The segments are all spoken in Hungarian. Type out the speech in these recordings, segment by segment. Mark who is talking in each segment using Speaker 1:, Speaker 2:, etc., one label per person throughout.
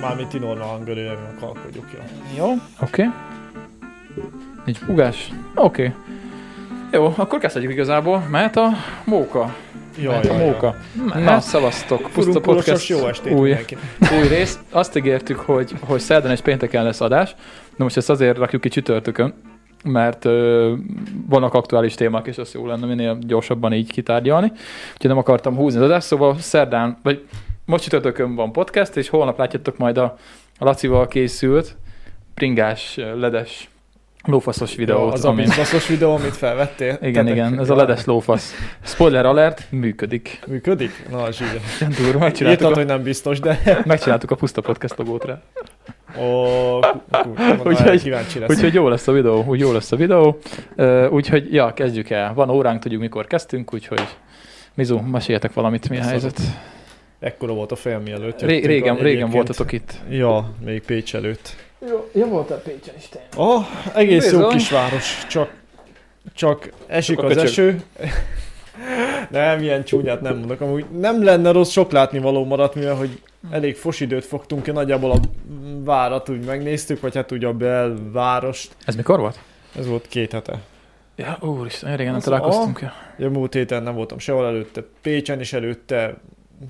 Speaker 1: Mármint tinorma hangörőjövőn kalkodjuk, jó?
Speaker 2: Jó. Oké. Okay. Egy húgás. Oké. Okay. Jó, akkor kezdhetjük igazából. Mehet a móka.
Speaker 1: Jaj,
Speaker 2: Mehet a
Speaker 1: jaj, jaj.
Speaker 2: móka. Hát, szavaztok. Puszta
Speaker 1: Furunkulosos
Speaker 2: podcast.
Speaker 1: jó estét
Speaker 2: új,
Speaker 1: mindenkinek.
Speaker 2: új rész. Azt ígértük, hogy, hogy szerdán és pénteken lesz adás. Na most ezt azért rakjuk ki csütörtökön, mert ö, vannak aktuális témák, és az jó lenne minél gyorsabban így kitárgyalni. Úgyhogy nem akartam húzni az adást, szóval szerdán, vagy most csütörtökön van podcast, és holnap látjátok majd a, a Lacival készült bringás, ledes, lófaszos videót.
Speaker 1: az a bizbaszos videó, amit felvettél.
Speaker 2: Igen,
Speaker 1: Te-
Speaker 2: igen, ez a ledes lófasz. Spoiler alert, működik.
Speaker 1: Működik? Na, az igen.
Speaker 2: Ilyen durva, megcsináltuk
Speaker 1: Írtad,
Speaker 2: a,
Speaker 1: hogy nem biztos, de...
Speaker 2: megcsináltuk a puszta podcast logót rá.
Speaker 1: Ó, kurva,
Speaker 2: Úgyhogy-
Speaker 1: kíváncsi lesz.
Speaker 2: Úgyhogy jó lesz a videó, úgy jó lesz a videó. Ö, Úgyhogy, ja, kezdjük el. Van óránk, tudjuk mikor kezdtünk, úgyhogy Mizu, meséljetek valamit, mi a
Speaker 1: Szarok.
Speaker 2: helyzet.
Speaker 1: Ekkora volt a fejem, mielőtt
Speaker 2: Ré-
Speaker 1: jöttünk
Speaker 2: régen, régen
Speaker 1: egyébként.
Speaker 2: voltatok itt.
Speaker 1: Ja, még Pécs előtt.
Speaker 2: Jó, jó voltál Pécsen is te.
Speaker 1: Ó, oh, egész jó
Speaker 2: Bizony.
Speaker 1: kisváros, csak, csak esik
Speaker 2: Csak a
Speaker 1: az
Speaker 2: köcsög.
Speaker 1: eső. nem, ilyen csúnyát nem mondok. Amúgy nem lenne rossz, sok látnivaló maradt, mivel hogy elég fos időt fogtunk ki, nagyjából a várat úgy megnéztük, vagy hát úgy a belvárost.
Speaker 2: Ez mikor volt?
Speaker 1: Ez volt két hete.
Speaker 2: Ja, úristen, olyan régen nem
Speaker 1: Az
Speaker 2: találkoztunk.
Speaker 1: Ugye múlt héten nem voltam sehol előtte, Pécsen is előtte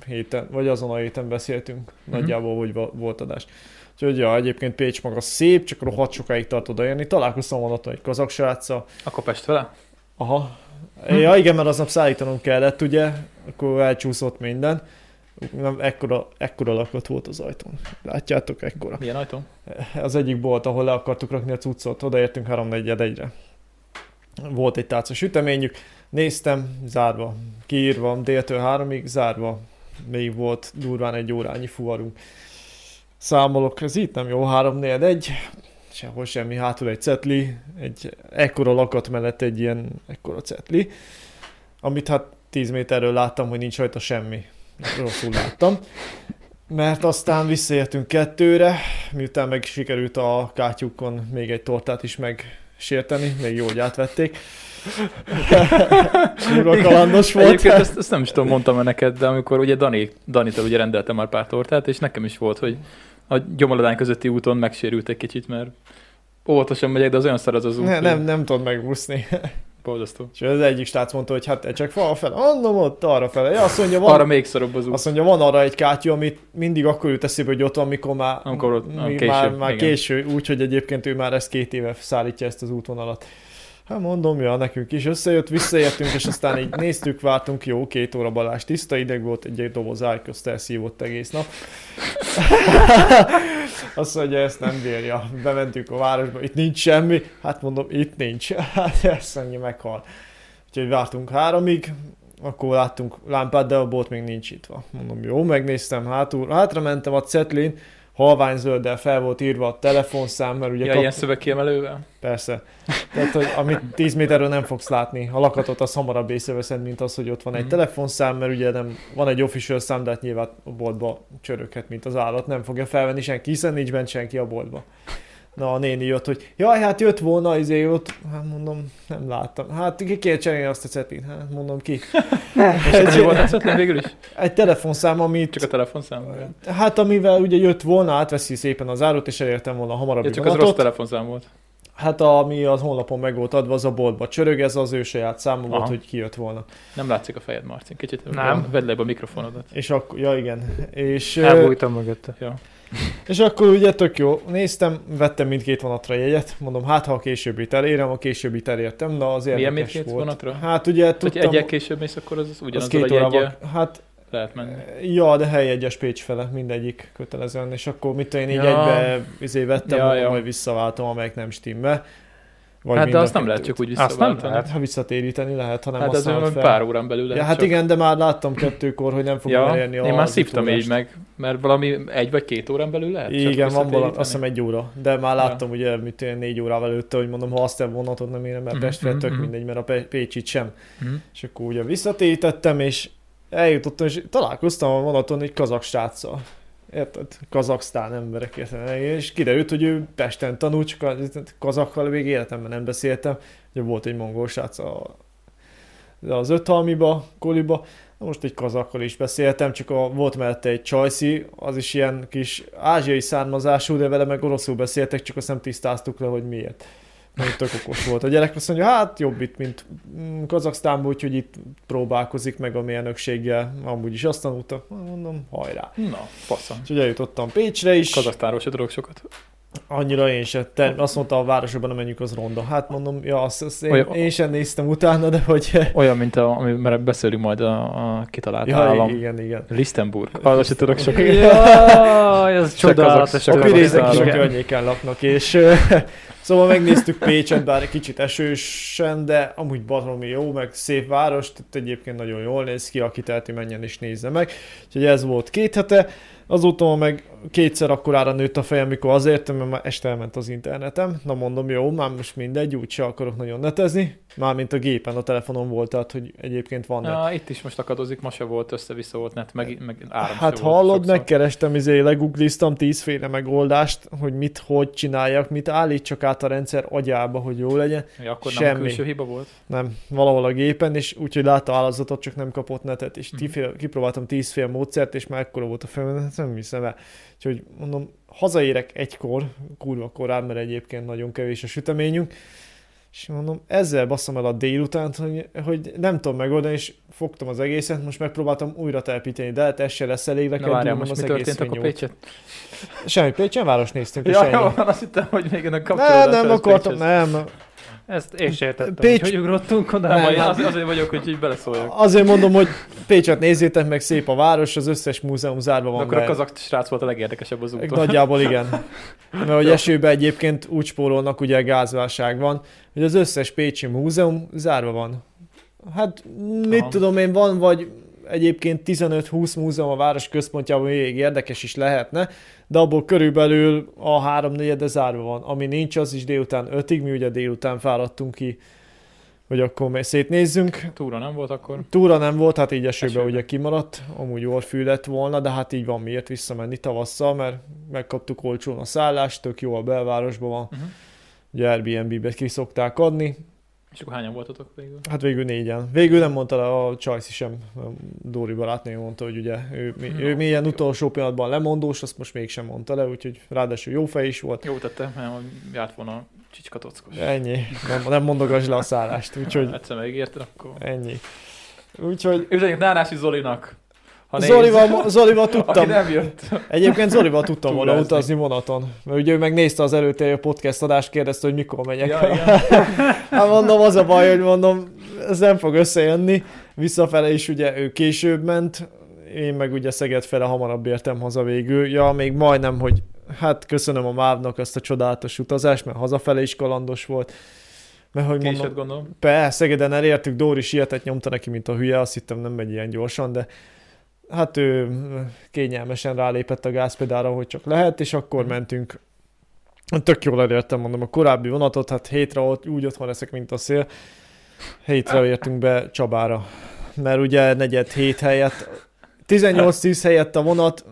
Speaker 1: héten, vagy azon a héten beszéltünk,
Speaker 2: Mhm.
Speaker 1: nagyjából, hogy va- volt adás. Úgyhogy ja, egyébként Pécs maga szép, csak rohadt sokáig tart odaérni. Találkoztam vonaton egy kazak sráccal,
Speaker 2: Akkor Pest vele?
Speaker 1: Aha. Hm. Ja, igen, mert aznap szállítanom kellett, ugye? Akkor elcsúszott minden. Nem, ekkora, ekkora lakott volt az ajtón. Látjátok, ekkora.
Speaker 2: Milyen ajtó?
Speaker 1: Az egyik bolt, ahol le akartuk rakni a cuccot, odaértünk 3 egyre. Volt egy tárca süteményük, néztem, zárva, kiírva, déltől háromig, zárva. Még volt durván egy órányi fuvarunk. Számolok, ez itt nem jó, 3 4 egy, sehol semmi, hátul egy cetli, egy ekkora lakat mellett egy ilyen ekkora cetli, amit hát 10 méterről láttam, hogy nincs rajta semmi. Rosszul láttam. Mert aztán visszaértünk kettőre, miután meg sikerült a kátyukon még egy tortát is megsérteni, még jó, hogy átvették. Kurva kalandos volt.
Speaker 2: Egyébként ezt, ezt, nem is tudom, mondtam-e neked, de amikor ugye Dani, Danitól ugye rendeltem már pár tortát, és nekem is volt, hogy a gyomorodány közötti úton megsérült egy kicsit, mert óvatosan megyek, de az olyan szaraz az út.
Speaker 1: Ne,
Speaker 2: hogy
Speaker 1: nem, nem tudod megúszni.
Speaker 2: Borzasztó.
Speaker 1: És az egyik srác mondta, hogy hát te csak fal fel, mondom ott, arra fele. Ja, azt mondja, van,
Speaker 2: Arra még szarabb az út.
Speaker 1: Azt mondja, van arra egy kátyú, amit mindig akkor jut eszébe, hogy ott van, mikor már,
Speaker 2: Amikor ott- ah,
Speaker 1: mi-
Speaker 2: késő,
Speaker 1: már, már
Speaker 2: igen.
Speaker 1: késő, úgyhogy egyébként ő már ezt két éve szállítja ezt az útvonalat. Hát mondom, ja, nekünk is összejött, visszaértünk, és aztán így néztük, vártunk, jó, két óra balás, tiszta ideg volt, egy, egy doboz ágyközt elszívott egész nap. Azt mondja, ezt nem bírja. Bementünk a városba, itt nincs semmi. Hát mondom, itt nincs. Hát ezt mondja, meghal. Úgyhogy vártunk háromig, akkor láttunk lámpát, de a bolt még nincs nyitva. Mondom, jó, megnéztem hátul. Hátra mentem a cetlin, halvány zölddel fel volt írva a telefonszám, mert ugye
Speaker 2: Ja, ilyen szövegkiemelővel?
Speaker 1: Persze. Tehát, hogy amit 10 méterről nem fogsz látni, a lakatot az hamarabb észreveszed, mint az, hogy ott van egy
Speaker 2: Mhm.
Speaker 1: telefonszám, mert ugye nem, van egy official szám, de hát nyilván a boltba csöröghet, mint az állat, nem fogja felvenni senki, hiszen nincs bent senki a boltba. Na, a néni jött, hogy jaj, hát jött volna, izé ott, hát mondom, nem láttam. Hát ki kell cserélni azt a cetit, hát mondom ki.
Speaker 2: És akkor mi
Speaker 1: egy,
Speaker 2: volt esetleg végül is?
Speaker 1: egy telefonszám, amit,
Speaker 2: Csak a telefonszám?
Speaker 1: hát amivel ugye jött volna, átveszi szépen az árut, és elértem volna hamarabb
Speaker 2: Ja, csak az rossz telefonszám volt.
Speaker 1: Hát ami az honlapon meg volt adva, az a boltba csörög, ez az ő saját száma volt,
Speaker 2: Aha.
Speaker 1: hogy kijött volna.
Speaker 2: Nem látszik a fejed, Marcin. Kicsit
Speaker 3: Nem.
Speaker 2: vedd le a mikrofonodat.
Speaker 1: És akkor, ja igen, és, ö,
Speaker 3: Elbújtam mögötte.
Speaker 2: Ja.
Speaker 1: és akkor ugye tök jó, néztem, vettem mindkét vonatra jegyet, mondom, hát ha a későbbit elérem, a későbbit elértem, na az
Speaker 2: Milyen
Speaker 1: érdekes
Speaker 2: mindkét
Speaker 1: volt.
Speaker 2: vonatra?
Speaker 1: Hát ugye
Speaker 2: Hogy
Speaker 1: tudtam,
Speaker 2: egyel később mész, akkor az, az
Speaker 1: az
Speaker 2: ugyanaz
Speaker 1: két
Speaker 2: a
Speaker 1: óra
Speaker 2: jegyel
Speaker 1: Hát,
Speaker 2: lehet menni.
Speaker 1: ja, de helyegyes Pécs fele, mindegyik kötelezően, és akkor mit tudom én így
Speaker 2: Ja.
Speaker 1: egybe izé vettem,
Speaker 2: Ja,
Speaker 1: ja,
Speaker 2: ja.
Speaker 1: majd visszaváltom, amelyik nem stimmel. Vagy
Speaker 2: hát
Speaker 1: mind
Speaker 2: de
Speaker 1: a
Speaker 2: azt nem
Speaker 1: kettőt.
Speaker 2: lehet csak úgy
Speaker 3: Azt nem
Speaker 2: visszaváltani.
Speaker 3: lehet.
Speaker 1: Hát, ha visszatéríteni lehet, ha nem
Speaker 2: Hát az
Speaker 1: használod
Speaker 2: olyan
Speaker 1: fel.
Speaker 2: pár órán belül lehet
Speaker 1: Ja, hát
Speaker 2: csak.
Speaker 1: igen, de már láttam kettőkor, hogy nem fogom
Speaker 2: Ja,
Speaker 1: elérni a
Speaker 2: én már szívtam
Speaker 1: utódást.
Speaker 2: így meg, mert valami egy vagy két órán belül lehet. csak
Speaker 1: Igen, van valami, azt
Speaker 2: visszatéríteni.
Speaker 1: hiszem egy óra, de már láttam ugye, mit én négy órával előtte, hogy mondom, ha azt a vonatot nem érem, mert
Speaker 2: Mhm,
Speaker 1: Pestre
Speaker 2: mhm,
Speaker 1: tök
Speaker 2: mhm.
Speaker 1: mindegy, mert a Pe- Pécsit sem.
Speaker 2: Mhm.
Speaker 1: És akkor ugye visszatérítettem, és eljutottam, és találkoztam a vonaton egy kazak sráccal. Érted? Kazaksztán emberek, érted? És kiderült, hogy ő Pesten tanult, csak a- kazakkal még életemben nem beszéltem. Ugye volt egy mongol srác a, az öthalmiba, koliba, Most egy kazakkal is beszéltem, csak a, volt mellette egy csajci, az is ilyen kis ázsiai származású, de vele meg oroszul beszéltek, csak azt nem tisztáztuk le, hogy miért. Nagyon tök okos volt. A gyerek azt mondja, hát jobb itt, mint mm, Kazaksztánból, úgyhogy itt próbálkozik meg a mérnökséggel. Amúgy is azt tanulta, mondom, hajrá.
Speaker 2: Hm?
Speaker 3: Na, faszom.
Speaker 1: Úgyhogy eljutottam Pécsre is.
Speaker 3: Kazaksztánról se tudok sokat.
Speaker 1: Annyira én sem. Te, azt mondta, a városban nem menjünk, az ronda. Hát mondom, ja, azt, azt én,
Speaker 3: Olyan-
Speaker 1: én sem néztem utána, de hogy...
Speaker 2: Hát
Speaker 3: Olyan, mint a, ami, mert beszélünk majd a, a kitalált
Speaker 1: Ja,
Speaker 3: állam.
Speaker 1: igen, igen.
Speaker 3: Lisztenburg. Arra se tudok sokat.
Speaker 4: Jaj, ez csodálatos.
Speaker 3: Csak
Speaker 1: A
Speaker 3: az
Speaker 1: pirézek is a
Speaker 3: osztályok.
Speaker 1: környéken laknak, és ö, szóval megnéztük Pécset, bár kicsit esősen, de amúgy baromi jó, meg szép város, tehát egyébként nagyon jól néz ki, aki teheti menjen és nézze meg. Úgyhogy ez volt két hete, azóta meg kétszer akkorára nőtt a fejem, mikor azért, mert már este elment az internetem. Na mondom, jó, már most mindegy, úgyse akarok nagyon netezni. Mármint a gépen, a telefonon volt, tehát hogy egyébként van net.
Speaker 3: Ja, itt is most akadozik, ma se volt, össze-vissza volt net, meg, meg áram
Speaker 1: Hát
Speaker 3: se
Speaker 1: hallod,
Speaker 3: volt, sokszor.
Speaker 1: megkerestem, izé, legugliztam tízféle megoldást, hogy mit, hogy csináljak, mit állítsak át a rendszer agyába, hogy jó legyen.
Speaker 3: Ja, akkor nem
Speaker 1: Semmi.
Speaker 3: a külső hiba volt?
Speaker 1: Nem, valahol a gépen, és úgyhogy látta állazatot, csak nem kapott netet, és
Speaker 3: Mhm.
Speaker 1: tíféle, kipróbáltam tízféle módszert, és már ekkora volt a fejem, hát nem hiszem el. Úgyhogy mondom, hazaérek egykor, kurva korán, mert egyébként nagyon kevés a süteményünk, és mondom, ezzel basszom el a délutánt, hogy, hogy nem tudom megoldani, és fogtam az egészet, most megpróbáltam újra telepíteni, de hát ez se lesz elég, le
Speaker 3: Na
Speaker 1: kell
Speaker 3: várjál,
Speaker 1: gyúrnom
Speaker 3: most
Speaker 1: az
Speaker 3: mi
Speaker 1: egész
Speaker 3: történt, akkor
Speaker 1: vinyót.
Speaker 3: Pécset?
Speaker 1: Semmi, Pécsen város néztünk, és
Speaker 3: Ja,
Speaker 1: ennyi.
Speaker 3: jó, van, azt hittem, hogy még ennek
Speaker 1: nem,
Speaker 3: kapcsolatban.
Speaker 1: nem akartam, nem.
Speaker 4: Ezt én sem értettem,
Speaker 1: Pécs-
Speaker 4: Pécs... hogy hogy ugrottunk oda.
Speaker 1: Nem,
Speaker 3: Nem,
Speaker 1: nem.
Speaker 3: az, azért vagyok, hogy így beleszóljak.
Speaker 1: Azért mondom, hogy Pécset nézzétek meg, szép a város, az összes múzeum zárva
Speaker 3: De
Speaker 1: van.
Speaker 3: akkor a
Speaker 1: be.
Speaker 3: kazak srác volt a legérdekesebb az úton.
Speaker 1: Nagyjából igen. Mert hogy esőben egyébként úgy spórolnak, ugye gázválság van, hogy az összes pécsi múzeum zárva van. Hát mit
Speaker 3: Aha.
Speaker 1: tudom én, van vagy egyébként 15-20 múzeum a város központjában még érdekes is lehetne, de abból körülbelül a három negyede zárva van. Ami nincs, az is délután 5-ig, mi ugye délután fáradtunk ki, hogy akkor még szétnézzünk.
Speaker 3: Túra nem volt akkor.
Speaker 1: Túra nem volt, hát így esőben,
Speaker 3: Esőben.
Speaker 1: ugye kimaradt, amúgy orfű lett volna, de hát így van miért visszamenni tavasszal, mert megkaptuk olcsón a szállást, tök jó a belvárosban van,
Speaker 3: Mhm.
Speaker 1: ugye Airbnb-be ki szokták adni,
Speaker 3: És akkor hányan voltatok végül?
Speaker 1: hát végül négyen. Végül nem mondta le a Csajci sem, a Dóri barátnő mondta, hogy ugye ő, mi, ő
Speaker 3: Na,
Speaker 1: milyen utolsó pillanatban lemondós, azt most mégsem mondta le, úgyhogy ráadásul jó fej is volt.
Speaker 3: Jó tettem, mert hogy járt volna a csicska tockos.
Speaker 1: Ennyi, nem, nem mondogass le a szállást, úgyhogy
Speaker 3: Egyszer megígérted, akkor...
Speaker 1: ennyi. Úgyhogy
Speaker 3: Üzenjük Nárási Zolinak. Ha néz,
Speaker 1: Zolival, Zolival
Speaker 3: aki
Speaker 1: tudtam,
Speaker 3: nem jött.
Speaker 1: Egyébként Zolival tudtam volna
Speaker 3: Túrázni.
Speaker 1: utazni vonaton, mert ugye ő megnézte az előtte a podcast adást, kérdezte, hogy mikor megyek.
Speaker 3: Ja,
Speaker 1: Ja,
Speaker 3: igen.
Speaker 1: hát mondom, az a baj, hogy mondom, ez nem fog összejönni. Visszafele is ugye ő később ment, én meg ugye Szeged fele hamarabb értem haza végül. Ja, még majdnem, hogy hát köszönöm a Mávnak azt a csodálatos utazást, mert hazafele is kalandos volt. Mert hogy mondom,
Speaker 3: Később gondolom.
Speaker 1: Persze, Szegeden elértük, Dóri sietett, nyomta neki, mint a hülye, azt hittem nem megy ilyen gyorsan, de hát ő kényelmesen rálépett a gázpedára, hogy csak lehet, és akkor mentünk. Tök jól elértem, mondom, a korábbi vonatot, hát hétre ott, úgy otthon leszek, mint a szél. Hétre értünk be Csabára, mert ugye negyed hét helyett, 18-10 helyett a vonat,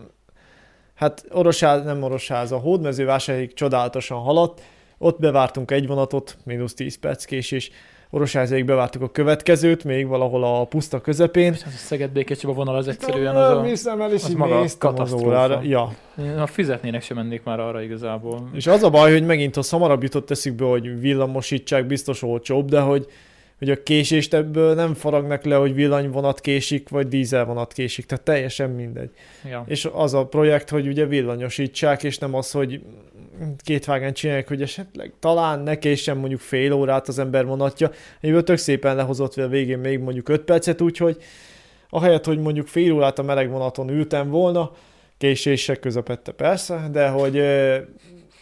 Speaker 1: hát orosház, nem orosház, a hódmezővásárhelyig csodálatosan haladt, ott bevártunk egy vonatot, mínusz 10 perc késés, Orosházéig bevártuk a következőt, még valahol a puszta közepén.
Speaker 3: És az a Szeged Békécsében vonal az egyszerűen az a...
Speaker 1: Nem hiszem el,
Speaker 3: az
Speaker 1: is így
Speaker 3: maga a
Speaker 1: néztem az
Speaker 3: katasztrófa.
Speaker 1: órára. Ja.
Speaker 3: Ha fizetnének, sem mennék már arra igazából.
Speaker 1: És az a baj, hogy megint az hamarabb jutott eszükbe, hogy villamosítsák, biztos olcsóbb, de hogy, hogy a késést ebből nem faragnak le, hogy villanyvonat késik, vagy dízelvonat késik, tehát teljesen mindegy.
Speaker 3: Ja.
Speaker 1: És az a projekt, hogy ugye villanyosítsák, és nem az, hogy két vágán csinálják, hogy esetleg talán ne késsen mondjuk fél órát az ember vonatja. Ebből tök szépen lehozott a végén még mondjuk 5 percet, úgyhogy ahelyett, hogy mondjuk fél órát a meleg vonaton ültem volna, késések közepette persze, de hogy ö,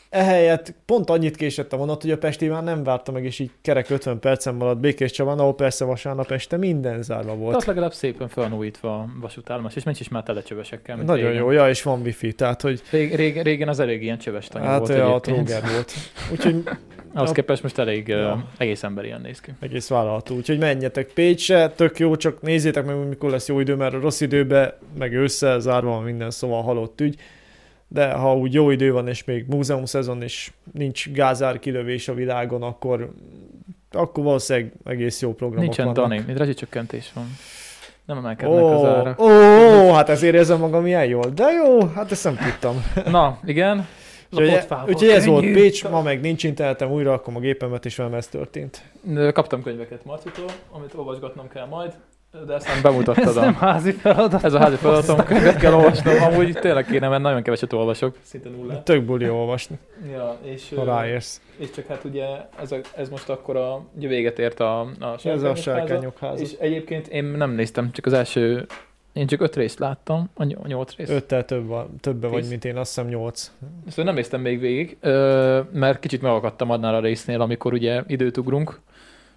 Speaker 1: ehelyett pont annyit késett a vonat, hogy a Pesti már nem várta meg, és így kerek 50 percen maradt Békés Csabán, ahol persze vasárnap este minden zárva
Speaker 3: De
Speaker 1: volt.
Speaker 3: ott legalább szépen felújítva a vasútállomás, és nincs is már tele csövösekkel. mint
Speaker 1: Nagyon
Speaker 3: régen.
Speaker 1: jó, ja, és van wifi, tehát hogy
Speaker 3: Rég, régen, régen az elég ilyen csöves tanya
Speaker 1: hát
Speaker 3: volt
Speaker 1: olyan a
Speaker 3: egyébként.
Speaker 1: tróger volt. Úgyhogy
Speaker 3: Ahhoz
Speaker 1: Ja.
Speaker 3: képest most elég
Speaker 1: Ja.
Speaker 3: ja. egész ember ilyen néz ki.
Speaker 1: egész vállalható. Úgyhogy menjetek Pécsre, tök jó, csak nézzétek meg, hogy mikor lesz jó idő, mert a rossz időben, meg ősszel zárva van minden, szóval halott ügy. De ha úgy jó idő van, és még múzeum szezon, és nincs gázár kilövés a világon, akkor akkor valószínűleg egész jó programok
Speaker 3: Nincsen
Speaker 1: vannak.
Speaker 3: Dani, itt rezsicsökkentés van.
Speaker 2: Nem emelkednek oh. az
Speaker 1: Ó,
Speaker 2: árak.
Speaker 1: ó, hát ezért érzem magam ilyen jól. De jó, hát ezt nem tudtam.
Speaker 2: Na, igen.
Speaker 1: Úgyhogy,
Speaker 4: Lopott
Speaker 1: úgyhogy ez volt
Speaker 4: könnyű.
Speaker 1: Pécs, ma meg nincs internetem, újra rakom a gépemet, és velem ez történt.
Speaker 2: Ö, Kaptam könyveket Marcitól, amit olvasgatnom kell majd, de ezt nem bemutattad.
Speaker 4: Ez
Speaker 2: a-
Speaker 4: nem házi feladat.
Speaker 2: Ez a házi feladatom, könyvet kell olvasnom, amúgy tényleg kéne, mert nagyon keveset olvasok. Szinte nulla.
Speaker 1: Tök buli olvasni,
Speaker 2: Ja, és,
Speaker 1: ha
Speaker 2: ö,
Speaker 1: ráérsz.
Speaker 2: és csak hát ugye ez, a, ez most akkor a, ugye véget ért a, a
Speaker 1: Ez a
Speaker 2: Sárkányos háza.
Speaker 1: sárkányokház.
Speaker 2: És egyébként én nem néztem, csak az első, én csak öt részt láttam, a ny- a nyolc részt.
Speaker 1: Öttel több van, többe vagy,
Speaker 2: Tíz.
Speaker 1: mint én, azt hiszem nyolc.
Speaker 2: Szóval nem néztem még végig, ö, mert kicsit megakadtam annál a résznél, amikor ugye időt ugrunk.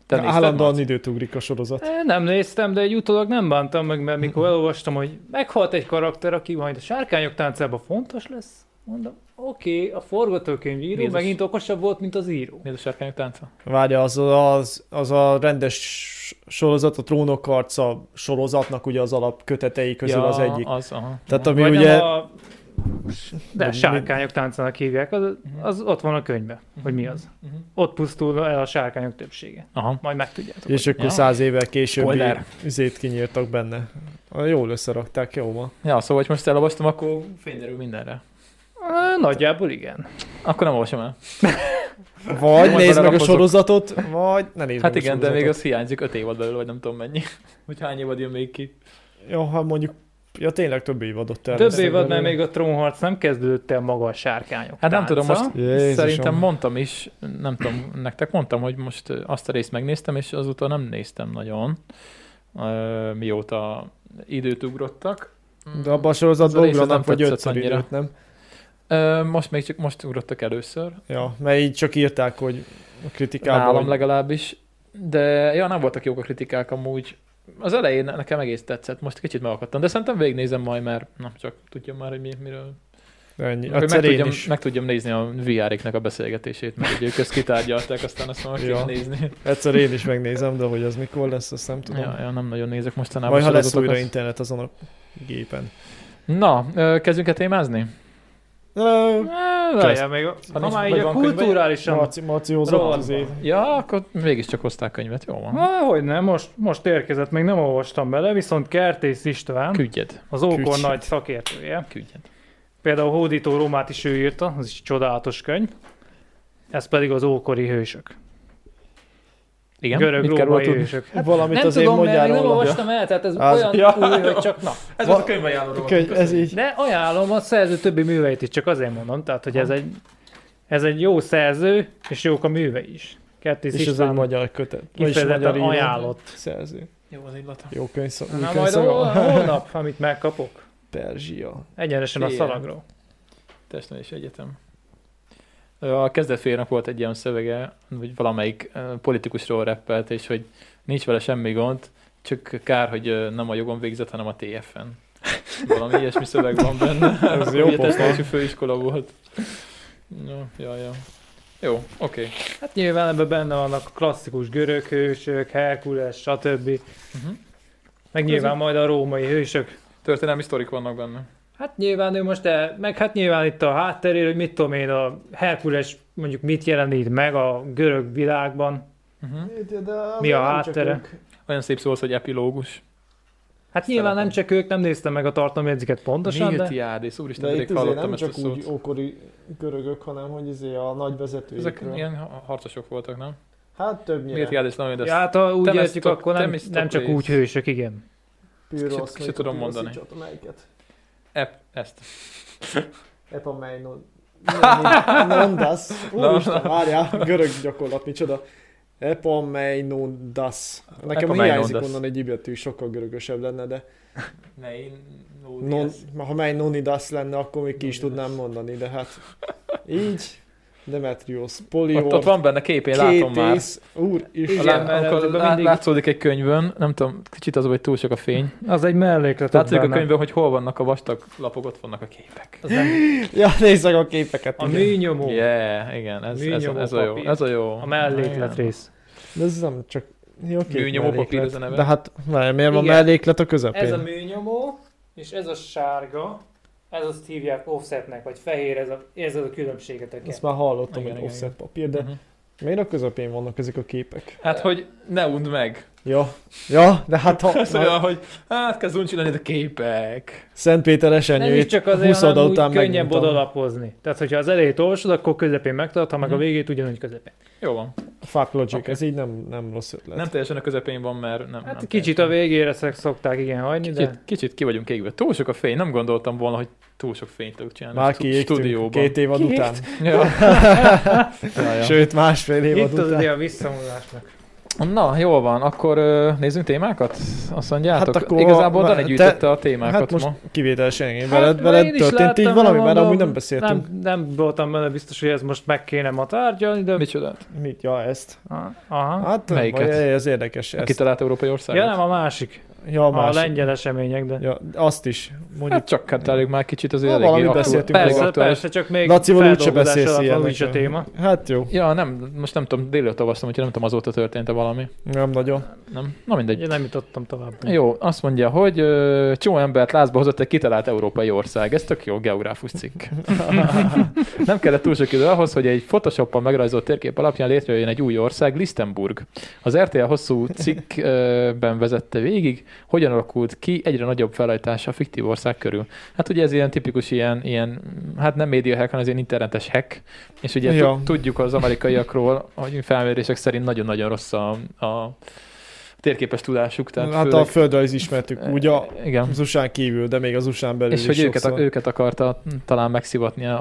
Speaker 2: Te
Speaker 1: Na,
Speaker 2: nézted,
Speaker 1: Állandóan
Speaker 2: Marci?
Speaker 1: időt ugrik a sorozat.
Speaker 4: Én Nem néztem, de egy utólag nem bántam meg, mert mikor
Speaker 2: Mhm.
Speaker 4: elolvastam, hogy meghalt egy karakter, aki majd a sárkányok táncában fontos lesz, mondom, oké, okay, a forgatókönyv író
Speaker 2: Jézus.
Speaker 4: megint okosabb volt, mint az író.
Speaker 2: Mi ez a sárkányok tánca?
Speaker 1: Várja, az, az, az a rendes sorozat, a trónok harca sorozatnak ugye az alapkötetei közül ja, az egyik.
Speaker 2: Az, aha.
Speaker 1: Tehát
Speaker 2: a...
Speaker 1: ami
Speaker 4: Vagy
Speaker 1: ugye...
Speaker 4: nem a... De
Speaker 1: Vagy
Speaker 4: sárkányok táncának hívják, az,
Speaker 2: Mhm.
Speaker 4: az ott van a könyvben, hogy mi az. Ott pusztul el a sárkányok többsége.
Speaker 2: Aha.
Speaker 4: Majd megtudjátok.
Speaker 1: És akkor
Speaker 2: Ja.
Speaker 1: száz évvel később
Speaker 2: Spoiler.
Speaker 1: üzét kinyírtak benne. Ah, Jól összerakták, jó ma.
Speaker 2: Ja, szóval, hogy most elolvastam, akkor fényderül mindenre.
Speaker 4: Á, Nagyjából igen.
Speaker 2: Akkor nem olvasom el.
Speaker 1: Vagy
Speaker 2: Jó,
Speaker 1: nézd meg a
Speaker 2: darabozok.
Speaker 1: sorozatot, vagy ne nézd
Speaker 2: Hát
Speaker 1: meg
Speaker 2: igen,
Speaker 1: a
Speaker 2: de még
Speaker 1: sorozatot.
Speaker 2: az hiányzik öt évad belőle, vagy nem tudom mennyi. Hogy hány évad jön még ki.
Speaker 1: Jó, ha mondjuk... Ja, tényleg több évadot
Speaker 4: Több
Speaker 1: terveztek
Speaker 4: évad, mert
Speaker 1: belőle.
Speaker 4: még a trónharc nem kezdődött el maga a sárkányok
Speaker 2: Hát nem tudom,
Speaker 4: tánca.
Speaker 2: most
Speaker 1: Jézusom.
Speaker 2: szerintem mondtam is, nem tudom, nektek mondtam, hogy most ö, azt a részt megnéztem, és azóta nem néztem nagyon, ö, mióta időt ugrottak.
Speaker 1: De abban a
Speaker 2: Az a
Speaker 1: sorozatban
Speaker 2: része
Speaker 1: ugranak, vagy
Speaker 2: nem tetszett
Speaker 1: ötször
Speaker 2: annyira.
Speaker 1: időt, nem?
Speaker 2: Ö, Most még csak most ugrottak először,
Speaker 1: Ja, mert így csak írták, hogy a kritikában...
Speaker 2: nálam
Speaker 1: hogy-
Speaker 2: legalábbis, de ja, nem voltak jók a kritikák amúgy. Az elején nekem egész tetszett, most kicsit megakadtam, de szerintem végignézem majd, mert na, csak tudjam már, hogy mi, miről
Speaker 1: Ennyi.
Speaker 2: Akkor
Speaker 1: Egyszer
Speaker 2: meg,
Speaker 1: én
Speaker 2: tudjam,
Speaker 1: is.
Speaker 2: meg tudjam nézni a vr a beszélgetését, mert ugye ők ezt kitárgyalták, aztán azt már meg
Speaker 1: Ja.
Speaker 2: kéne nézni.
Speaker 1: Egyszer én is megnézem, de hogy az mikor lesz, azt nem tudom.
Speaker 2: Ja, ja, nem nagyon nézek mostanában.
Speaker 1: Majd ha lesz újra
Speaker 2: sorozatokat.
Speaker 1: internet azon a gépen.
Speaker 2: Na, ö, kezdjünk el témázni?
Speaker 1: Ö,
Speaker 4: Várjál, még, ha
Speaker 2: nincs-
Speaker 4: már
Speaker 2: vagy
Speaker 4: így a
Speaker 2: van könyve?
Speaker 4: kulturálisan
Speaker 1: Marci, Marci hozott
Speaker 4: Rohanva.
Speaker 1: az év.
Speaker 2: Ja, akkor mégiscsak hozták könyvet, jó van.
Speaker 4: Há, hogy nem, most, most érkezett, még nem olvastam bele, viszont Kertész István,
Speaker 2: Küldjed,
Speaker 4: az ókor
Speaker 1: Küldj.
Speaker 4: nagy szakértője.
Speaker 2: küldjed.
Speaker 4: Például Hódító Rómát is ő írta, az is egy csodálatos könyv. Ez pedig az ókori hősök.
Speaker 2: Igen, mit kell róla
Speaker 4: Görög-római
Speaker 2: tudni?
Speaker 4: hősök.
Speaker 1: Hát Valamit az én mondjál
Speaker 4: még nem
Speaker 1: róla.
Speaker 4: olvastam el, tehát ez
Speaker 1: Az-
Speaker 4: olyan
Speaker 2: Ja,
Speaker 4: új,
Speaker 2: jó.
Speaker 4: hogy csak na.
Speaker 2: Ez
Speaker 1: volt a
Speaker 2: könyvajánló.
Speaker 1: Könyv, ez így.
Speaker 4: De ajánlom a szerző többi műveit is, csak azért mondom, tehát hogy ez egy, ez egy jó szerző, és jók a művei is. Kertész
Speaker 1: És ez egy
Speaker 4: István
Speaker 1: magyar kötet. Vagyis magyar
Speaker 4: kifejezetten
Speaker 1: író.
Speaker 4: ajánlott.
Speaker 1: Szerző.
Speaker 2: Jó az illata.
Speaker 1: Jó könyvszó.
Speaker 4: Na majd hol- holnap, amit megkapok,
Speaker 1: Perzsia.
Speaker 4: egyenesen a
Speaker 2: Ilyen.
Speaker 4: szalagról.
Speaker 2: Testnevelés Egyetem. A kezdetfélnek volt egy ilyen szövege, hogy valamelyik ö, politikusról reppelt, és hogy nincs vele semmi gond, csak kár, hogy ö, nem a jogon végzett, hanem a TF-en. Valami ilyesmi szöveg van benne.
Speaker 1: Ez jó
Speaker 2: Ugye
Speaker 1: pofa.
Speaker 2: testnevelési főiskola volt. No, ja, ja. Jó, oké.
Speaker 4: Hát nyilván ebben benne vannak a klasszikus görög hősök, Herkules, stb.
Speaker 2: Uh-huh.
Speaker 4: Meg nyilván majd a római hősök.
Speaker 2: Történelmi sztorik vannak benne.
Speaker 4: Hát nyilván ő most, el, meg hát nyilván itt a hátterér, hogy mit tudom én, a Herkules mondjuk mit jelenít meg a görög világban.
Speaker 2: Uh-huh.
Speaker 4: Mi a háttere?
Speaker 2: Olyan szép szó az, hogy epilógus.
Speaker 4: Hát nyilván nem
Speaker 2: Szeretem.
Speaker 4: csak ők, nem néztem meg a tartalomjegyzéket pontosan, de...
Speaker 2: Miltiádész, úristen,
Speaker 1: De
Speaker 2: pedig
Speaker 1: itt azért nem
Speaker 2: hallottam ezt a
Speaker 1: csak úgy
Speaker 2: szót.
Speaker 1: ókori görögök, hanem hogy izé a nagy
Speaker 2: Ezek
Speaker 1: vezetőikről.
Speaker 2: ilyen ha- harcosok voltak, nem?
Speaker 1: Hát többnyire.
Speaker 2: Miltiádész, nem, de
Speaker 4: Ja, hát ha úgy
Speaker 2: Temestok-
Speaker 4: értjük, akkor nem, nem csak
Speaker 2: Temistoklész.
Speaker 4: úgy hősök, igen.
Speaker 1: Pyrrhosz,
Speaker 2: ki se tudom mondani.
Speaker 1: Melyiket?
Speaker 2: Ep, ezt.
Speaker 1: Epameinon. Mondas. Úristen, várjál, görög gyakorlat, micsoda. Epameinondas. Nekem
Speaker 2: Epameinondas.
Speaker 1: hiányzik onnan egy ibetű, sokkal görögösebb lenne, de non, ha mely nonidas lenne, akkor még ki is
Speaker 2: Nonidas.
Speaker 1: tudnám mondani, de hát így. Demetrius,
Speaker 2: Ott, ott
Speaker 1: Polior,
Speaker 2: van benne kép, én látom már.
Speaker 1: Kétész, úr is.
Speaker 2: A
Speaker 4: Igen,
Speaker 2: lá-
Speaker 4: mert
Speaker 2: amikor
Speaker 4: ezekben
Speaker 2: lá-
Speaker 4: mindig-
Speaker 2: látszódik egy könyvön, nem tudom, kicsit az, hogy túl sok a fény.
Speaker 4: Az egy melléklet.
Speaker 2: Látszik a könyvben, hogy hol vannak a vastag lapok, ott vannak a képek.
Speaker 4: Az nem,
Speaker 1: Ja, nézd meg a képeket.
Speaker 4: a
Speaker 1: igen.
Speaker 4: műnyomó,
Speaker 2: Yeah, igen, ez, ez, ez,
Speaker 4: Műnyomó
Speaker 2: a jó.
Speaker 4: papír.
Speaker 2: Ez a jó.
Speaker 4: a melléklet
Speaker 2: Igen.
Speaker 4: rész.
Speaker 1: De ez nem csak... Jó, két
Speaker 2: Műnyomó
Speaker 1: melléklet.
Speaker 2: papír ez a neve.
Speaker 1: De hát, várj, miért van
Speaker 4: Igen.
Speaker 1: melléklet a közepén?
Speaker 4: műnyomó, és ez a sárga, ez azt hívják offsetnek, vagy fehér, ez a, ez a különbségeteket.
Speaker 1: Ezt már hallottam,
Speaker 2: Igen,
Speaker 1: hogy
Speaker 2: igen,
Speaker 1: offset papír, de
Speaker 2: Mhm.
Speaker 1: miért a közepén vannak ezek a képek?
Speaker 2: Hát, hogy ne und meg.
Speaker 1: Ja, ja de hát ha
Speaker 2: Ez olyan, hogy hát kezd uncsilani a képek.
Speaker 1: Szentpéter
Speaker 4: Nem is
Speaker 1: esenyőjét
Speaker 4: csak azért,
Speaker 1: 20
Speaker 4: hanem
Speaker 1: oda
Speaker 4: úgy
Speaker 1: után
Speaker 4: könnyebb
Speaker 1: megmondtam.
Speaker 4: odalapozni. Tehát, hogyha az elejét olvasod, akkor közepén megtart, ha meg a végét ugyanúgy közepén.
Speaker 2: Jó van.
Speaker 1: Fuck logic,
Speaker 2: Oké.
Speaker 1: ez így nem, nem rossz ötlet.
Speaker 2: Nem teljesen a közepén van, mert nem.
Speaker 4: Hát
Speaker 2: nem
Speaker 4: kicsit a
Speaker 2: teljesen.
Speaker 4: végére szok- szokták igen hagyni, de...
Speaker 2: Kicsit, kicsit ki vagyunk égve. Túl sok a fény, nem gondoltam volna, hogy túl sok fényt tudok csinálni. a
Speaker 1: Már
Speaker 2: stu-
Speaker 1: kiégtünk két évad
Speaker 4: Kiégt?
Speaker 1: után.
Speaker 2: Ja. ja, ja.
Speaker 1: Sőt, másfél évad
Speaker 4: Itt az
Speaker 1: után.
Speaker 4: ugye a visszamúlásnak.
Speaker 2: Na, jól van, akkor ö, nézzünk témákat? Azt mondjátok,
Speaker 1: Hát
Speaker 2: hát
Speaker 1: akkor-
Speaker 2: akkor igazából Dani
Speaker 1: te-
Speaker 2: gyűjtötte a témákat
Speaker 1: Hát most
Speaker 2: ma.
Speaker 1: kivételesen én
Speaker 4: Hát,
Speaker 1: veled,
Speaker 4: ma
Speaker 1: veled
Speaker 4: én is
Speaker 1: történt így
Speaker 4: láttam,
Speaker 1: valami, mert
Speaker 4: mondom,
Speaker 1: amúgy nem beszéltünk.
Speaker 4: Nem, nem voltam benne biztos, hogy ez most meg kéne ma tárgyalni, de...
Speaker 2: Micsoda?
Speaker 1: Mit, ja, ezt.
Speaker 4: Aha.
Speaker 1: Hát,
Speaker 2: Melyiket?
Speaker 1: vagy, ez érdekes.
Speaker 2: Aki
Speaker 1: Ezt.
Speaker 2: talált európai országot? Hát
Speaker 4: Ja, nem a másik.
Speaker 1: Ja,
Speaker 4: A, a
Speaker 1: más.
Speaker 4: lengyel események, de...
Speaker 1: Ja, azt is. Mondjuk,
Speaker 2: Hát csak hát tárgyaljuk már kicsit az
Speaker 1: Na,
Speaker 2: elég
Speaker 1: valami
Speaker 2: aktu-
Speaker 1: beszéltünk
Speaker 2: elég
Speaker 4: Persze,
Speaker 2: aktuális.
Speaker 4: persze, csak még
Speaker 1: Lacival úgyse
Speaker 4: feldolgozás
Speaker 1: beszélsz
Speaker 4: alatt van
Speaker 1: ilyenekről.
Speaker 4: úgyse téma.
Speaker 1: Hát jó,
Speaker 2: Ja, nem, most nem tudom, délőtt olvastam, úgyhogy nem tudom, azóta történt-e valami.
Speaker 1: nem nagyon.
Speaker 2: Nem? Na mindegy.
Speaker 4: Ugye nem jutottam tovább.
Speaker 2: Jó, azt mondja, hogy ö, csomó embert lázba hozott egy kitalált európai ország. Ez tök jó geográfus cikk. Nem kellett túl sok idő ahhoz, hogy egy Photoshoppal megrajzolt térkép alapján létrejöjjön egy új ország, Lichtenburg. Az RTL hosszú cikkben vezette végig, hogyan alakult ki egyre nagyobb felajtás a fiktív ország körül. Hát ugye ez ilyen tipikus ilyen, ilyen hát nem média hack, hanem az ilyen internetes hack, és ugye
Speaker 1: Ja.
Speaker 2: tu- tudjuk az amerikaiakról, hogy felmérések szerint nagyon-nagyon rossz a, a térképes tudásuk. Tehát
Speaker 1: hát
Speaker 2: főleg- Eh,
Speaker 1: a földrajz ismertük, úgy a,
Speaker 2: igen.
Speaker 1: az usa kívül, de még az usa belül
Speaker 2: És
Speaker 1: is
Speaker 2: hogy őket,
Speaker 1: sokszor.
Speaker 2: őket akarta talán megszivatni a,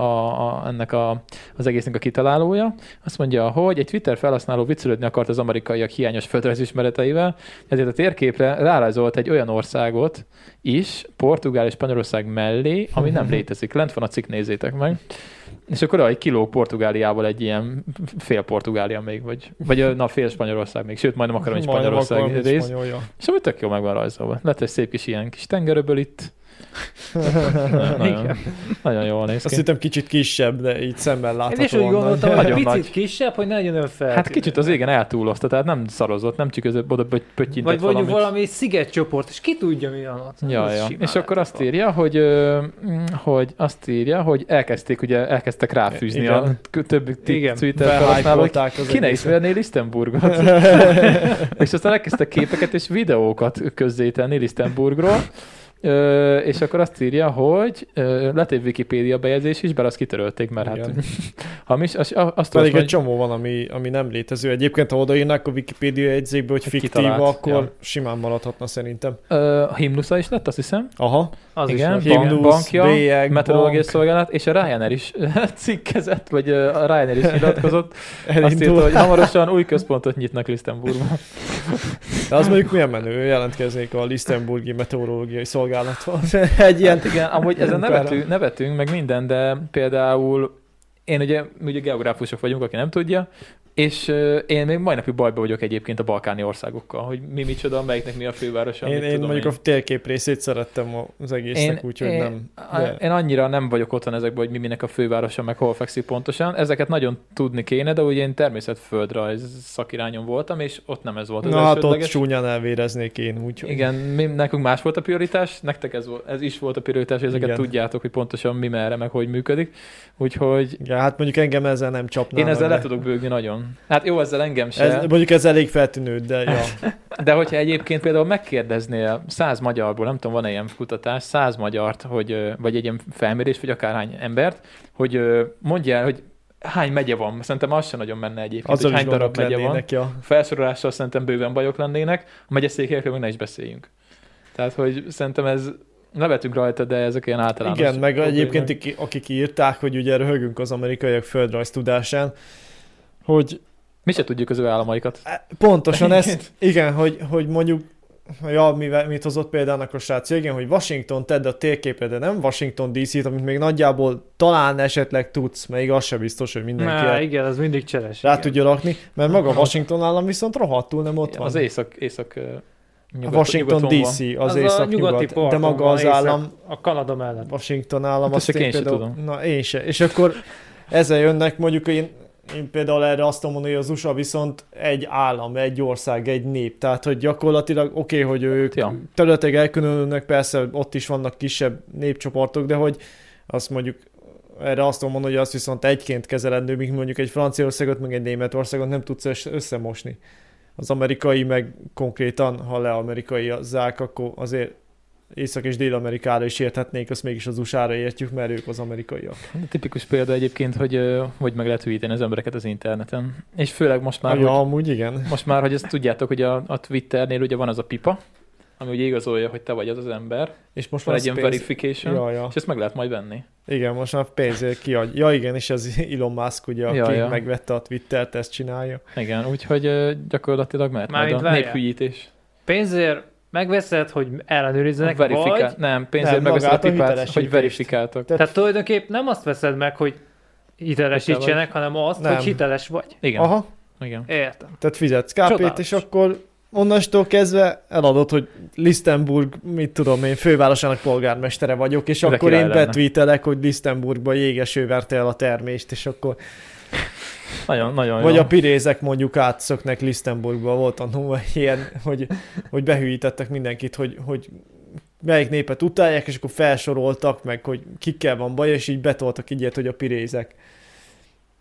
Speaker 2: a, ennek a, az egésznek a kitalálója. Azt mondja, hogy egy Twitter felhasználó viccelődni akart az amerikaiak hiányos földrajzismereteivel, ezért a térképre rárajzolt egy olyan országot is, Portugál és Spanyolország mellé, ami
Speaker 1: Mhm.
Speaker 2: nem létezik. Lent van a cikk, nézzétek meg. És akkor egy kiló Portugáliából egy ilyen fél Portugália még, vagy, vagy na fél Spanyolország még, sőt majdnem akarom, hogy
Speaker 1: Majdnem
Speaker 2: Spanyolország
Speaker 1: akarom,
Speaker 2: rész.
Speaker 1: spanyol, ja.
Speaker 2: És amúgy tök jó meg van rajzolva. Lett egy szép kis ilyen kis tengeröböl itt. nagyon, nagyon jól néz
Speaker 1: Azt
Speaker 2: ki.
Speaker 1: hittem kicsit kisebb, de így szemben
Speaker 4: Én
Speaker 1: látható.
Speaker 4: is úgy
Speaker 1: onnan.
Speaker 4: gondoltam, hogy
Speaker 2: Nagyon
Speaker 4: picit
Speaker 2: nagy.
Speaker 4: kisebb, hogy ne jön önfel.
Speaker 2: Hát kicsit az égen eltúlozta, tehát nem szarozott, nem csüközött, oda pötty- pöttyintett
Speaker 4: Vagy mondjuk
Speaker 2: valamit.
Speaker 4: valami szigetcsoport, és ki tudja mi van ott.
Speaker 2: Ja,
Speaker 4: Ez
Speaker 2: ja.
Speaker 4: simán
Speaker 2: És akkor
Speaker 4: lehet,
Speaker 2: azt
Speaker 4: hogy
Speaker 2: írja, hogy, ö, mm, hogy azt írja, hogy elkezdték, ugye elkezdtek ráfűzni
Speaker 1: Igen.
Speaker 2: a k- többi t-
Speaker 4: Igen.
Speaker 2: Twitter felhasználók.
Speaker 1: Felhájpolták az
Speaker 2: Ki ne
Speaker 1: egészet.
Speaker 2: ismerné Lichtenburgot? és aztán elkezdtek képeket és videókat közzétenni Lichtenburgról. Ö, és akkor azt írja, hogy ö, lett egy Wikipédia bejegyzés is, bár azt kitörölték, mert hát
Speaker 1: Igen.
Speaker 2: hamis. Azt, azt
Speaker 1: Pedig egy
Speaker 2: olvasom,
Speaker 1: csomó van, ami, ami nem létező. Egyébként, ha odaírnák a Wikipédia jegyzékbe, hogy
Speaker 2: Hogy
Speaker 1: fiktív,
Speaker 2: kitalált,
Speaker 1: akkor
Speaker 2: ja.
Speaker 1: simán maradhatna szerintem.
Speaker 2: hogy, ö, a himnusza is lett, azt hiszem.
Speaker 1: Aha.
Speaker 4: Az
Speaker 2: Igen,
Speaker 4: is
Speaker 2: bank,
Speaker 4: van.
Speaker 1: Himnusz,
Speaker 2: bankja,
Speaker 1: bélyeg,
Speaker 2: meteorológiai
Speaker 1: bank.
Speaker 2: szolgálat, és a Ryanair is cikkezett, vagy ö, a Ryanair is nyilatkozott. Azt írta,
Speaker 1: Elindul.
Speaker 2: hogy hamarosan új központot nyitnak Lisztenburgban.
Speaker 1: De az mondjuk milyen menő, ő jelentkeznék a Lisztenburgi meteorológiai szolgálaton. Egy ilyen...
Speaker 2: Hát igen, amúgy ezen
Speaker 1: Munkára.
Speaker 2: nevetünk, nevetünk, meg minden, de például én ugye, ugye geográfusok vagyunk, aki nem tudja, és ö, én még mai napig bajba vagyok egyébként a balkáni országokkal, hogy mi micsoda, melyiknek mi a fővárosa,
Speaker 1: Én,
Speaker 2: mit
Speaker 1: én
Speaker 2: tudom
Speaker 1: mondjuk a térkép részét szerettem az egésznek, úgyhogy nem.
Speaker 2: a-
Speaker 1: de-
Speaker 2: Én annyira nem vagyok otthon ezekben, hogy mi minek a fővárosa, meg hol fekszik pontosan. Ezeket nagyon tudni kéne, de ugye én természetföldrajz szakirányon voltam, és ott nem ez volt az
Speaker 1: Na hát ott
Speaker 2: elsődleges.
Speaker 1: csúnyán elvéreznék én, úgyhogy.
Speaker 2: Igen, mi, nekünk más volt a prioritás, nektek ez, volt, ez is volt a prioritás, hogy ezeket
Speaker 1: Igen.
Speaker 2: Igen. tudjátok, hogy pontosan mi merre, meg hogy működik. Úgyhogy
Speaker 1: Ja, hát mondjuk engem ezzel nem csapnám.
Speaker 2: én ezzel
Speaker 1: meg,
Speaker 2: le
Speaker 1: de-
Speaker 2: tudok bőgni nagyon. Hát jó, ezzel engem se.
Speaker 1: ez, mondjuk ez elég feltűnő, de ja.
Speaker 2: De hogyha egyébként például megkérdeznél száz magyarból, nem tudom, van-e ilyen kutatás, száz magyart, hogy, ö, vagy egy ilyen felmérés, vagy akárhány embert, hogy ö, mondja el, hogy hány megye van. Szerintem az sem nagyon menne egyébként,
Speaker 1: Azzal
Speaker 2: hogy
Speaker 1: is
Speaker 2: hány darab
Speaker 1: gondok
Speaker 2: megye van.
Speaker 1: lennének, ja.
Speaker 2: Felsorolással szerintem bőven bajok lennének, a megyeszékekről meg ne is beszéljünk. Tehát, hogy szerintem ez, nevetünk rajta, de ezek ilyen általános.
Speaker 1: Igen, meg
Speaker 2: problémák.
Speaker 1: egyébként aki- akik írták, hogy ugye röhögünk az amerikaiak földrajz tudásán, hogy
Speaker 2: Mi se tudjuk az ő államaikat.
Speaker 1: eh, pontosan ezt, igen, hogy, hogy mondjuk Ja, mivel, mit hozott példának a srác? Ja, Igen, hogy Washington tedd a térképre, de nem Washington DC-t, amit még nagyjából talán esetleg tudsz, még az sem biztos, hogy mindenki
Speaker 4: Na,
Speaker 1: el,
Speaker 4: igen, az mindig cseres.
Speaker 1: rá
Speaker 4: igen.
Speaker 1: tudja rakni, mert maga Washington állam viszont rohadtul nem ott van.
Speaker 2: Az észak, észak ö, nyugat,
Speaker 1: Washington
Speaker 2: nyugaton
Speaker 1: DC,
Speaker 2: Van.
Speaker 1: az,
Speaker 4: a nyugati
Speaker 1: észak-nyugat, de
Speaker 4: parton
Speaker 1: maga
Speaker 4: van,
Speaker 1: az
Speaker 4: észak-
Speaker 1: állam,
Speaker 4: A Kanada mellett.
Speaker 1: Washington állam,
Speaker 2: Hát
Speaker 1: azt
Speaker 2: ezt csak
Speaker 1: én
Speaker 2: én se
Speaker 1: például...
Speaker 2: tudom.
Speaker 1: Na, én se. És akkor ezzel jönnek, mondjuk én, én például erre azt tudom mondani, hogy az USA viszont egy állam, egy ország, egy nép. Tehát, hogy gyakorlatilag oké, okay, hogy ők
Speaker 2: Ja.
Speaker 1: területek elkülönülnek, persze ott is vannak kisebb népcsoportok, de hogy azt mondjuk erre azt tudom mondani, hogy azt viszont egyként kezelendő, míg mondjuk egy Franciaországot, meg egy Németországot nem tudsz össz- összemosni. az amerikai, meg konkrétan, ha leamerikaiazzák, akkor azért Észak- és Dél-Amerikára is érthetnék, azt mégis az USA-ra értjük, mert ők az amerikaiak.
Speaker 2: Hát, Tipikus példa egyébként, hogy ö, hogy meg lehet hülyíteni az embereket az interneten. És főleg most már,
Speaker 1: Már ja,
Speaker 2: hogy,
Speaker 1: amúgy igen.
Speaker 2: most már, hogy ezt tudjátok, hogy a, a Twitternél ugye van az a pipa, ami ugye igazolja, hogy te vagy az az ember.
Speaker 1: És most
Speaker 2: Van
Speaker 1: már
Speaker 2: egy ilyen
Speaker 1: space...
Speaker 2: verification,
Speaker 1: Ja, ja.
Speaker 2: és ezt meg lehet majd venni.
Speaker 1: Igen, most már pénzért kiadj. Ja, igen, és ez Elon Musk, ugye, aki
Speaker 2: Ja,
Speaker 1: ja,
Speaker 2: ja.
Speaker 1: ja. megvette a Twittert, ezt csinálja.
Speaker 2: Igen, úgyhogy ö, gyakorlatilag mehet majd
Speaker 4: Mármint
Speaker 2: a
Speaker 4: várjál.
Speaker 2: néphülyítés.
Speaker 4: Pénzért megveszed, hogy ellenőrizzenek,
Speaker 2: Verifiká-
Speaker 4: vagy...
Speaker 2: Nem, pénzért
Speaker 1: Nem,
Speaker 2: megveszed a
Speaker 1: magát a
Speaker 2: pipát, hogy
Speaker 1: hitelesítést.
Speaker 2: verifikáltak.
Speaker 4: Tehát tulajdonképp nem azt veszed meg, hogy hitelesítsenek, hanem azt,
Speaker 1: Nem.
Speaker 4: hogy hiteles vagy.
Speaker 2: Igen,
Speaker 1: Aha,
Speaker 2: igen.
Speaker 4: Értem.
Speaker 1: tehát fizetsz kp
Speaker 4: Csodálatos.
Speaker 1: és akkor onnastól kezdve eladod, hogy Lisztenburg, mit tudom én, fővárosának polgármestere vagyok, és
Speaker 2: De
Speaker 1: akkor
Speaker 2: király
Speaker 1: én
Speaker 2: lenne.
Speaker 1: betvítelek, hogy Lisztenburgba jégeső verte el a termést, és akkor
Speaker 2: Nagyon, nagyon
Speaker 1: Vagy
Speaker 2: jó.
Speaker 1: a pirézek mondjuk átszöknek Lisztenburgba, volt annó ilyen, hogy, hogy behűítettek mindenkit, hogy, hogy melyik népet utálják, és akkor felsoroltak meg, hogy kikkel van baj, és így betoltak így ilyet, hogy a pirézek.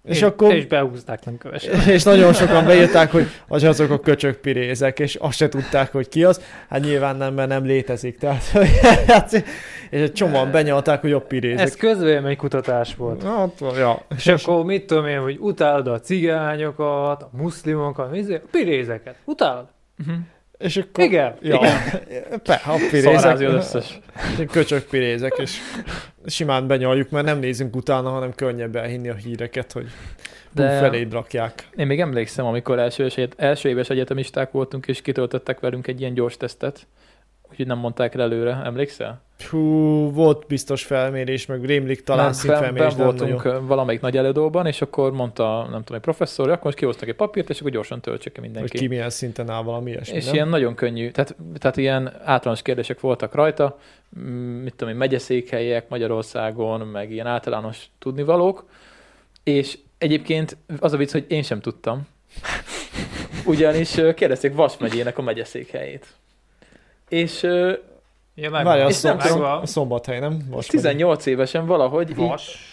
Speaker 1: És akkor...
Speaker 4: És behúzták nem kövesen.
Speaker 1: És nagyon sokan beírták, hogy az azok a köcsök pirézek, és azt se tudták, hogy ki az. Hát nyilván nem, mert nem létezik. Tehát, hát, és egy csomóan benyalták, hogy a pirézek.
Speaker 4: Ez közvélemény kutatás volt.
Speaker 1: Hát, ja.
Speaker 4: És akkor mit tudom én, hogy utálod a cigányokat, a muszlimokat, mi izé- a pirézeket. Utálod?
Speaker 2: Uh-huh.
Speaker 1: És akkor...
Speaker 4: Igen.
Speaker 1: Ja,
Speaker 4: igen.
Speaker 1: Pe, a
Speaker 2: Szarrázi az
Speaker 1: pirézek.
Speaker 2: összes.
Speaker 1: Köcsök pirézek, és simán benyaljuk, mert nem nézünk utána, hanem könnyebb elhinni a híreket, hogy
Speaker 2: De-
Speaker 1: De... feléd rakják.
Speaker 2: Én még emlékszem, amikor első, éves egyet, első éves egyetemisták voltunk, és kitöltöttek velünk egy ilyen gyors tesztet, úgyhogy nem mondták el előre, emlékszel?
Speaker 1: Hú, volt biztos felmérés, meg rémlik talán
Speaker 2: Nem, fenn-
Speaker 1: szintfelmérés,
Speaker 2: fenn
Speaker 1: de voltunk.
Speaker 2: voltunk
Speaker 1: Nagyon.
Speaker 2: nagyon. valamelyik nagy előadóban, és akkor mondta, nem tudom, egy professzor, hogy akkor most kihoztak egy papírt, és akkor gyorsan töltsük ki
Speaker 1: Hogy
Speaker 2: mindenki.
Speaker 1: ki milyen szinten áll valami ilyesmi,
Speaker 2: és
Speaker 1: nem?
Speaker 2: ilyen nagyon könnyű, tehát, tehát ilyen általános kérdések voltak rajta, mm, mit tudom én, megyeszékhelyek Magyarországon, meg ilyen általános tudnivalók, és egyébként az a vicc, hogy én sem tudtam. Ugyanis ö, kérdezték Vas megyének a megyeszékhelyét. És ö,
Speaker 4: Ja, megvan.
Speaker 1: Várj, a,
Speaker 2: és
Speaker 1: szom,
Speaker 2: nem tudom,
Speaker 4: Szóval-
Speaker 1: a szombathely, nem? Most
Speaker 2: 18 évesen valahogy így,
Speaker 4: Vas.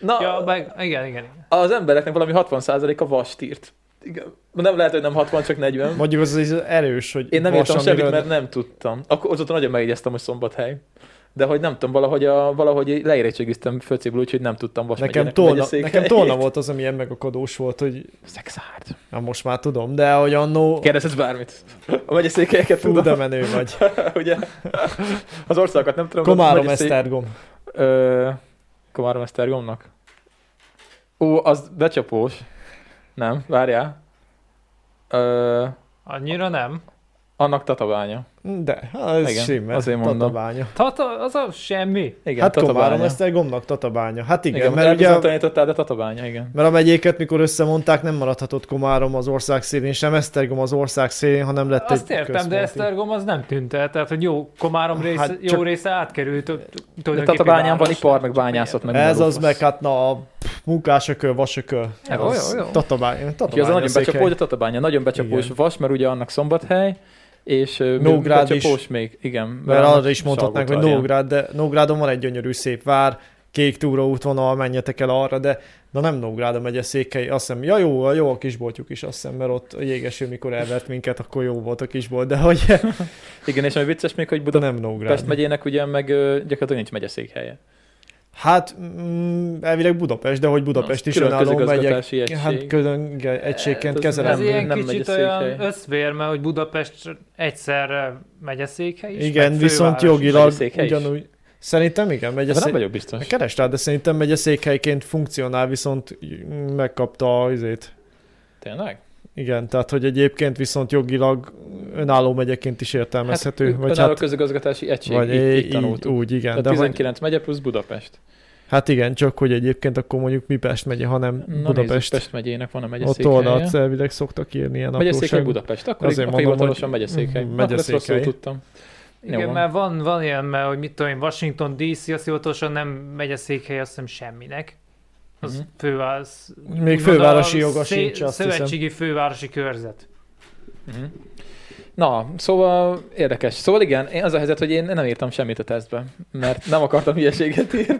Speaker 2: na,
Speaker 4: Ja, meg, igen, igen, igen.
Speaker 2: az embereknek valami 60%-a vast írt. Igen. Nem lehet, hogy nem 60, csak 40.
Speaker 1: Mondjuk az, az erős, hogy
Speaker 2: Én nem
Speaker 1: vas,
Speaker 2: írtam semmit,
Speaker 1: amiről-
Speaker 2: mert nem tudtam. Akkor azóta nagyon megjegyeztem, hogy szombathely. De hogy nem tudom, valahogy, a, valahogy leérettségiztem főcéből, úgyhogy nem tudtam vas
Speaker 1: Nekem tolna, nekem tolna volt az, ami ilyen megakadós volt, hogy
Speaker 2: Szexárd.
Speaker 1: na most már tudom, de hogy annó
Speaker 2: Kérdezhetsz bármit. A megyeszékhelyeket
Speaker 1: fú,
Speaker 2: tudom,
Speaker 1: de menő vagy.
Speaker 2: ugye? Az országokat nem tudom. de a
Speaker 1: Komárom
Speaker 2: megyeszék-
Speaker 1: Esztergom.
Speaker 2: Ö, Komárom Esztergomnak. Ó, az becsapós. Nem, várjál. Ö,
Speaker 4: Annyira nem.
Speaker 2: annak tatabánya.
Speaker 1: De, hát ez
Speaker 2: Igen,
Speaker 1: simmel.
Speaker 2: azért mondom.
Speaker 1: Tatabánya.
Speaker 4: Tata, Hát, az a semmi.
Speaker 2: Igen,
Speaker 1: Hát Komárom
Speaker 2: tatabánya.
Speaker 1: Esztergomnak Tatabánya. Hát igen,
Speaker 2: igen,
Speaker 1: mert ugye a,
Speaker 2: tanítottál, de tatabánya, igen.
Speaker 1: mert a megyéket, mikor összemondták, nem maradhatott Komárom az ország szélén, sem Esztergom az ország szélén, hanem lett egy
Speaker 4: Azt értem,
Speaker 1: központi.
Speaker 4: de Esztergom az nem tűnt el, tehát hogy jó, Komárom része,
Speaker 1: Hát
Speaker 4: jó
Speaker 1: csak-
Speaker 4: része átkerült.
Speaker 2: De
Speaker 4: tulajdonképpen
Speaker 2: Tatabányán van
Speaker 4: város.
Speaker 2: ipar, meg bányászat, meg
Speaker 1: Ez
Speaker 2: minden
Speaker 1: az
Speaker 2: lófasz.
Speaker 1: meg hát na a pff, munkásököl, vasököl.
Speaker 2: Ez
Speaker 4: Jó,
Speaker 2: az.
Speaker 4: jó, jó.
Speaker 1: Tatabány,
Speaker 2: Úgyhogy az a
Speaker 1: tatabány
Speaker 2: nagyon becsapó, hogy
Speaker 1: székhely.
Speaker 2: a Tatabánya. Nagyon becsapós
Speaker 1: Igen.
Speaker 2: vas, mert ugye annak szombathely, és ö,
Speaker 1: Nógrád is.
Speaker 2: becsapós még, igen.
Speaker 1: Mert
Speaker 2: annak
Speaker 1: arra is mondhatnánk, hogy
Speaker 2: Salgótarján.
Speaker 1: Nógrád, de Nógrádon van egy gyönyörű szép vár, kék túróútvonal, menjetek el arra, de na nem Nógrád a megye székhely, azt hiszem, ja jó, jó a kisboltjuk is, azt hiszem, mert ott a jégeső, mikor elvert minket, akkor jó volt a kisbolt, de hogy
Speaker 2: Igen, és ami vicces még, hogy
Speaker 1: de
Speaker 2: Budapest
Speaker 1: nem Nógrád.
Speaker 2: megyének ugye meg ö, gyakorlatilag nincs megyeszékhelye.
Speaker 1: Hát mm, elvileg Budapest, de hogy Budapest
Speaker 2: Az
Speaker 1: is önálló megyek.
Speaker 2: közigazgatási egység.
Speaker 1: Hát külön igen,
Speaker 2: Hát
Speaker 1: egységként
Speaker 2: az
Speaker 1: kezelem.
Speaker 4: Ez
Speaker 2: nem-
Speaker 4: ilyen
Speaker 2: nem megy
Speaker 4: kicsit
Speaker 2: a
Speaker 4: olyan
Speaker 2: székhely.
Speaker 4: összvér, mert hogy Budapest egyszerre megyeszékhely is,
Speaker 1: Igen,
Speaker 4: meg
Speaker 1: viszont
Speaker 4: főváros
Speaker 1: jogilag
Speaker 2: megyeszékhely is.
Speaker 1: ugyanúgy. Szerintem igen, megy
Speaker 2: Ebben Hát nem vagyok biztos.
Speaker 1: Keresd rá, de szerintem megy székhelyként funkcionál, viszont megkapta a izét.
Speaker 2: Tényleg? Hát,
Speaker 1: Igen, tehát hogy egyébként viszont jogilag önálló megyeként is értelmezhető.
Speaker 2: hát,
Speaker 1: vagy
Speaker 2: önálló
Speaker 1: hát,
Speaker 2: közigazgatási egység,
Speaker 1: vagy
Speaker 2: így, így,
Speaker 1: így, így,
Speaker 2: tanultuk.
Speaker 1: úgy, igen. De
Speaker 2: Tehát
Speaker 1: hogy,
Speaker 2: 19 megye plusz Budapest.
Speaker 1: hát igen, csak hogy egyébként akkor mondjuk mi Pest megye, hanem
Speaker 2: Na Budapest.
Speaker 1: Budapest.
Speaker 2: Nézzük, Pest megyének van a
Speaker 1: Ott
Speaker 2: megyeszékhelye.
Speaker 1: oldalt elvileg szoktak írni ilyen
Speaker 2: Megyeszékhely
Speaker 1: apróságot.
Speaker 2: Budapest, akkor
Speaker 1: Azért
Speaker 2: Azért
Speaker 1: mondom,
Speaker 2: hivatalosan
Speaker 1: hogy
Speaker 2: megyeszékhely.
Speaker 1: Mhm,
Speaker 2: Akkor ezt rosszul
Speaker 1: megyeszékhely.
Speaker 2: tudtam.
Speaker 4: Igen,
Speaker 2: Jó.
Speaker 4: mert van, van ilyen, mert hogy mit tudom én, Washington DC, azt hivatalosan nem megyeszékhely, azt hiszem semminek. Az
Speaker 2: Mhm.
Speaker 4: uh-huh. főváros.
Speaker 1: Még
Speaker 4: úgymond
Speaker 1: fővárosi
Speaker 4: a
Speaker 1: joga
Speaker 4: szé-
Speaker 1: sincs, azt hiszem.
Speaker 4: Szövetségi fővárosi körzet.
Speaker 2: Mhm. Na, szóval érdekes. Szóval igen, én az a helyzet, hogy én nem írtam semmit a tesztbe, mert nem akartam hülyeséget írni.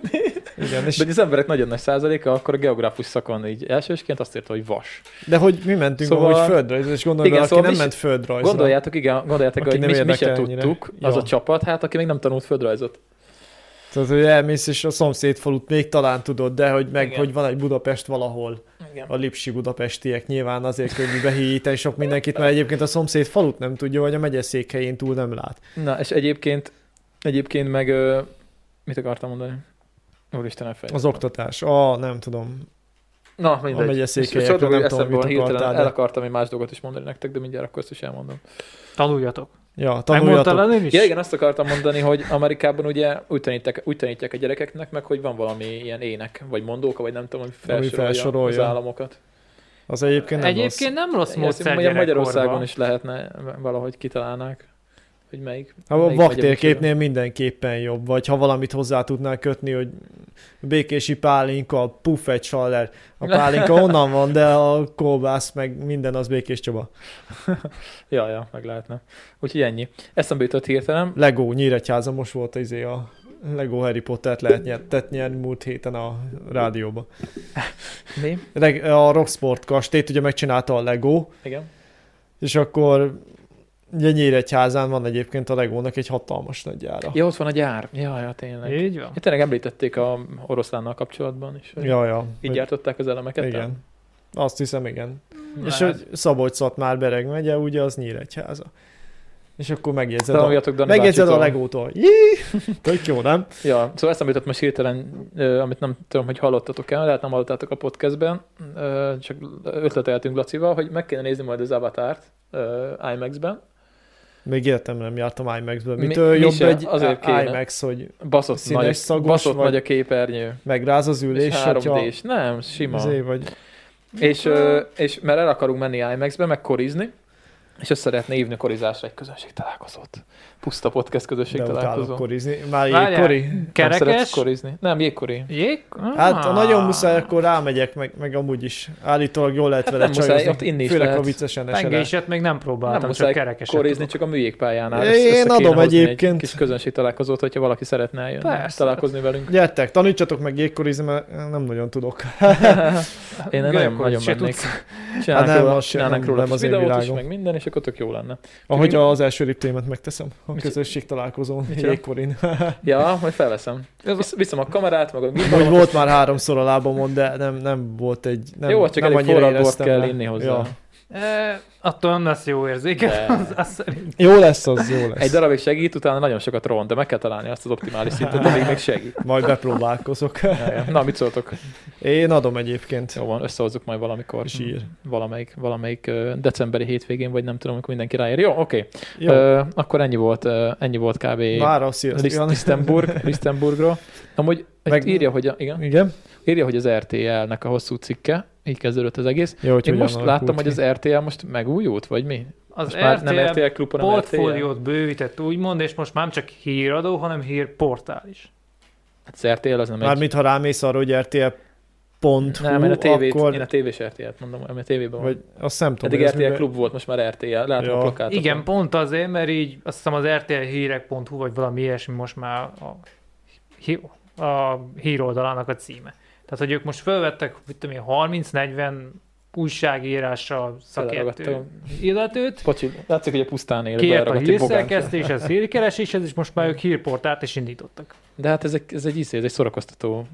Speaker 1: Igen, és,
Speaker 2: De az emberek nagyon nagy százaléka akkor a geográfus szakon így elsősként azt írta, hogy vas.
Speaker 1: de hogy mi mentünk
Speaker 2: Szóval-
Speaker 1: szóval... amúgy földrajzra, és gondolom, igen,
Speaker 2: Igen,
Speaker 1: aki
Speaker 2: szóval
Speaker 1: nem
Speaker 2: mi-
Speaker 1: ment földrajzra.
Speaker 2: Gondoljátok, igen, gondoljátok,
Speaker 1: Aki
Speaker 2: hogy
Speaker 1: nem
Speaker 2: mi, mi sem
Speaker 1: érdekel ennyire.
Speaker 2: tudtuk, az
Speaker 1: Ja.
Speaker 2: a csapat, hát aki még nem tanult földrajzot.
Speaker 1: Tehát, hogy elmész, és a szomszéd falut még talán tudod, de hogy meg,
Speaker 2: Igen.
Speaker 1: igen. hogy van egy Budapest valahol.
Speaker 2: Igen.
Speaker 1: A lipsi budapestiek nyilván azért könnyű behíjítani sok mindenkit, mert egyébként a szomszéd falut nem tudja, vagy a megyeszékhelyén túl nem lát.
Speaker 2: Na, és egyébként, egyébként meg, ö, mit akartam mondani? Úristen, elfejtettem.
Speaker 1: Az oktatás. A, nem tudom.
Speaker 2: Na,
Speaker 1: A
Speaker 2: mindegy.
Speaker 1: megyeszékhelyekre
Speaker 2: És- és csodálom,
Speaker 1: nem
Speaker 2: hogy
Speaker 1: tudom,
Speaker 2: eszembe
Speaker 1: mit
Speaker 2: van hirtelen,
Speaker 1: akartál, de-
Speaker 2: El akartam egy más dolgot is mondani nektek, de mindjárt akkor ezt is elmondom.
Speaker 4: Tanuljatok.
Speaker 1: Ja,
Speaker 4: Megmondtál
Speaker 1: tanuljatok.
Speaker 4: el én is?
Speaker 2: Ja, igen, azt akartam mondani, hogy Amerikában ugye úgy tanítják, úgy tanítják a gyerekeknek meg, hogy van valami ilyen ének, vagy mondóka, vagy nem tudom, ami felsorolja, ami felsorolja.
Speaker 1: felsorolja.
Speaker 2: az államokat.
Speaker 1: Az egyébként nem
Speaker 4: Egyébként nem rossz
Speaker 2: Azt
Speaker 4: módszer
Speaker 2: mondja, Magyarországon
Speaker 4: gyerekkorban.
Speaker 2: is lehetne valahogy kitalálnák, hogy melyik.
Speaker 1: Ha Hát a
Speaker 2: melyik megy
Speaker 1: vaktérképnél mindenképpen jobb, vagy ha valamit hozzá tudnál kötni, hogy békési pálinka, puff egy saller. A pálinka onnan van, de a kolbász meg minden az békés Csaba.
Speaker 2: micsoda. Ja, ja, meg lehetne. Úgyhogy ennyi. Eszembe jutott hirtelen.
Speaker 1: Lego Nyíregyháza most volt izé a Lego Harry Pottert lehet nyer, tett nyerni múlt héten a rádióban.
Speaker 2: Mi?
Speaker 1: Reg- A Rocksport kastélyt ugye megcsinálta a Lego,
Speaker 2: Igen.
Speaker 1: és akkor ugye Nyíregyházán van egyébként a Legónak egy hatalmas nagy gyára.
Speaker 2: Ja, ott van a gyár. Ja, ja, tényleg. Ja,
Speaker 4: Így van.
Speaker 2: tényleg említették a oroszlánnal kapcsolatban is. hogy
Speaker 1: Ja, ja.
Speaker 2: Így gyártották az elemeket. tehát?
Speaker 1: Igen. Azt hiszem, igen.
Speaker 2: Na,
Speaker 1: És
Speaker 2: hát,
Speaker 1: hogy szabolcs már Bereg megye, ugye az Nyíregyháza. És akkor megjegyzed a,
Speaker 2: tanuljatok Dani
Speaker 1: megjegyzed a
Speaker 2: bácsitól.
Speaker 1: Legótól. Jé! Tök jó, nem?
Speaker 2: Ja, szóval eszembe jutott most hirtelen, ö, amit nem tudom, hogy hallottatok el, lehet nem hallottátok a podcastben, ö, csak ötleteltünk Lacival, hogy meg kéne nézni majd az Avatárt ö, IMAX-ben.
Speaker 1: Még életem nem jártam IMAX-ből.
Speaker 2: Mi-
Speaker 1: Mitől
Speaker 2: mi
Speaker 1: jobb
Speaker 2: se,
Speaker 1: egy
Speaker 2: azért kéne.
Speaker 1: IMAX, hogy
Speaker 2: Baszott,
Speaker 1: Színes,
Speaker 2: nagy,
Speaker 1: szagos
Speaker 2: baszott
Speaker 1: vagy-
Speaker 2: nagy a képernyő.
Speaker 1: megráz az
Speaker 2: És
Speaker 1: ülés,
Speaker 2: 3
Speaker 1: hogyha...
Speaker 2: d Nem, sima.
Speaker 1: Izé, vagy...
Speaker 2: És, ö, és mert el akarunk menni IMAX-be, meg korizni, és azt szeretné hívni korizásra egy közönség találkozót. Puszta podcast közösség
Speaker 1: De
Speaker 2: találkozó.
Speaker 1: utálok korizni. Már
Speaker 4: Várjál.
Speaker 1: jégkori.
Speaker 2: Nem szeretsz
Speaker 4: Kerekes?
Speaker 2: korizni? Nem, jégkori.
Speaker 4: Jég?
Speaker 1: Hát ha
Speaker 2: Ah.
Speaker 1: nagyon muszáj, akkor rámegyek, meg, meg amúgy is. Állítólag jól lehet
Speaker 2: Hát
Speaker 1: vele
Speaker 2: nem muszáj,
Speaker 1: csajozni.
Speaker 2: ott inni is
Speaker 1: Főleg,
Speaker 2: lehet.
Speaker 1: ha viccesen esel el.
Speaker 4: Pengéset Ah. még nem próbáltam,
Speaker 2: Nem
Speaker 4: csak
Speaker 2: muszáj
Speaker 4: kerekeset
Speaker 2: korizni,
Speaker 4: tudok.
Speaker 2: csak a műjégpályánál.
Speaker 1: Én
Speaker 2: össze kéne
Speaker 1: adom
Speaker 2: hozni egy
Speaker 1: egyébként.
Speaker 2: kis közönség találkozót, hogyha valaki szeretne eljönni,
Speaker 4: Persze.
Speaker 2: találkozni velünk.
Speaker 1: Gyertek, tanítsatok meg jégkorizni, mert nem nagyon tudok.
Speaker 2: Én
Speaker 4: Görög
Speaker 2: nagyon,
Speaker 4: korizni
Speaker 2: nagyon
Speaker 4: se
Speaker 2: mennék.
Speaker 4: tudsz.
Speaker 2: Csinálnak
Speaker 1: Hát nem,
Speaker 2: róla,
Speaker 1: az se-
Speaker 2: csinálnak
Speaker 1: nem-
Speaker 2: róla
Speaker 1: nem
Speaker 2: kis
Speaker 1: az én
Speaker 2: videót is,
Speaker 1: világom.
Speaker 2: meg minden, és akkor tök jó lenne.
Speaker 1: Ahogy
Speaker 2: Csak-
Speaker 1: az első riptémet megteszem a
Speaker 2: Mit-
Speaker 1: közösség találkozón
Speaker 2: Mit csinál?
Speaker 1: jégkorin.
Speaker 2: Ja, majd felveszem. Visz, viszem a kamerát, meg a
Speaker 1: Hogy
Speaker 2: gimbalomat.
Speaker 1: volt már háromszor a lábamon, de nem, nem volt egy... Nem,
Speaker 2: Jó, csak
Speaker 1: nem
Speaker 2: elég
Speaker 1: annyira
Speaker 2: forrad bort
Speaker 1: éreztem
Speaker 2: kell
Speaker 1: le.
Speaker 2: inni hozzá.
Speaker 1: Ja.
Speaker 4: E, attól nem lesz jó érzéke,
Speaker 2: De.
Speaker 4: az, az szerint.
Speaker 1: Jó lesz az, jó lesz.
Speaker 2: Egy darabig segít, utána nagyon sokat ront, de meg kell találni azt az optimális szintet, amíg még segít.
Speaker 1: Majd bepróbálkozok.
Speaker 2: Ja, ja. Na, mit szóltok?
Speaker 1: Én adom egyébként.
Speaker 2: Jó van, összehozzuk majd valamikor.
Speaker 1: És ír.
Speaker 2: Valamelyik, valamelyik ö, decemberi hétvégén, vagy nem tudom, amikor mindenki ráér. Jó, oké.
Speaker 1: Jó.
Speaker 2: Ö, Akkor ennyi volt, ö, ennyi volt kb.
Speaker 1: Már a
Speaker 2: Liszt-
Speaker 1: sziasztok.
Speaker 2: Lisztenburg, Lisztenburgról. Amúgy Meg...
Speaker 1: Meg-
Speaker 2: írja, hogy a, igen,
Speaker 1: Igen?
Speaker 2: írja, hogy az RTL-nek a hosszú cikke, így kezdődött az egész.
Speaker 1: Jó, hogy
Speaker 2: Én
Speaker 1: hogyan
Speaker 2: most láttam,
Speaker 1: alakult
Speaker 2: hogy
Speaker 1: ki.
Speaker 2: az RTL most megújult, vagy mi?
Speaker 4: Az
Speaker 2: most már nem
Speaker 4: RTL
Speaker 2: RTL klub, hanem RTL.
Speaker 4: portfóliót bővített úgymond, és most már nem csak híradó, hanem hírportál is.
Speaker 2: Hát az RTL az nem egy...
Speaker 1: Mármint, ha rámész arra, hogy rtl.hu,
Speaker 2: nem, én a tévét,
Speaker 1: akkor...
Speaker 2: én a tévés RTL-t mondom, ami a tévében van.
Speaker 1: Vagy azt nem tudom,
Speaker 2: Eddig
Speaker 1: hogy ez
Speaker 2: RTL
Speaker 1: miben-
Speaker 2: klub volt, most már RTL, látom
Speaker 1: Ja.
Speaker 2: a plakátokon.
Speaker 4: Igen, pont azért, mert így azt hiszem az rtlhírek.hu vagy valami ilyesmi most már a, hí- a híroldalának a címe. Tehát, hogy ők most felvettek, mit tudom én, 30-40 újságírással szakértő
Speaker 2: Felragadtam.
Speaker 4: illetőt,
Speaker 2: Bocsi, látszik, hogy a pusztán él.
Speaker 4: kiért a
Speaker 2: beleragadt egy bogáncsal.
Speaker 4: hírszerkesztéshez, hírkereséshez, és most már ők hírportált is indítottak.
Speaker 2: De hát ez egy, ez egy, izé, ez egy szórakoztató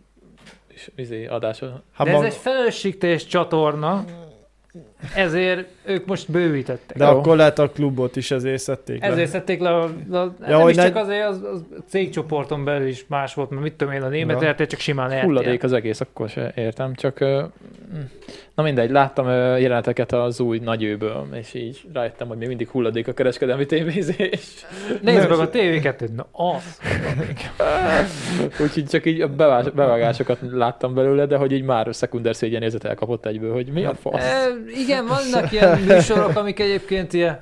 Speaker 2: is- izé, adás.
Speaker 1: Hát
Speaker 4: De ez
Speaker 1: maga-
Speaker 4: egy felelősségteljes csatorna, ezért ők most bővítettek.
Speaker 1: De
Speaker 2: Jó.
Speaker 1: akkor lehet a klubot is ezért szedték le.
Speaker 4: Ezért szedték le a, a ja,
Speaker 1: Ja,
Speaker 4: nem
Speaker 1: hogy
Speaker 4: is csak
Speaker 1: ne-
Speaker 4: azért, az, az cégcsoporton belül is más volt, mert mit tudom én, a német
Speaker 1: Ja.
Speaker 4: RTL csak simán
Speaker 2: Hulladék
Speaker 4: RTL.
Speaker 2: az egész, akkor se értem, csak ö, mm. na mindegy, láttam ö, jeleneteket az új nagyőből, és így rájöttem, hogy még mindig hulladék a kereskedelmi tévézés.
Speaker 1: Nem.
Speaker 4: Nézd meg a TV2-t, na az.
Speaker 2: Úgyhogy csak így a bevás- bevágásokat láttam belőle, de hogy így már szekunder szégyenérzet elkapott egyből, hogy mi a fasz.
Speaker 4: E, igen, vannak ilyen műsorok, amik egyébként ilyen...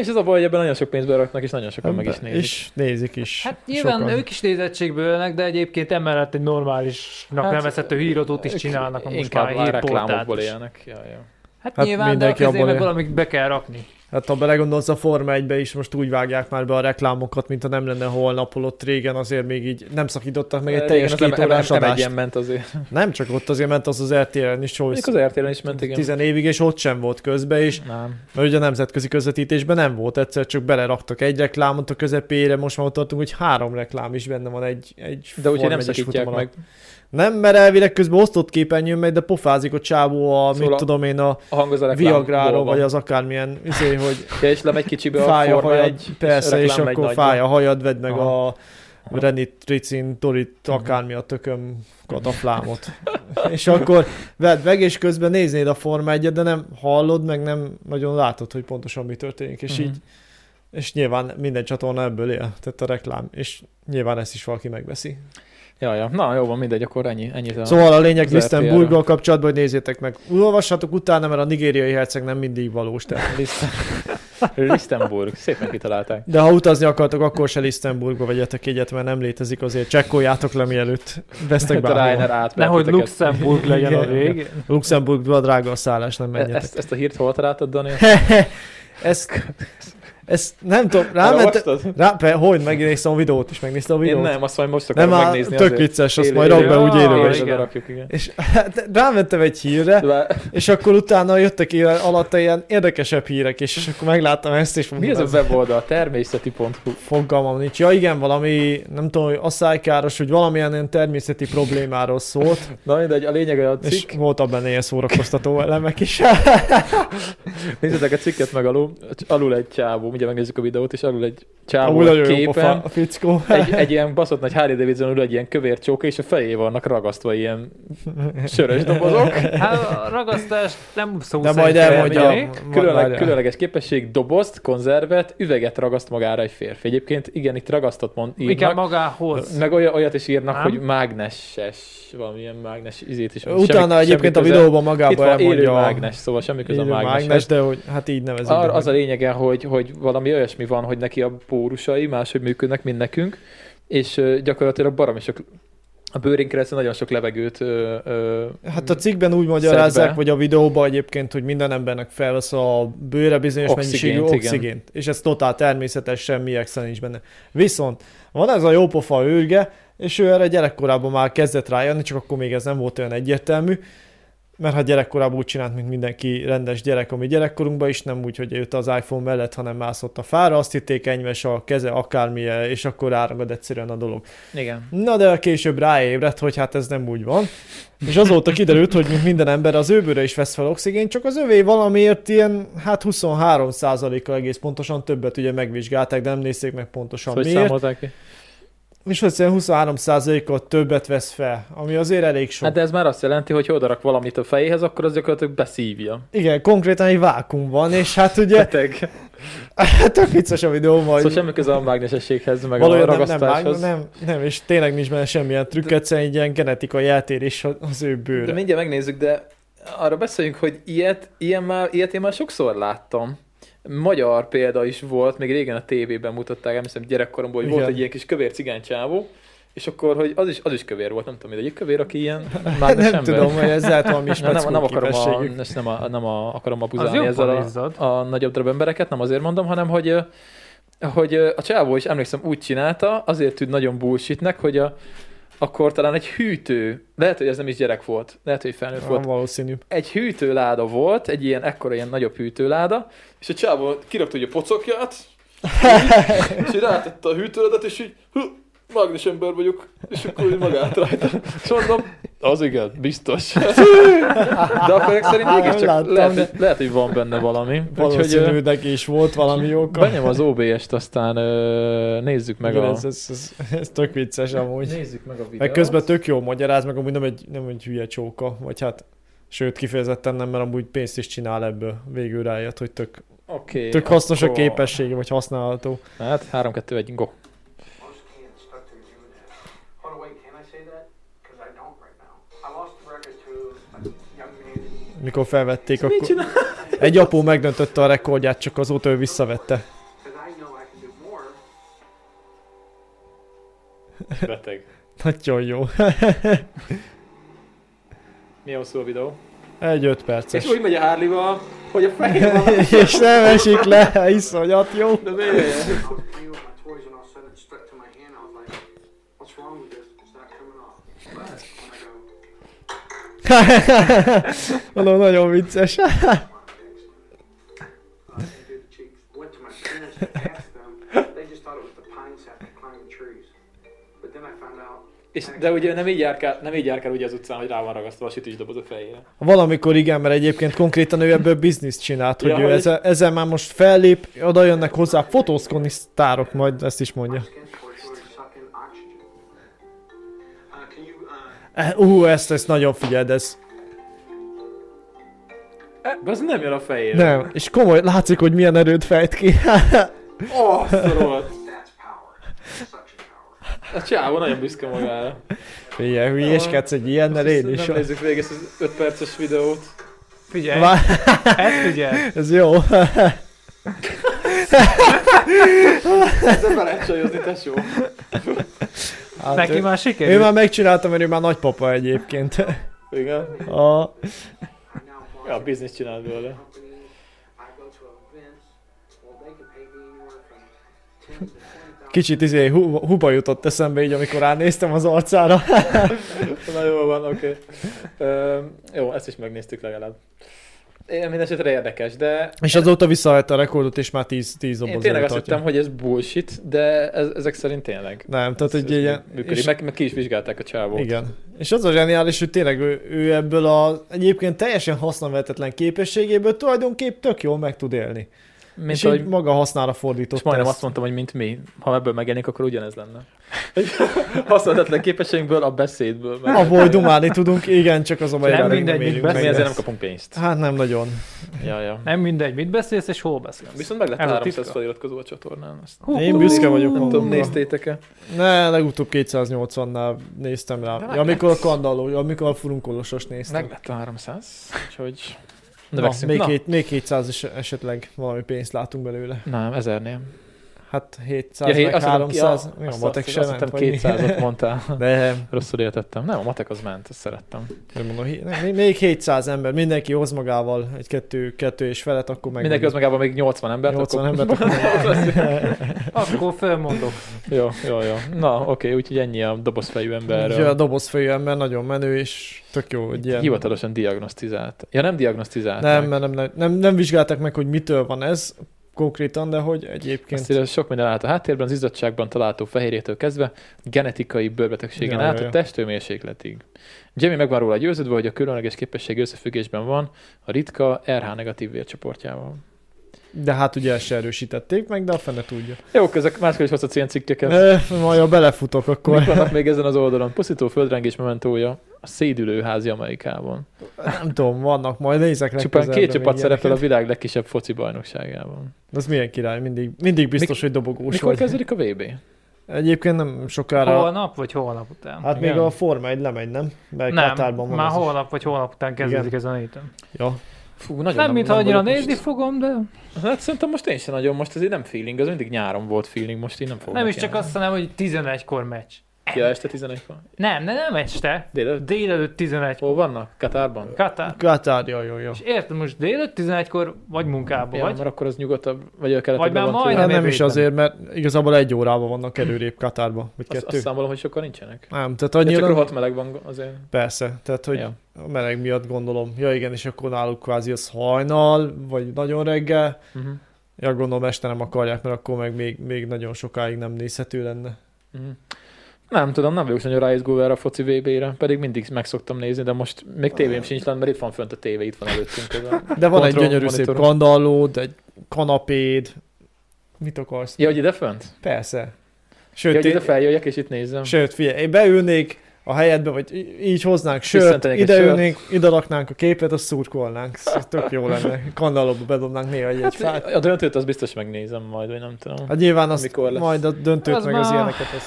Speaker 2: És ez a baj, hogy ebben nagyon sok pénzt beraknak, és nagyon sokan
Speaker 1: Nem,
Speaker 2: meg is
Speaker 1: de-
Speaker 2: nézik.
Speaker 1: És nézik is.
Speaker 4: Hát nyilván
Speaker 1: Sokan.
Speaker 4: ők is nézettségből élnek, de egyébként emellett egy normálisnak
Speaker 2: Hát,
Speaker 4: hát, nevezhető hírodót is
Speaker 2: ők
Speaker 4: csinálnak, most
Speaker 2: inkább
Speaker 4: már
Speaker 2: a reklámokból
Speaker 4: hírportált is.
Speaker 2: élnek. Ja, ja.
Speaker 4: Hát,
Speaker 1: Hát
Speaker 4: nyilván, de
Speaker 1: mindenki
Speaker 4: azért
Speaker 1: abból
Speaker 4: meg
Speaker 1: él.
Speaker 4: valamit be kell rakni.
Speaker 1: Hát ha belegondolsz a Forma 1 is most úgy vágják már be a reklámokat, mint ha nem lenne holnap, holott régen azért még így nem szakítottak meg egy teljes két órás adást.
Speaker 2: Nem ment azért.
Speaker 1: Nem csak ott azért ment az az RTL-en is, hogy
Speaker 2: Mondjuk az RTL-en is ment, igen. Mm.
Speaker 1: 10 évig, és ott sem volt közbe, és
Speaker 2: Nem.
Speaker 1: mert ugye a nemzetközi közvetítésben nem volt, egyszer csak beleraktak egy reklámot a közepére, most már ott tartunk, hogy három reklám is benne van egy, egy
Speaker 2: De úgyhogy
Speaker 1: Forma
Speaker 2: nem
Speaker 1: 1-es
Speaker 2: szakítják
Speaker 1: futam alatt.
Speaker 2: meg.
Speaker 1: Nem, mert elvileg közben osztott képernyőn megy, de pofázik a csávó a,
Speaker 2: Szóval
Speaker 1: mit
Speaker 2: a-
Speaker 1: tudom én, a
Speaker 2: A hang az a reklám.
Speaker 1: Viagráról,
Speaker 2: bolva.
Speaker 1: vagy az akármilyen, izé, hogy
Speaker 2: Ja, és lemegy kicsibe a
Speaker 1: fáj a
Speaker 2: forma
Speaker 1: hajad,
Speaker 2: egy,
Speaker 1: persze, és,
Speaker 2: reklám megy
Speaker 1: akkor
Speaker 2: nagyba.
Speaker 1: fáj a hajad, vedd meg
Speaker 2: Aha.
Speaker 1: a renit, tricin, torit, akármi a tököm kataflámot. és akkor vedd meg, és közben néznéd a Forma 1 de nem hallod, meg nem nagyon látod, hogy pontosan mi történik, és
Speaker 2: Mhm.
Speaker 1: így és nyilván minden csatorna ebből él, tehát a reklám, és nyilván ezt is valaki megveszi.
Speaker 2: Ja, ja. Na, jó van, mindegy, akkor ennyi. ennyi a...
Speaker 1: Szóval a lényeg
Speaker 2: az E
Speaker 1: Lisztenburggal kapcsolatban, hogy nézzétek meg. Olvassatok utána, mert a nigériai herceg nem mindig valós. Tehát.
Speaker 2: Liszten... Lisztenburg, szépen kitalálták.
Speaker 1: De ha utazni akartok, akkor se Lisztenburgba vegyetek egyet, mert nem létezik azért. Csekkoljátok le mielőtt vesztek
Speaker 2: Te Reiner
Speaker 1: bárhol.
Speaker 2: át.
Speaker 4: Nehogy Luxemburg legyen a
Speaker 1: Igen.
Speaker 4: vég.
Speaker 1: Luxemburgba drága a szállás, nem menjetek.
Speaker 2: Ezt, ezt a hírt hol találtad, Dani?
Speaker 1: Ezt, ezt nem tudom, ráment...
Speaker 2: Ráment...
Speaker 1: Rá, pe, hogy megnéztem a videót is, megnéztem a
Speaker 2: Én
Speaker 1: videót.
Speaker 2: nem, azt majd most akarom
Speaker 1: nem
Speaker 2: nem,
Speaker 1: á,
Speaker 2: megnézni.
Speaker 1: tök vicces, azt majd
Speaker 4: élő-
Speaker 1: rak be úgy
Speaker 4: Ja,
Speaker 1: élőben. is.
Speaker 4: igen.
Speaker 2: rakjuk, igen.
Speaker 1: És hát, rámentem egy hírre,
Speaker 2: De
Speaker 1: és akkor utána jöttek ilyen, alatta ilyen érdekesebb hírek, és, és akkor megláttam ezt, és
Speaker 2: Mi
Speaker 1: mondom,
Speaker 2: az a
Speaker 1: ez-
Speaker 2: weboldal? Természeti.hu.
Speaker 1: fogalmam nincs. Ja igen, valami, nem tudom, hogy asszálykáros, hogy valamilyen ilyen természeti problémáról szólt,
Speaker 2: Na mindegy, a lényeg a
Speaker 1: és
Speaker 2: cikk.
Speaker 1: voltak benne ilyen szórakoztató elemek is.
Speaker 2: Nézzetek a cikket meg alul. Alul egy csávó, ugye megnézzük a videót, és alul egy csávó
Speaker 1: Amúgy
Speaker 2: a
Speaker 1: nagyon jó
Speaker 2: képen.
Speaker 1: pofa a fickó.
Speaker 2: Egy, egy ilyen baszott nagy Harley Davidson ül egy ilyen kövér csóka, és a fejé vannak ragasztva ilyen sörös dobozok.
Speaker 4: Hát a ragasztást nem szó
Speaker 1: De majd
Speaker 4: szerint
Speaker 1: elmondjam.
Speaker 4: elmondani.
Speaker 2: Különleg,
Speaker 1: Különleg,
Speaker 2: különleges képesség, dobozt, konzervet, üveget ragaszt magára egy férfi. Egyébként igen, itt ragasztott mond,
Speaker 4: Igen,
Speaker 2: írnak.
Speaker 4: magához.
Speaker 2: Meg olyat, olyat is írnak,
Speaker 4: Nem?
Speaker 2: hogy mágneses, valamilyen mágnes izét is.
Speaker 1: Utána egyébként a
Speaker 2: köze-
Speaker 1: videóban
Speaker 2: Itt
Speaker 1: magába
Speaker 2: van élő
Speaker 1: elmondja a
Speaker 2: mágnes, szóval semmi köze
Speaker 1: élő
Speaker 2: a
Speaker 1: mágnes,
Speaker 2: mágnes.
Speaker 1: de hogy, hát így nevezik.
Speaker 2: Ar, az a lényege, hogy, hogy valami olyasmi van, hogy neki a pórusai máshogy működnek, mint nekünk, és ö, gyakorlatilag baromi sok a bőrén keresztül nagyon sok levegőt ö, ö,
Speaker 1: Hát a cikkben úgy
Speaker 2: Szed
Speaker 1: magyarázzák,
Speaker 2: be.
Speaker 1: vagy a videóban egyébként, hogy minden embernek felvesz a bőre bizonyos
Speaker 2: Oxigént,
Speaker 1: mennyiségű
Speaker 2: igen.
Speaker 1: oxigént, és ez totál természetes, semmi extra nincs benne. Viszont van ez a jópofa őrge, és ő erre gyerekkorában már kezdett rájönni, csak akkor még ez nem volt olyan egyértelmű, mert ha gyerekkorában úgy csinált, mint mindenki rendes gyerek, ami gyerekkorunkban is, nem úgy, hogy jött az iPhone mellett, hanem mászott a fára, azt hitték enyves a keze, akármilyen, és akkor áragad egyszerűen a dolog.
Speaker 2: igen.
Speaker 1: Na de később ráébredt, hogy hát ez nem úgy van. És azóta kiderült, hogy mint minden ember az őbőre is vesz fel oxigént, csak az övé valamiért ilyen, hát 23%-kal egész pontosan többet ugye megvizsgálták, de nem nézték meg pontosan
Speaker 2: Hogy
Speaker 1: miért.
Speaker 2: számolták ki?
Speaker 1: És egyszerűen 23%-kal többet vesz fel, ami azért elég sok.
Speaker 2: Hát de ez már azt jelenti, hogy ha odarak valamit a fejéhez, akkor az gyakorlatilag beszívja.
Speaker 1: Igen, konkrétan egy vákum van, és hát ugye, hát
Speaker 2: Beteg.
Speaker 1: tök vicces a videó majd.
Speaker 2: Szóval semmi köze a mágnesességhez, meg a
Speaker 1: Valójában nem, nem, vág,
Speaker 2: ragasztáshoz.
Speaker 1: nem, nem, és tényleg nincs benne semmilyen trükk, egyszerűen egy ilyen genetikai eltérés az ő
Speaker 2: De
Speaker 1: bőre.
Speaker 2: mindjárt megnézzük, de arra beszéljünk, hogy ilyet, ilyen már, ilyet én már sokszor láttam. Magyar példa is volt, még régen a tévében mutatták, nem hiszem gyerekkoromban, hogy volt
Speaker 1: Igen.
Speaker 2: egy ilyen kis kövér cigánycsávó, és akkor, hogy az is, az is kövér volt, nem tudom, hogy egyik kövér, aki ilyen
Speaker 1: Hát
Speaker 2: mágnes
Speaker 1: nem
Speaker 2: ember.
Speaker 1: tudom, hogy ez lehet valami
Speaker 2: nem, nem,
Speaker 1: speckó
Speaker 2: nem akarom, a,
Speaker 1: képességük.
Speaker 2: ezt nem, a, nem a, akarom
Speaker 4: Az
Speaker 2: abuzálni ezzel
Speaker 4: jobban
Speaker 2: a,
Speaker 4: izzad.
Speaker 2: a nagyobb darab embereket, nem azért mondom, hanem hogy ö, hogy ö, a csávó is emlékszem úgy csinálta, azért tűnt nagyon bullshitnek, hogy a, akkor talán egy hűtő, lehet, hogy ez nem is gyerek volt, lehet, hogy felnőtt volt,
Speaker 1: Volt. Valószínű.
Speaker 2: egy hűtőláda volt, egy ilyen ekkora, ilyen nagyobb hűtőláda, és a csávó kirakta ugye a pocokját, így, és így rátette a hűtőládat, és így, hú, mágnes ember vagyok, és akkor így magát rajta. És mondom, az igen, biztos. De akkor ezek szerint
Speaker 1: Nem
Speaker 2: mégiscsak
Speaker 1: láttam,
Speaker 2: lehet,
Speaker 1: de-
Speaker 2: hogy, lehet, hogy van benne valami. Úgyhogy
Speaker 1: Valószínű,
Speaker 2: ö,
Speaker 1: neki is volt valami oka.
Speaker 2: benyom az OBS-t, aztán ö, nézzük meg
Speaker 1: Igen,
Speaker 2: a...
Speaker 1: ez, ez, ez, ez, tök vicces amúgy.
Speaker 2: Nézzük meg a videót.
Speaker 1: Meg közben tök jó magyaráz, meg amúgy nem egy, nem egy hülye csóka, vagy hát Sőt, kifejezetten nem, mert amúgy pénzt is csinál ebből. Végül rájött, hogy tök,
Speaker 2: okay,
Speaker 1: tök hasznos a
Speaker 2: akkor-
Speaker 1: képessége, vagy használható.
Speaker 2: Hát 3-2-1, go.
Speaker 5: Most can't start their doing that. Hold on, wait, can I say that? Because I don't right now. I lost the record to a young man.
Speaker 1: Mikor felvették, akkor... Egy apó megdöntötte a rekordját, csak azóta ő visszavette.
Speaker 5: Because I know I can do more.
Speaker 2: Beteg.
Speaker 1: Nagyon jó.
Speaker 2: Milyen hosszú a videó?
Speaker 1: Egy öt
Speaker 2: És
Speaker 1: perces.
Speaker 2: úgy megy a Harley-val, hogy a fején van a
Speaker 1: És nem esik le, iszonyat jó.
Speaker 2: De miért?
Speaker 5: I looked at you and my toys and all of a sudden it stuck to my hand. I was like, what's wrong with this? It's not coming off. But when I go,
Speaker 1: Mondom, nagyon vicces.
Speaker 5: Uh, they do the cheeks. Went to my parents to ask them. They just thought it was the pine sap that climbed the trees. But then I found out.
Speaker 2: És, de ugye nem így járkál, nem így járkál ugye az utcán, hogy rá van ragasztva a sütésdoboz a fejére.
Speaker 1: Valamikor igen, mert egyébként konkrétan ő ebből bizniszt csinált, hogy
Speaker 2: Ja,
Speaker 1: ja, ő
Speaker 2: hogy-
Speaker 1: ezzel, ezzel már most fellép, oda jönnek hozzá fotózkodni sztárok, majd ezt is mondja.
Speaker 5: Skin toys were sucking oxygen. Uh, can you, uh,
Speaker 1: Eh, Ú, ezt, ezt nagyon figyeld, ez
Speaker 2: E, De az nem jön a fejére.
Speaker 1: nem. És komoly, látszik, hogy milyen erőt fejt ki.
Speaker 2: Ó, szorolt.
Speaker 5: that's power. Suction power.
Speaker 2: A csávó nagyon büszke magára.
Speaker 1: Figyelj, hülyéskedsz egy ilyennel,
Speaker 2: Azt
Speaker 1: én
Speaker 2: hiszem,
Speaker 1: is.
Speaker 2: Nem nézzük végig ezt az 5 perces videót.
Speaker 4: Figyelj,
Speaker 1: Vá-
Speaker 4: ezt figyelj.
Speaker 1: Ez jó.
Speaker 2: Ezzel belencsajozni, tesó.
Speaker 1: Hát
Speaker 4: Neki
Speaker 1: ő,
Speaker 4: már
Speaker 1: ő
Speaker 4: sikerült.
Speaker 1: már megcsinálta, mert ő már nagypapa egyébként.
Speaker 2: Igen.
Speaker 1: A,
Speaker 5: I now market
Speaker 2: Ja, a bizniszt csinál belőle.
Speaker 5: company. I go to events. Well, they can pay me anywhere from 10 to 20,000.
Speaker 1: kicsit izé, hu, huba jutott eszembe így, amikor ránéztem az arcára.
Speaker 2: Na jó van, oké. Okay. Jó, ezt is megnéztük legalább. Én mindesetre érdekes, de
Speaker 1: És azóta visszavette a rekordot, és már 10 10
Speaker 2: én
Speaker 1: doboz
Speaker 2: tényleg
Speaker 1: előtt
Speaker 2: azt
Speaker 1: tartja.
Speaker 2: hittem, hogy ez bullshit, de ez, ezek szerint tényleg.
Speaker 1: Nem, tehát
Speaker 2: Ez-
Speaker 1: egy
Speaker 2: ez
Speaker 1: ilyen...
Speaker 2: Működik,
Speaker 1: és-
Speaker 2: meg, meg ki is vizsgálták a csávót.
Speaker 1: Igen. És az a zseniális, hogy tényleg ő, ő ebből a egyébként teljesen hasznavetetlen képességéből tulajdonképp tök jól meg tud élni.
Speaker 2: Mint
Speaker 1: Mint és
Speaker 2: ahogy
Speaker 1: így maga hasznára fordított.
Speaker 2: És majdnem azt mondtam, hogy mint mi. Ha ebből megjelenik, akkor ugyanez lenne. Használatlan képességünkből, a beszédből. Mert
Speaker 1: Abból hogy dumálni tudunk, igen, csak az a baj,
Speaker 4: Nem
Speaker 1: erre
Speaker 4: mindegy,
Speaker 1: mérjünk meg
Speaker 4: mit
Speaker 2: mi ezért nem
Speaker 1: ezt.
Speaker 2: kapunk pénzt.
Speaker 1: Hát nem nagyon.
Speaker 2: Ja, ja.
Speaker 4: Nem mindegy, mit beszélsz és hol beszélsz.
Speaker 2: Hát, Viszont meg lett
Speaker 4: Ez a
Speaker 2: 300
Speaker 4: titka.
Speaker 2: feliratkozó a csatornán. Azt
Speaker 4: Hú,
Speaker 1: Én büszke vagyok
Speaker 2: nem tudom,
Speaker 1: magamra.
Speaker 2: néztétek-e?
Speaker 1: Ne, legutóbb 280-nál néztem rá. Ja, amikor a kandalló, amikor a furunkolosos néztem.
Speaker 2: Meg lett a 300, úgyhogy
Speaker 1: Na,
Speaker 2: növekszünk.
Speaker 1: még,
Speaker 2: Na,
Speaker 1: két, még 200 is esetleg valami pénzt látunk belőle.
Speaker 2: nem, ezernél.
Speaker 1: Hát 700 ja,
Speaker 2: Ja, hé,
Speaker 1: meg
Speaker 2: azt hittem,
Speaker 1: 300.
Speaker 2: ja,
Speaker 1: Mi a
Speaker 2: azt-
Speaker 1: matek
Speaker 2: azt-
Speaker 1: se
Speaker 2: Azt hittem
Speaker 1: ment, vagy mi?
Speaker 2: 200-ot mondtál.
Speaker 1: Nem.
Speaker 2: Rosszul értettem. Nem, a matek az ment, azt szerettem.
Speaker 1: Nem mondom, hé- nem, még- még 700 ember, mindenki hoz magával egy kettő, kettő és felet, akkor meg
Speaker 2: Mindenki az magában még 80 embert.
Speaker 1: 80
Speaker 2: akkor...
Speaker 1: embert, akkor
Speaker 4: Akkor fölmondok.
Speaker 2: Jó, jó, jó. Na, oké, úgyhogy ennyi a dobozfejű emberről.
Speaker 1: Ugye a dobozfejű ember nagyon menő, és tök jó, hogy ilyen.
Speaker 2: Hivatalosan diagnosztizált. Ja, nem diagnosztizált.
Speaker 1: Nem, mert nem, nem, nem, nem vizsgálták meg, hogy mitől van ez konkrétan, de hogy egyébként...
Speaker 2: Azt írja, sok minden állt a háttérben, az izzadságban található fehérjétől kezdve, genetikai bőrbetegségen
Speaker 1: Ja,
Speaker 2: át
Speaker 1: ja,
Speaker 2: a
Speaker 1: ja.
Speaker 2: testőmérsékletig. Jamie meg van róla győződve, hogy a különleges képesség összefüggésben van a ritka RH negatív vércsoportjával.
Speaker 1: De hát ugye ezt se erősítették meg, de a fene tudja.
Speaker 2: Jó, ezek máskor is hozhatsz ilyen cikkeket.
Speaker 1: E, majd ha belefutok, akkor
Speaker 2: Mik vannak még ezen az oldalon? Pusztító földrengés mementója a szédülőházi Amerikában.
Speaker 1: nem tudom, vannak, majd nézek
Speaker 2: Csupán
Speaker 1: legközelebb
Speaker 2: két
Speaker 1: még
Speaker 2: csapat szerepel a
Speaker 1: ilyeneket.
Speaker 2: világ legkisebb foci bajnokságában.
Speaker 1: Az milyen király, mindig, mindig biztos, hogy dobogós
Speaker 2: Mikor
Speaker 1: vagy.
Speaker 2: kezdődik a VB?
Speaker 1: Egyébként nem sokára...
Speaker 4: Holnap vagy holnap után?
Speaker 1: Hát még
Speaker 2: Igen.
Speaker 1: a Forma 1 lemegy, nem? Mert
Speaker 4: nem,
Speaker 1: Katárban van
Speaker 4: már
Speaker 1: az is.
Speaker 4: holnap vagy holnap után kezdődik ez a héten.
Speaker 1: Ja.
Speaker 2: Fú, nagyon
Speaker 4: Nem, mintha annyira
Speaker 2: vagyok most-
Speaker 4: nézni fogom, de
Speaker 2: Hát szerintem most én sem nagyon, most ez így nem feeling, az mindig nyáron volt feeling, most így nem fogok
Speaker 4: nem is
Speaker 2: neki
Speaker 4: csak
Speaker 2: állni.
Speaker 4: azt hanem, hogy 11-kor meccs.
Speaker 2: Ja, este 11-kor.
Speaker 4: Nem, ne, nem este.
Speaker 2: Délelőtt?
Speaker 4: Délelőtt 11
Speaker 2: Hol vannak? Katárban?
Speaker 4: Katár.
Speaker 1: Katár, jó, jó, jó.
Speaker 4: És érted, most délelőtt 11-kor vagy munkába
Speaker 2: Ja,
Speaker 4: vagy.
Speaker 2: mert akkor az nyugodtabb, vagy a keletebben
Speaker 4: Vagy már
Speaker 2: van
Speaker 4: majdnem
Speaker 2: tőle.
Speaker 1: Hát
Speaker 4: nem
Speaker 1: nem is
Speaker 4: jövő
Speaker 1: azért, mert igazából egy órában vannak előrébb Katárba, vagy
Speaker 2: Azt,
Speaker 1: kettő.
Speaker 2: azt számolom, hogy sokan nincsenek.
Speaker 1: nem, tehát
Speaker 2: Ja, csak
Speaker 1: annyira...
Speaker 2: rohadt meleg van azért.
Speaker 1: Persze, tehát hogy
Speaker 2: Ja.
Speaker 1: a meleg miatt gondolom. Ja igen, és akkor náluk kvázi az hajnal, vagy nagyon reggel.
Speaker 2: Uh-huh.
Speaker 1: Ja gondolom este nem akarják, mert akkor meg még, még nagyon sokáig nem nézhető lenne.
Speaker 2: Uh-huh. Nem tudom, nem vagyok nagyon ráizgulva erre a foci VB-re, pedig mindig meg szoktam nézni, de most még tévém sincs lenne, mert itt van fönt a tévé, itt van előttünk. Ez a...
Speaker 1: De van egy
Speaker 2: Kontroll
Speaker 1: gyönyörű szép
Speaker 2: monitorunk.
Speaker 1: kandallód, egy kanapéd. Mit akarsz?
Speaker 2: Ja, hogy ide fönt?
Speaker 1: Persze.
Speaker 2: Ja,
Speaker 1: Sőt,
Speaker 2: hogy
Speaker 1: én,
Speaker 2: ide feljöjjek és itt nézzem.
Speaker 1: sőt, figyelj, én beülnék a helyedbe, vagy í- így hoznánk sört,
Speaker 2: Visszatennék egy
Speaker 1: ide
Speaker 2: sört.
Speaker 1: ülnénk, ide raknánk a képet, azt szurkolnánk. Ez tök jó lenne. Kandallóba bedobnánk néha egy, egy
Speaker 2: Hát,
Speaker 1: fát.
Speaker 2: a döntőt az biztos megnézem majd, vagy nem tudom.
Speaker 1: Hát nyilván azt
Speaker 2: Mikor lesz?
Speaker 1: majd a döntőt
Speaker 4: Az
Speaker 1: meg az
Speaker 4: már-
Speaker 1: ilyeneket, azt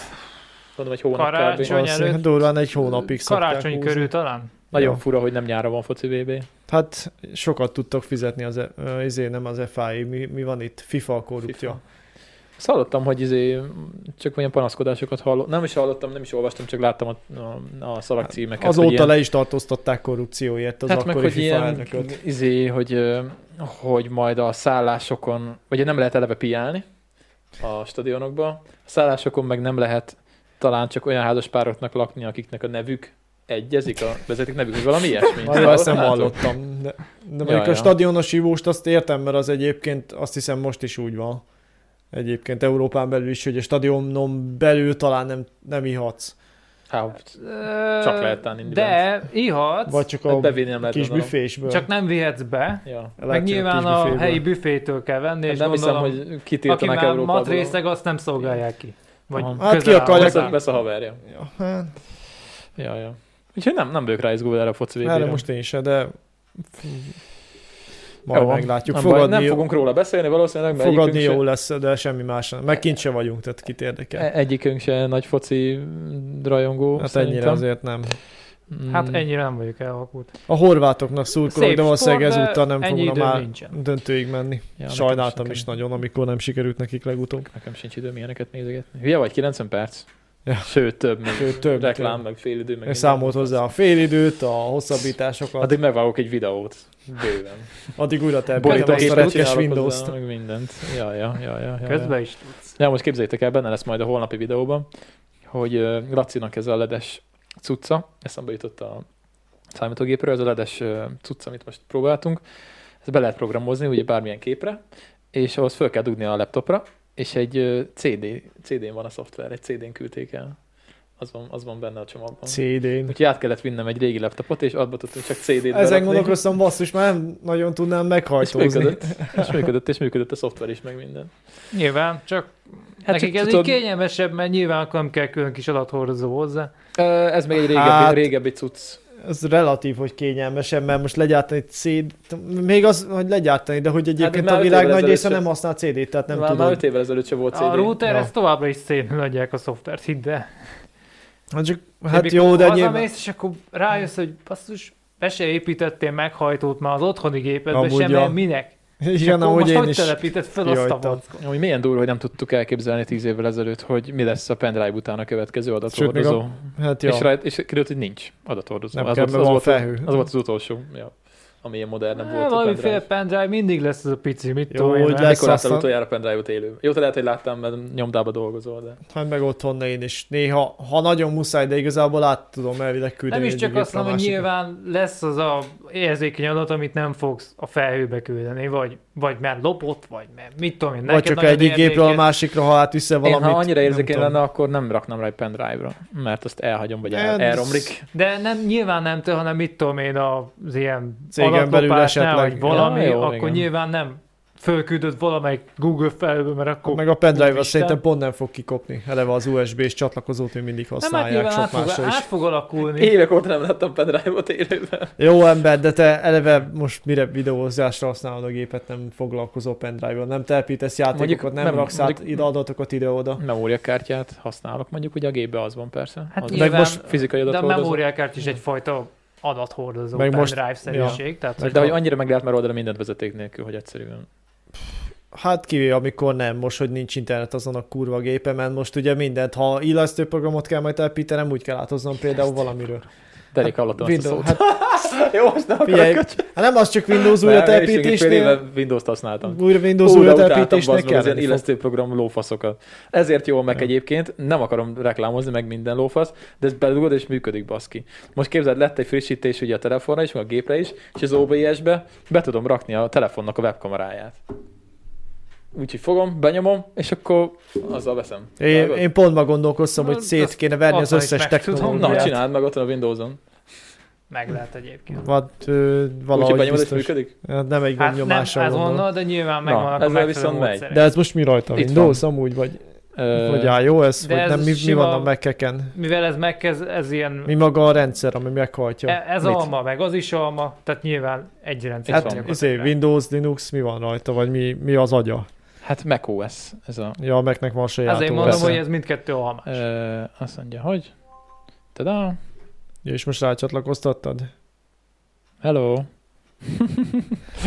Speaker 2: Gondolom, egy hónap kb.
Speaker 4: Karácsony.
Speaker 1: Valószínűleg
Speaker 4: előtt.
Speaker 1: Durván egy hónapig szokták
Speaker 4: Karácsony
Speaker 1: húzni.
Speaker 4: körül talán.
Speaker 2: Nagyon
Speaker 1: Ja.
Speaker 2: fura, hogy nem nyára van foci VB.
Speaker 1: Hát sokat tudtak fizetni az, e- ö, izé, nem az FI, mi, mi van itt? FIFA a korruptja.
Speaker 2: FIFA. Azt hallottam, hogy izé, csak olyan panaszkodásokat hallottam. Nem is hallottam, nem is olvastam, csak láttam a, a, a szavak címeket.
Speaker 1: Hát Azóta
Speaker 2: hogy ilyen-
Speaker 1: le is tartóztatták korrupcióért az
Speaker 2: hát meg,
Speaker 1: akkori
Speaker 2: hogy
Speaker 1: FIFA
Speaker 2: ilyen,
Speaker 1: elnököt.
Speaker 2: izé, hogy, ö, hogy majd a szállásokon, vagy nem lehet eleve piálni a stadionokba, a szállásokon meg nem lehet talán csak olyan házaspároknak lakni, akiknek a nevük egyezik, a vezeték nevük, vagy valami ilyesmi.
Speaker 1: Arra azt nem
Speaker 2: Látod?
Speaker 1: hallottam. De, de mondjuk
Speaker 2: Ja,
Speaker 1: a
Speaker 2: ja.
Speaker 1: stadionos hívóst azt értem, mert az egyébként azt hiszem most is úgy van. Egyébként Európán belül is, hogy a stadionon belül talán nem, nem ihatsz.
Speaker 2: Hát,
Speaker 4: Ö,
Speaker 2: lehet tánni
Speaker 4: De ihatsz,
Speaker 1: Vagy csak a
Speaker 2: hát bevinni nem lehet.
Speaker 1: kis
Speaker 2: gondolom.
Speaker 1: büfésből.
Speaker 4: csak nem vihetsz be.
Speaker 2: Ja.
Speaker 1: Lehet,
Speaker 4: Meg
Speaker 1: hogy
Speaker 4: nyilván
Speaker 1: kis
Speaker 4: a
Speaker 1: büféből.
Speaker 4: helyi büfétől kell venni,
Speaker 2: Én
Speaker 4: és
Speaker 2: Hát nem hiszem,
Speaker 4: gondolom,
Speaker 2: hogy
Speaker 4: aki
Speaker 2: kitiltanak
Speaker 4: már
Speaker 2: Európából.
Speaker 4: matrészeg, azt nem szolgálják ki. Vagy
Speaker 2: Aha.
Speaker 1: Hát ki
Speaker 4: közel áll
Speaker 1: akarják-
Speaker 2: Vesz
Speaker 4: hozzá.
Speaker 2: a, vesz a haverja.
Speaker 1: Ja, hát,
Speaker 2: Ja, ja. Úgyhogy nem, nem vagyok rá izgulva erre a foci
Speaker 1: erre
Speaker 2: végére.
Speaker 1: most én se, de majd
Speaker 2: Jó van.
Speaker 1: meglátjuk.
Speaker 2: Nem, baj,
Speaker 1: Fogadni,
Speaker 2: nem fogunk róla beszélni valószínűleg, mert
Speaker 1: fogadni
Speaker 2: egyikünk
Speaker 1: jó
Speaker 2: se-
Speaker 1: lesz, de semmi más nem. Meg kint se vagyunk, tehát kit érdekel.
Speaker 2: E- Egyikünk se nagy foci rajongó,
Speaker 1: Hát
Speaker 2: szerintem.
Speaker 1: ennyire azért nem.
Speaker 2: Mm.
Speaker 1: Hmm.
Speaker 4: Hát ennyire nem vagyok elvakult.
Speaker 1: A horvátoknak szurkolok,
Speaker 4: Szép
Speaker 1: de valószínűleg
Speaker 4: sport, de
Speaker 1: ezúttal nem
Speaker 4: ennyi
Speaker 1: fognak
Speaker 4: idő
Speaker 1: már
Speaker 4: nincsen.
Speaker 1: döntőig menni.
Speaker 2: Ja, nekem
Speaker 1: Sajnáltam
Speaker 2: nekem-
Speaker 1: is nagyon, amikor nem sikerült nekik legutóbb.
Speaker 2: Nekem sincs időm ilyeneket nézegetni. Hülye vagy, 90 perc?
Speaker 1: Ja.
Speaker 2: Sőt, több, meg
Speaker 1: Sőt, több,
Speaker 2: reklám,
Speaker 1: több.
Speaker 2: meg fél idő, meg
Speaker 1: Ő
Speaker 2: minden.
Speaker 1: számolt hozzá a félidőt, a hosszabbításokat, addig,
Speaker 2: Addig megvágok egy videót. Bőven.
Speaker 1: addig újra
Speaker 2: Borító
Speaker 1: terpítem azt a
Speaker 2: gépet
Speaker 1: rettes
Speaker 2: csinálok
Speaker 1: Windows-t.
Speaker 2: hozzá, Meg mindent. Ja, ja, ja, ja, ja, ja.
Speaker 4: Közben is tudsz.
Speaker 2: Ja, most képzeljétek el, benne lesz majd a holnapi videóban, hogy ö, Lacinak ez a ledes cucca, eszembe jutott a számítógépről, ez a ledes ö, cucca, amit most próbáltunk, ezt be lehet programozni, ugye bármilyen képre, és ahhoz föl kell dugni a laptopra, és egy ö, CD, CD-n van a szoftver, egy CD-n küldték el. Az van, az van benne a csomagban.
Speaker 1: CD-n.
Speaker 2: Úgyhogy át kellett vinnem egy régi laptopot, és abba tudtunk csak CD-t
Speaker 1: Ezen
Speaker 2: berakni.
Speaker 1: gondolkoztam, basszus, már nem nagyon tudnám
Speaker 2: és
Speaker 1: meghajtózni.
Speaker 2: működött, és működött, és működött a szoftver is, meg minden.
Speaker 4: Nyilván, csak hát nekik
Speaker 2: csak
Speaker 4: ez
Speaker 2: tudod-
Speaker 4: így kényelmesebb, mert nyilván akkor nem kell külön kis adathordozó hozzá.
Speaker 2: Ö, Ez még egy régebbi,
Speaker 1: Hát-
Speaker 2: régebbi cucc.
Speaker 1: Ez relatív, hogy kényelmesebb, mert most legyártani egy CD, még az, hogy legyártani, de hogy egyébként
Speaker 2: már
Speaker 1: a
Speaker 2: Hát, öt
Speaker 1: világ
Speaker 2: évvel
Speaker 1: nagy része
Speaker 2: ezelőtt
Speaker 1: nem használ CD-t, tehát nem
Speaker 2: már, már öt
Speaker 1: tudod.
Speaker 2: évvel ezelőtt se volt CD.
Speaker 4: A router
Speaker 1: Ja.
Speaker 4: ezt továbbra is szénül adják a szoftvert, hidd el.
Speaker 1: Hát, csak,
Speaker 4: Mikor
Speaker 1: hát jó, de nyilván...
Speaker 4: Hazamész, és akkor rájössz, hogy basszus, be se építettél meghajtót már az otthoni gépedbe
Speaker 1: Amúgy,
Speaker 4: sem,
Speaker 1: ja.
Speaker 4: mert minek? És
Speaker 1: Igen,
Speaker 4: akkor
Speaker 1: ahogy
Speaker 4: most
Speaker 1: én
Speaker 4: hogy
Speaker 1: is.
Speaker 4: telepíted fel azt a
Speaker 1: kihajtam.
Speaker 4: vackot?
Speaker 2: Amúgy milyen durva, hogy nem tudtuk elképzelni tíz évvel ezelőtt, hogy mi lesz a pendrive után a következő
Speaker 1: Sőt,
Speaker 2: adathordozó.
Speaker 1: még Hát jó,
Speaker 2: és, rá, és kiderült, hogy nincs adathordozó.
Speaker 1: nem
Speaker 2: az,
Speaker 1: kell,
Speaker 2: volt,
Speaker 1: mert
Speaker 2: az,
Speaker 1: van
Speaker 2: volt,
Speaker 1: felhő.
Speaker 2: az volt az utolsó, ja, ami ilyen modern nem
Speaker 4: Hát,
Speaker 2: volt a
Speaker 4: valamiféle
Speaker 2: pendrive.
Speaker 4: pendrive mindig lesz az a pici, mit
Speaker 1: Jó,
Speaker 4: tudom én.
Speaker 1: hogy
Speaker 4: már.
Speaker 1: lesz.
Speaker 2: Mikor láttál
Speaker 1: aztán-
Speaker 2: utoljára pendrive-ot élő? Jó, te lehet, hogy láttam, mert nyomdába dolgozol, de...
Speaker 1: Hát meg otthon én is. Néha, ha nagyon muszáj, de igazából át tudom elvileg küldeni.
Speaker 4: Nem is
Speaker 1: egy
Speaker 4: csak
Speaker 1: gépre
Speaker 4: azt mondom,
Speaker 1: a
Speaker 4: hogy
Speaker 1: másikra.
Speaker 4: nyilván lesz az a érzékeny adat, amit nem fogsz a felhőbe küldeni, vagy, vagy mert lopott, vagy mert mit tudom én.
Speaker 1: Vagy
Speaker 4: neked
Speaker 1: csak
Speaker 4: nagyon
Speaker 1: egyik gépről a
Speaker 4: értékes.
Speaker 1: másikra, ha átviszel
Speaker 2: Én,
Speaker 1: valamit.
Speaker 2: ha annyira
Speaker 1: nem
Speaker 2: érzékeny
Speaker 1: tudom.
Speaker 2: lenne, akkor nem raknám rá egy pendrive-ra, mert azt elhagyom, vagy el,
Speaker 1: Ez-
Speaker 2: elromlik.
Speaker 4: De nem, nyilván nem te, hanem mit tudom én az ilyen
Speaker 1: Cégen belül
Speaker 4: adatlopásnál,
Speaker 1: esetleg.
Speaker 4: vagy valami,
Speaker 2: Ja, jó,
Speaker 4: akkor
Speaker 2: igen.
Speaker 4: nyilván nem fölküldött valamelyik Google felhőbe, mert akkor...
Speaker 1: Meg a pendrive
Speaker 4: Úristen.
Speaker 1: az szerintem pont nem fog kikopni. Eleve az USB és csatlakozót még mindig
Speaker 4: nem, hát
Speaker 1: használják,
Speaker 4: nyilván
Speaker 1: sok
Speaker 4: át fog,
Speaker 1: másra
Speaker 4: át
Speaker 1: is.
Speaker 4: fog alakulni.
Speaker 2: Évek óta nem láttam pendrive-ot élőben.
Speaker 1: Jó ember, de te eleve most mire videózásra használod a gépet, nem foglalkozol pendrive-val, nem telepítesz játékokat, nem,
Speaker 2: nem,
Speaker 1: raksz át
Speaker 2: mondjuk-
Speaker 1: ide adatokat ide-oda.
Speaker 2: Memóriakártyát használok, mondjuk ugye a gépbe az van persze.
Speaker 4: Hát
Speaker 2: az
Speaker 1: Meg
Speaker 4: nyilván,
Speaker 1: most
Speaker 2: fizikai
Speaker 4: de a
Speaker 2: adathordozó.
Speaker 4: memóriákárt is egyfajta adathordozó,
Speaker 1: Meg most-
Speaker 4: pendrive-szerűség. Tehát,
Speaker 2: De hogy annyira meg lehet már oldani mindent vezeték nélkül, hogy egyszerűen.
Speaker 1: Hát kivéve, amikor nem, most, hogy nincs internet azon a kurva gépemen, most ugye mindent, ha illesztőprogramot kell majd telepítenem, úgy kell áthoznom például valamiről.
Speaker 2: Derék hallottam ezt a
Speaker 1: Windows,
Speaker 2: szót.
Speaker 1: hát,
Speaker 2: Jó, most nem
Speaker 1: figyelj, hát nem az csak Windows újra telepítésnél,
Speaker 2: Windows-t használtam.
Speaker 1: újra Windows újra telepítésnél kell
Speaker 2: az ilyen
Speaker 1: lenni fog.
Speaker 2: illesztőprogram lófaszokat. Ezért jó meg
Speaker 1: Ja.
Speaker 2: egyébként, nem akarom reklámozni meg minden lófasz, de ezt beledugod és működik baszki. Most képzeld, lett egy frissítés ugye a telefonra is, meg a gépre is, és az OBS-be be tudom rakni a telefonnak a webkameráját. Úgyhogy fogom, benyomom, és akkor azzal veszem.
Speaker 1: Én,
Speaker 2: Vágod?
Speaker 1: én pont ma gondolkoztam, hogy
Speaker 4: Azt-
Speaker 1: szét kéne verni az
Speaker 4: azt is
Speaker 1: összes
Speaker 4: meg tudom,
Speaker 2: Na,
Speaker 1: technológiát.
Speaker 2: csináld meg ott van a Windows-on.
Speaker 4: meg lehet egyébként.
Speaker 1: Vad, ö,
Speaker 2: Úgyhogy
Speaker 1: valahogy
Speaker 2: benyomod és
Speaker 1: biztos.
Speaker 2: működik?
Speaker 1: Hát nem egy
Speaker 4: Hát nem
Speaker 1: gombnyomással gondolom.
Speaker 4: azonnal, de nyilván megvan a
Speaker 2: ezzel
Speaker 4: megfelelő
Speaker 2: viszont megy.
Speaker 4: módszerek.
Speaker 1: De ez most mi rajta?
Speaker 2: Itt
Speaker 1: Windows amúgy, vagy,
Speaker 2: Ö,
Speaker 1: vagy iOS,
Speaker 4: de
Speaker 1: vagy
Speaker 4: ez
Speaker 1: nem, mi, mi
Speaker 4: sima-
Speaker 1: van a mac
Speaker 4: Mivel ez megkezd, ez ilyen
Speaker 1: Mi maga a rendszer, ami meghajtja?
Speaker 4: E- Ez
Speaker 1: Mit?
Speaker 4: alma, meg az is alma, tehát nyilván egy rendszer.
Speaker 2: Itt
Speaker 1: Hát
Speaker 2: van.
Speaker 1: izé, Windows, Linux, mi van rajta, vagy mi, mi az agya?
Speaker 2: Hát macOS ez a
Speaker 1: Ja, a Mac-nek van saját
Speaker 4: Azért mondom,
Speaker 1: OS-e.
Speaker 4: hogy ez mindkettő alma.
Speaker 2: Ö, azt mondja, hogy... Tada!
Speaker 1: Ja, és most rácsatlakoztattad?
Speaker 2: Hello!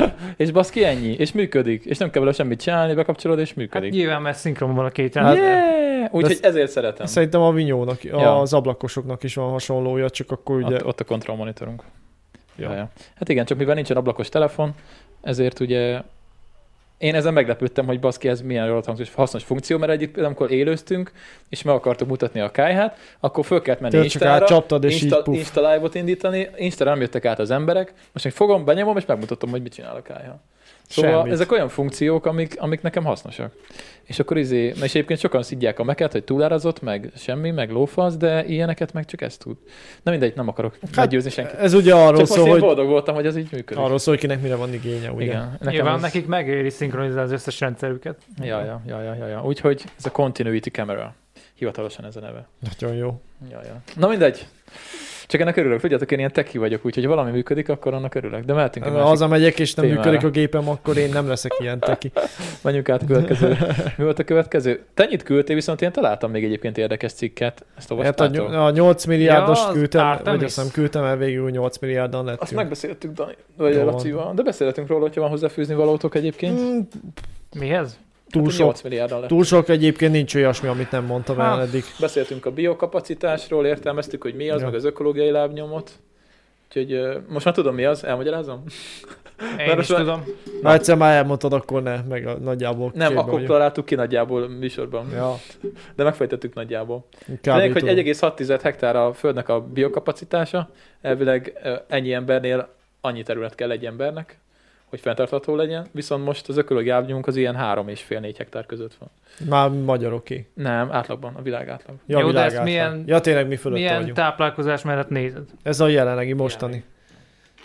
Speaker 2: és baszki ennyi, és működik, és nem kell vele semmit csinálni, bekapcsolod, és
Speaker 4: Hát
Speaker 2: működik.
Speaker 4: nyilván, mert szinkronban a két
Speaker 2: Hát,
Speaker 4: rendszer.
Speaker 2: yeah! Úgyhogy ezért szeretem.
Speaker 1: Szerintem a vinyónak,
Speaker 2: Ja.
Speaker 1: az ablakosoknak is van hasonlója, csak akkor ugye...
Speaker 2: Ott, ott a control monitorunk.
Speaker 1: Ja.
Speaker 2: Ja. Ja. Hát igen, csak mivel nincsen ablakos telefon, ezért ugye én ezen meglepődtem, hogy baszki, ez milyen jól hangzó és hasznos funkció, mert egyik például, amikor élőztünk, és meg akartuk mutatni a kájhát, akkor föl kellett menni
Speaker 1: Tényleg csak
Speaker 2: Instára,
Speaker 1: átcsaptad, és így
Speaker 2: Insta,
Speaker 1: puff.
Speaker 2: Insta live-ot indítani, Instára nem jöttek át az emberek, most meg fogom, benyomom, és megmutatom, hogy mit csinál a kájha. Szóval
Speaker 1: Semmit.
Speaker 2: Semmit. ezek olyan funkciók, amik, amik nekem hasznosak. És akkor izé, és egyébként sokan szidják a meket, hogy túlárazott, meg semmi, meg lófasz, de ilyeneket meg csak ezt tud. Na mindegy, nem akarok hát, meggyőzni senkit.
Speaker 1: Ez ugye arról
Speaker 2: Csak most
Speaker 1: szól,
Speaker 2: én
Speaker 1: hogy,
Speaker 2: boldog voltam, hogy ez így működik.
Speaker 1: arról szól, hogy kinek mire van igénye, ugye?
Speaker 2: Igen. Nekem
Speaker 4: Nyilván
Speaker 2: ez-
Speaker 4: nekik megéri szinkronizálni az összes rendszerüket.
Speaker 2: Ja, ja, ja, ja, ja, ja. Úgyhogy ez a Continuity Camera. Hivatalosan ez a neve.
Speaker 1: Nagyon jó.
Speaker 2: Ja, ja. Na mindegy. Csak ennek örülök. Tudjátok, én ilyen teki vagyok, úgyhogy ha valami működik, akkor annak örülök. De mehetünk a másik.
Speaker 1: Hazamegyek, és nem
Speaker 2: témára.
Speaker 1: működik a gépem, akkor én nem leszek ilyen teki.
Speaker 2: Menjünk át a következő. Mi volt a következő? Te annyit küldtél, viszont én találtam még egyébként érdekes cikket. Ezt
Speaker 1: Hát a,
Speaker 2: olvastátok?
Speaker 1: ny- a 8 milliárdos
Speaker 4: Ja, az
Speaker 1: küldtem,
Speaker 4: Artemis.
Speaker 1: vagy azt nem küldtem el, végül 8 milliárdan
Speaker 2: Azt
Speaker 1: lettünk.
Speaker 2: megbeszéltük Dani, vagy
Speaker 1: Jó van.
Speaker 2: Lacival, de beszéltünk róla, hogyha van hozzáfűzni valótok egyébként.
Speaker 1: Mm,
Speaker 4: Mihez?
Speaker 1: túl,
Speaker 2: Hát
Speaker 1: sok,
Speaker 2: 8 milliárdan lett.
Speaker 1: túl sok egyébként nincs olyasmi, amit nem mondtam el
Speaker 4: Hát,
Speaker 1: eddig.
Speaker 2: Beszéltünk a biokapacitásról, értelmeztük, hogy mi az,
Speaker 1: Ja.
Speaker 2: meg az ökológiai lábnyomot. Úgyhogy ö, most már tudom mi az, elmagyarázom?
Speaker 4: Én is
Speaker 2: most már-
Speaker 4: tudom.
Speaker 1: Ha egyszer már elmondtad, akkor ne, meg a, nagyjából
Speaker 2: Nem,
Speaker 1: képbe
Speaker 2: akkor
Speaker 1: vagyok.
Speaker 2: találtuk ki nagyjából a műsorban,
Speaker 1: Ja,
Speaker 2: de megfejtettük nagyjából. Lényeg,
Speaker 1: kb.
Speaker 2: hogy
Speaker 1: tudom.
Speaker 2: 1,6 hektár a földnek a biokapacitása, elvileg ö, ennyi embernél annyi terület kell egy embernek, hogy fenntartható legyen, viszont most az ökológiai ábnyomunk az ilyen 3,5-4 hektár között van.
Speaker 1: Már magyaroké.
Speaker 2: Nem, átlagban, a világ átlag.
Speaker 1: Ja,
Speaker 4: Jó, de
Speaker 1: világ
Speaker 4: ezt
Speaker 1: átlag.
Speaker 4: milyen-
Speaker 1: ja, tényleg mi fölött
Speaker 4: Milyen
Speaker 1: vagyunk.
Speaker 4: táplálkozás mellett nézed?
Speaker 1: Ez a jelenlegi, mostani.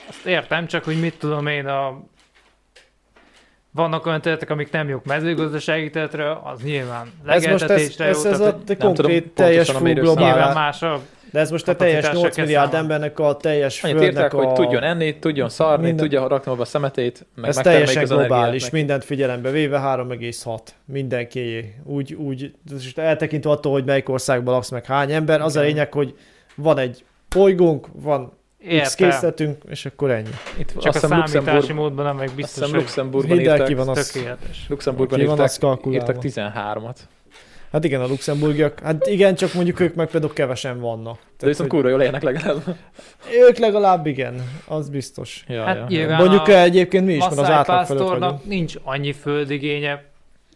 Speaker 4: Azt értem, csak hogy mit tudom én a... Vannak olyan területek, amik nem jók mezőgazdasági területre, az nyilván
Speaker 1: Ez most ez,
Speaker 4: legeltetésre
Speaker 1: ez,
Speaker 4: jó,
Speaker 1: ez
Speaker 4: tehát
Speaker 1: a
Speaker 4: egy-
Speaker 1: te
Speaker 2: tudom
Speaker 1: konkrét
Speaker 2: pontosan
Speaker 1: teljes
Speaker 2: a
Speaker 1: full
Speaker 2: mérőszámot.
Speaker 4: nyilván
Speaker 1: globál.
Speaker 4: más a...
Speaker 1: De ez most a
Speaker 4: kapacitás
Speaker 1: teljes 8
Speaker 4: kell
Speaker 1: milliárd
Speaker 4: számolni.
Speaker 1: embernek a teljes
Speaker 2: Annyit írták,
Speaker 1: földnek
Speaker 2: hogy
Speaker 1: a...
Speaker 2: tudjon enni, tudjon szarni,
Speaker 1: Minden-
Speaker 2: minden... tudja rakni abba a szemetét, meg
Speaker 1: ez
Speaker 2: megtermeljék
Speaker 1: teljesen
Speaker 2: az energiát,
Speaker 1: globális,
Speaker 2: meg-
Speaker 1: mindent figyelembe véve 3,6 mindenkié. Úgy, úgy, és eltekintve attól, hogy melyik országban laksz meg hány ember, az a
Speaker 2: Igen.
Speaker 1: lényeg, hogy van egy bolygónk, van X
Speaker 4: Értem.
Speaker 1: készletünk, és akkor ennyi.
Speaker 2: Itt
Speaker 4: Csak a
Speaker 2: azt hiszem
Speaker 4: számítási
Speaker 2: Luxemburg,
Speaker 4: módban nem meg
Speaker 2: azt
Speaker 4: biztos,
Speaker 2: hiszem
Speaker 4: hogy
Speaker 2: Luxemburgban
Speaker 1: Hidd el,
Speaker 2: írták,
Speaker 1: ki van az.
Speaker 4: tökéletes.
Speaker 2: Luxemburgban
Speaker 1: Ki van az
Speaker 2: írták,
Speaker 1: kalkulálva.
Speaker 2: írtak 13-at.
Speaker 1: Hát igen, a luxemburgiak, hát igen, csak mondjuk ők meg például kevesen vannak.
Speaker 2: De viszont
Speaker 1: hogy-
Speaker 2: kurva jól élnek legalább.
Speaker 1: Ők legalább igen, az biztos.
Speaker 2: Ja,
Speaker 4: Hát nyilván
Speaker 1: Mondjuk
Speaker 4: a
Speaker 1: egyébként mi is, mert az
Speaker 4: Maszáj
Speaker 1: átlag fölött vagyunk.
Speaker 4: pásztornak nincs annyi földigénye,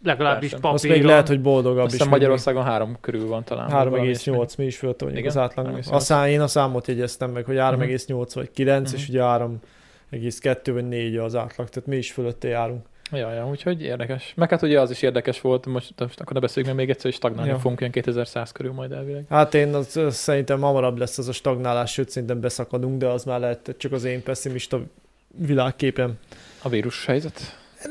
Speaker 4: legalábbis
Speaker 2: Persze.
Speaker 1: Azt
Speaker 4: papíron.
Speaker 1: még lehet, hogy boldogabb is.
Speaker 2: Azt hiszem Magyarországon három körül van talán. vagy valami ilyesmi.
Speaker 1: 3,8, mi is fölött vagyunk
Speaker 2: Igen?
Speaker 1: az Mhm. átlagnak.
Speaker 2: 3,8.
Speaker 1: A szám, én a számot jegyeztem meg, hogy 3,8 vagy 9,
Speaker 2: Mhm.
Speaker 1: és ugye 3,2 vagy 4 az átlag, tehát mi is fölötte járunk.
Speaker 2: Ja, ja, úgyhogy érdekes. Meg hát ugye az is érdekes volt, most, most akkor ne beszéljünk még, még egyszer, hogy stagnálni
Speaker 1: Ja.
Speaker 2: ja. fogunk ilyen 2100 körül majd elvileg.
Speaker 1: Hát én az, az szerintem hamarabb lesz az a stagnálás, sőt szerintem beszakadunk, de az már lehet csak az én pessimista világképem.
Speaker 2: A vírus helyzet?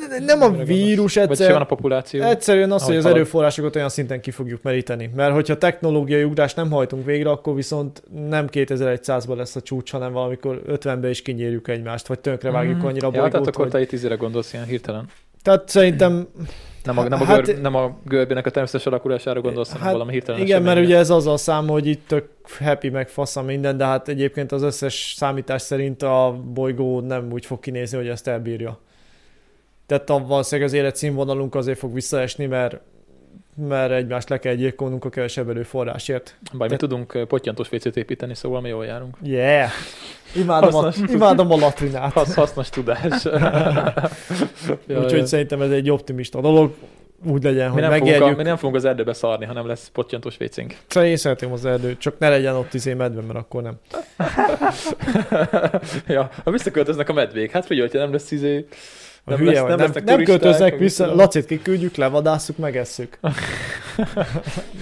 Speaker 1: Nem a
Speaker 2: Mire gondolsz?
Speaker 1: vírus
Speaker 2: Vagy simán a
Speaker 1: egyszer,
Speaker 2: populáció?
Speaker 1: egyszerűen az, hogy
Speaker 2: Ahogy
Speaker 1: az
Speaker 2: halad.
Speaker 1: erőforrásokat olyan szinten ki fogjuk meríteni. Mert hogyha technológiai ugrást nem hajtunk végre, akkor viszont nem 2100-ban lesz a csúcs, hanem valamikor 50-ben is kinyírjuk egymást, vagy tönkrevágjuk
Speaker 2: Mhm.
Speaker 1: annyira a
Speaker 2: ja, tehát
Speaker 1: bolygót,
Speaker 2: akkor
Speaker 1: hogy...
Speaker 2: te itt tízére gondolsz ilyen hirtelen.
Speaker 1: Tehát szerintem
Speaker 2: Nem a, nem a,
Speaker 1: Hát-
Speaker 2: gör, nem a görbének a természetes alakulására gondolsz, hanem
Speaker 1: Hát
Speaker 2: valami hirtelen
Speaker 1: Igen, mert
Speaker 2: eseményre.
Speaker 1: ugye ez az a szám, hogy itt tök happy, meg fasza minden, de hát egyébként az összes számítás szerint a bolygó nem úgy fog kinézni, hogy ezt elbírja. Tehát a, valószínűleg az életszínvonalunk azért fog visszaesni, mert, mert egymást le kell gyilkolnunk a kevesebb előforrásért.
Speaker 2: Baj, mi
Speaker 1: te-
Speaker 2: tudunk ö, pottyantos wc építeni, szóval mi jól járunk.
Speaker 1: Yeah! Imádom, a,
Speaker 2: Hasznos.
Speaker 1: imádom a latrinát.
Speaker 2: Hasz, hasznos tudás. Ja,
Speaker 1: Úgyhogy
Speaker 2: ja.
Speaker 1: szerintem ez egy optimista dolog. Úgy legyen,
Speaker 2: mi
Speaker 1: hogy
Speaker 2: nem, fogunk a,
Speaker 1: megérjük.
Speaker 2: mi nem fogunk az erdőbe szarni, hanem lesz pottyantos vécénk.
Speaker 1: Szerintem én szeretem az erdőt, csak ne legyen ott izé medve, mert akkor nem.
Speaker 2: ja, ha visszaköltöznek a medvék, hát figyelj, hogyha nem lesz izé...
Speaker 1: A
Speaker 2: Nem
Speaker 1: hülye
Speaker 2: lesz-
Speaker 1: vagy,
Speaker 2: nem
Speaker 1: nem,
Speaker 2: lesznek
Speaker 1: nem
Speaker 2: turisták,
Speaker 1: költöznek
Speaker 2: vagy
Speaker 1: vissza,
Speaker 2: mit tudom.
Speaker 1: Lacit kiküldjük, levadásszuk, megesszük.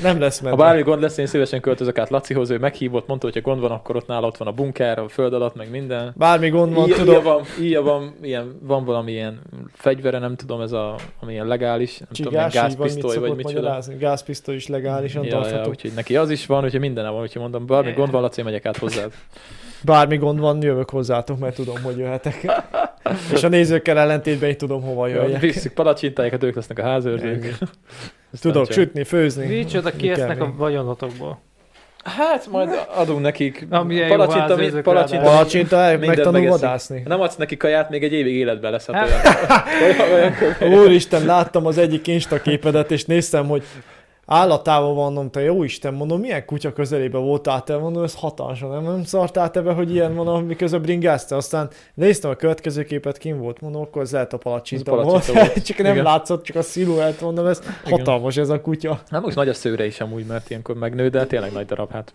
Speaker 1: nem lesz
Speaker 2: Ha
Speaker 1: meg.
Speaker 2: bármi gond lesz, én szívesen költözök át Lacihoz, ő meghívott, mondta, hogy ha gond van, akkor ott nála ott van a bunker, a föld alatt, meg minden.
Speaker 1: Bármi gond van,
Speaker 2: Ilyen-
Speaker 1: tudom.
Speaker 2: ilyen van, ilyen van, ilyen, van valami ilyen fegyvere, nem tudom, ez a, ami ilyen legális, nem tudom, ilyen
Speaker 1: Csigás, így van, mit
Speaker 2: gázpisztoly, vagy
Speaker 1: szokott
Speaker 2: micsoda.
Speaker 1: magyarázni. Gázpisztoly is legálisan
Speaker 2: Ja, ja,
Speaker 1: tartható.
Speaker 2: úgyhogy neki az is van, úgyhogy minden van, úgyhogy mondom, bármi gond van, Laci, én megyek át hozzád.
Speaker 1: Bármi gond van, jövök hozzátok, mert tudom, hogy jöhetek. És a nézőkkel ellentétben így tudom, hova jöjjek.
Speaker 2: Visszük palacsintáikat, ők lesznek a házőrzők. Aztán
Speaker 1: Tudok
Speaker 2: csak-
Speaker 1: sütni, főzni.
Speaker 4: Micsoda
Speaker 1: Mi
Speaker 4: ki lesznek
Speaker 1: kell
Speaker 4: a
Speaker 1: még?
Speaker 4: vagyonotokból.
Speaker 2: Hát majd adunk nekik
Speaker 4: Ami ilyen jó
Speaker 2: palacsinta, mi,
Speaker 4: házőzők
Speaker 2: palacsinta,
Speaker 4: ráadásul.
Speaker 1: Palacsinta,
Speaker 2: Hát Mindent
Speaker 1: megtanul
Speaker 2: megeszik.
Speaker 1: vadászni.
Speaker 2: Nem adsz neki kaját, még egy évig életben lesz. Hát olyan, olyan, olyan kövér.
Speaker 1: Úristen, láttam az egyik Insta képedet, és néztem, hogy állatával vannom, te jó Isten, mondom, milyen kutya közelébe voltál te, mondom, ez hatalmas, nem, nem szartál te be, hogy ilyen mondom, miközben bringázta, aztán néztem a következő képet, kim volt, mondom, akkor ez lehet a palacsinta,
Speaker 2: Ez a palacsinta
Speaker 1: volt. csak nem
Speaker 2: Igen.
Speaker 1: látszott, csak a sziluett, mondom, ez
Speaker 2: Igen.
Speaker 1: hatalmas ez a kutya.
Speaker 2: Nem most nagy a szőre is amúgy, mert ilyenkor megnő, de tényleg nagy darab, hát.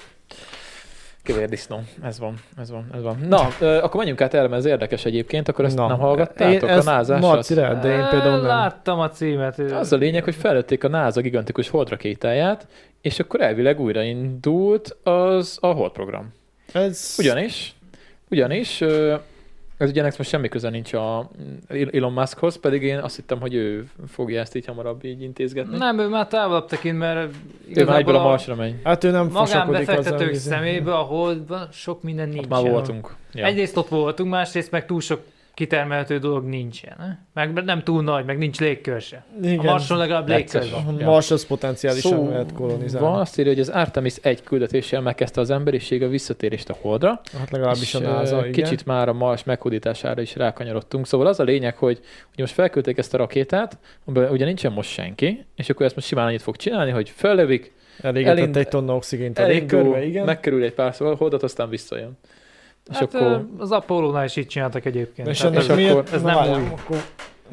Speaker 2: Kövér disznó. Ez van, ez van, ez van. Na, ö, akkor menjünk át erre, mert ez érdekes egyébként, akkor ezt
Speaker 1: Na.
Speaker 2: Na, nem hallgattátok,
Speaker 1: Én
Speaker 2: a
Speaker 1: ezt
Speaker 2: názásat?
Speaker 1: Marci rád, Hát de én például nem.
Speaker 4: Láttam a címet.
Speaker 2: Az a lényeg, hogy felölték a NASA gigantikus holdrakétáját, és akkor elvileg újraindult az a hold program.
Speaker 1: Ez...
Speaker 2: Ugyanis, ugyanis, ö, ez ugye ennek most semmi köze nincs a Elon Muskhoz, pedig én azt hittem, hogy ő fogja ezt így hamarabb így intézgetni.
Speaker 4: Nem, ő már távolabb tekint, mert
Speaker 2: ő már egyből a
Speaker 4: a
Speaker 2: Marsra megy.
Speaker 1: Hát ő nem fosakodik azzal.
Speaker 4: magánbefektetők
Speaker 1: hogy-
Speaker 4: szemébe a holdban sok minden
Speaker 2: Ott
Speaker 4: nincsen.
Speaker 2: Hát már voltunk. Ja.
Speaker 4: Egyrészt ott voltunk, másrészt meg túl sok kitermelhető dolog nincsen. eh? Meg nem túl nagy, meg nincs légkör se. A
Speaker 1: Igen.
Speaker 4: Marson legalább
Speaker 2: Egyszer
Speaker 4: légkör van.
Speaker 2: sem.
Speaker 1: A
Speaker 2: Ja.
Speaker 1: Mars az potenciálisan
Speaker 2: Szó
Speaker 1: lehet kolonizálni.
Speaker 2: Van azt írja, hogy az Artemis egy küldetéssel megkezdte az emberiség a visszatérést a Holdra,
Speaker 1: Hát legalábbis a
Speaker 2: ö,
Speaker 1: NASA, igen.
Speaker 2: kicsit már a Mars meghódítására is rákanyarodtunk. Szóval az a lényeg, hogy ugye most felküldték ezt a rakétát, amiben ugye nincsen most senki, és akkor ezt most simán annyit fog csinálni, hogy fellövik,
Speaker 1: Elégetett
Speaker 2: Elind-
Speaker 1: egy tonna oxigént a
Speaker 2: elindul,
Speaker 1: légkörbe, igen.
Speaker 2: megkerül egy pár szóval Holdat, aztán visszajön. És
Speaker 4: Hát,
Speaker 2: akkor...
Speaker 4: ö, Az Apollónál is így csináltak egyébként.
Speaker 1: és
Speaker 4: Tehát
Speaker 1: ennek
Speaker 2: és
Speaker 4: ez-
Speaker 2: akkor-
Speaker 1: miért?
Speaker 4: ez
Speaker 1: Na,
Speaker 4: nem
Speaker 1: várjunk,
Speaker 4: jó.
Speaker 1: akkor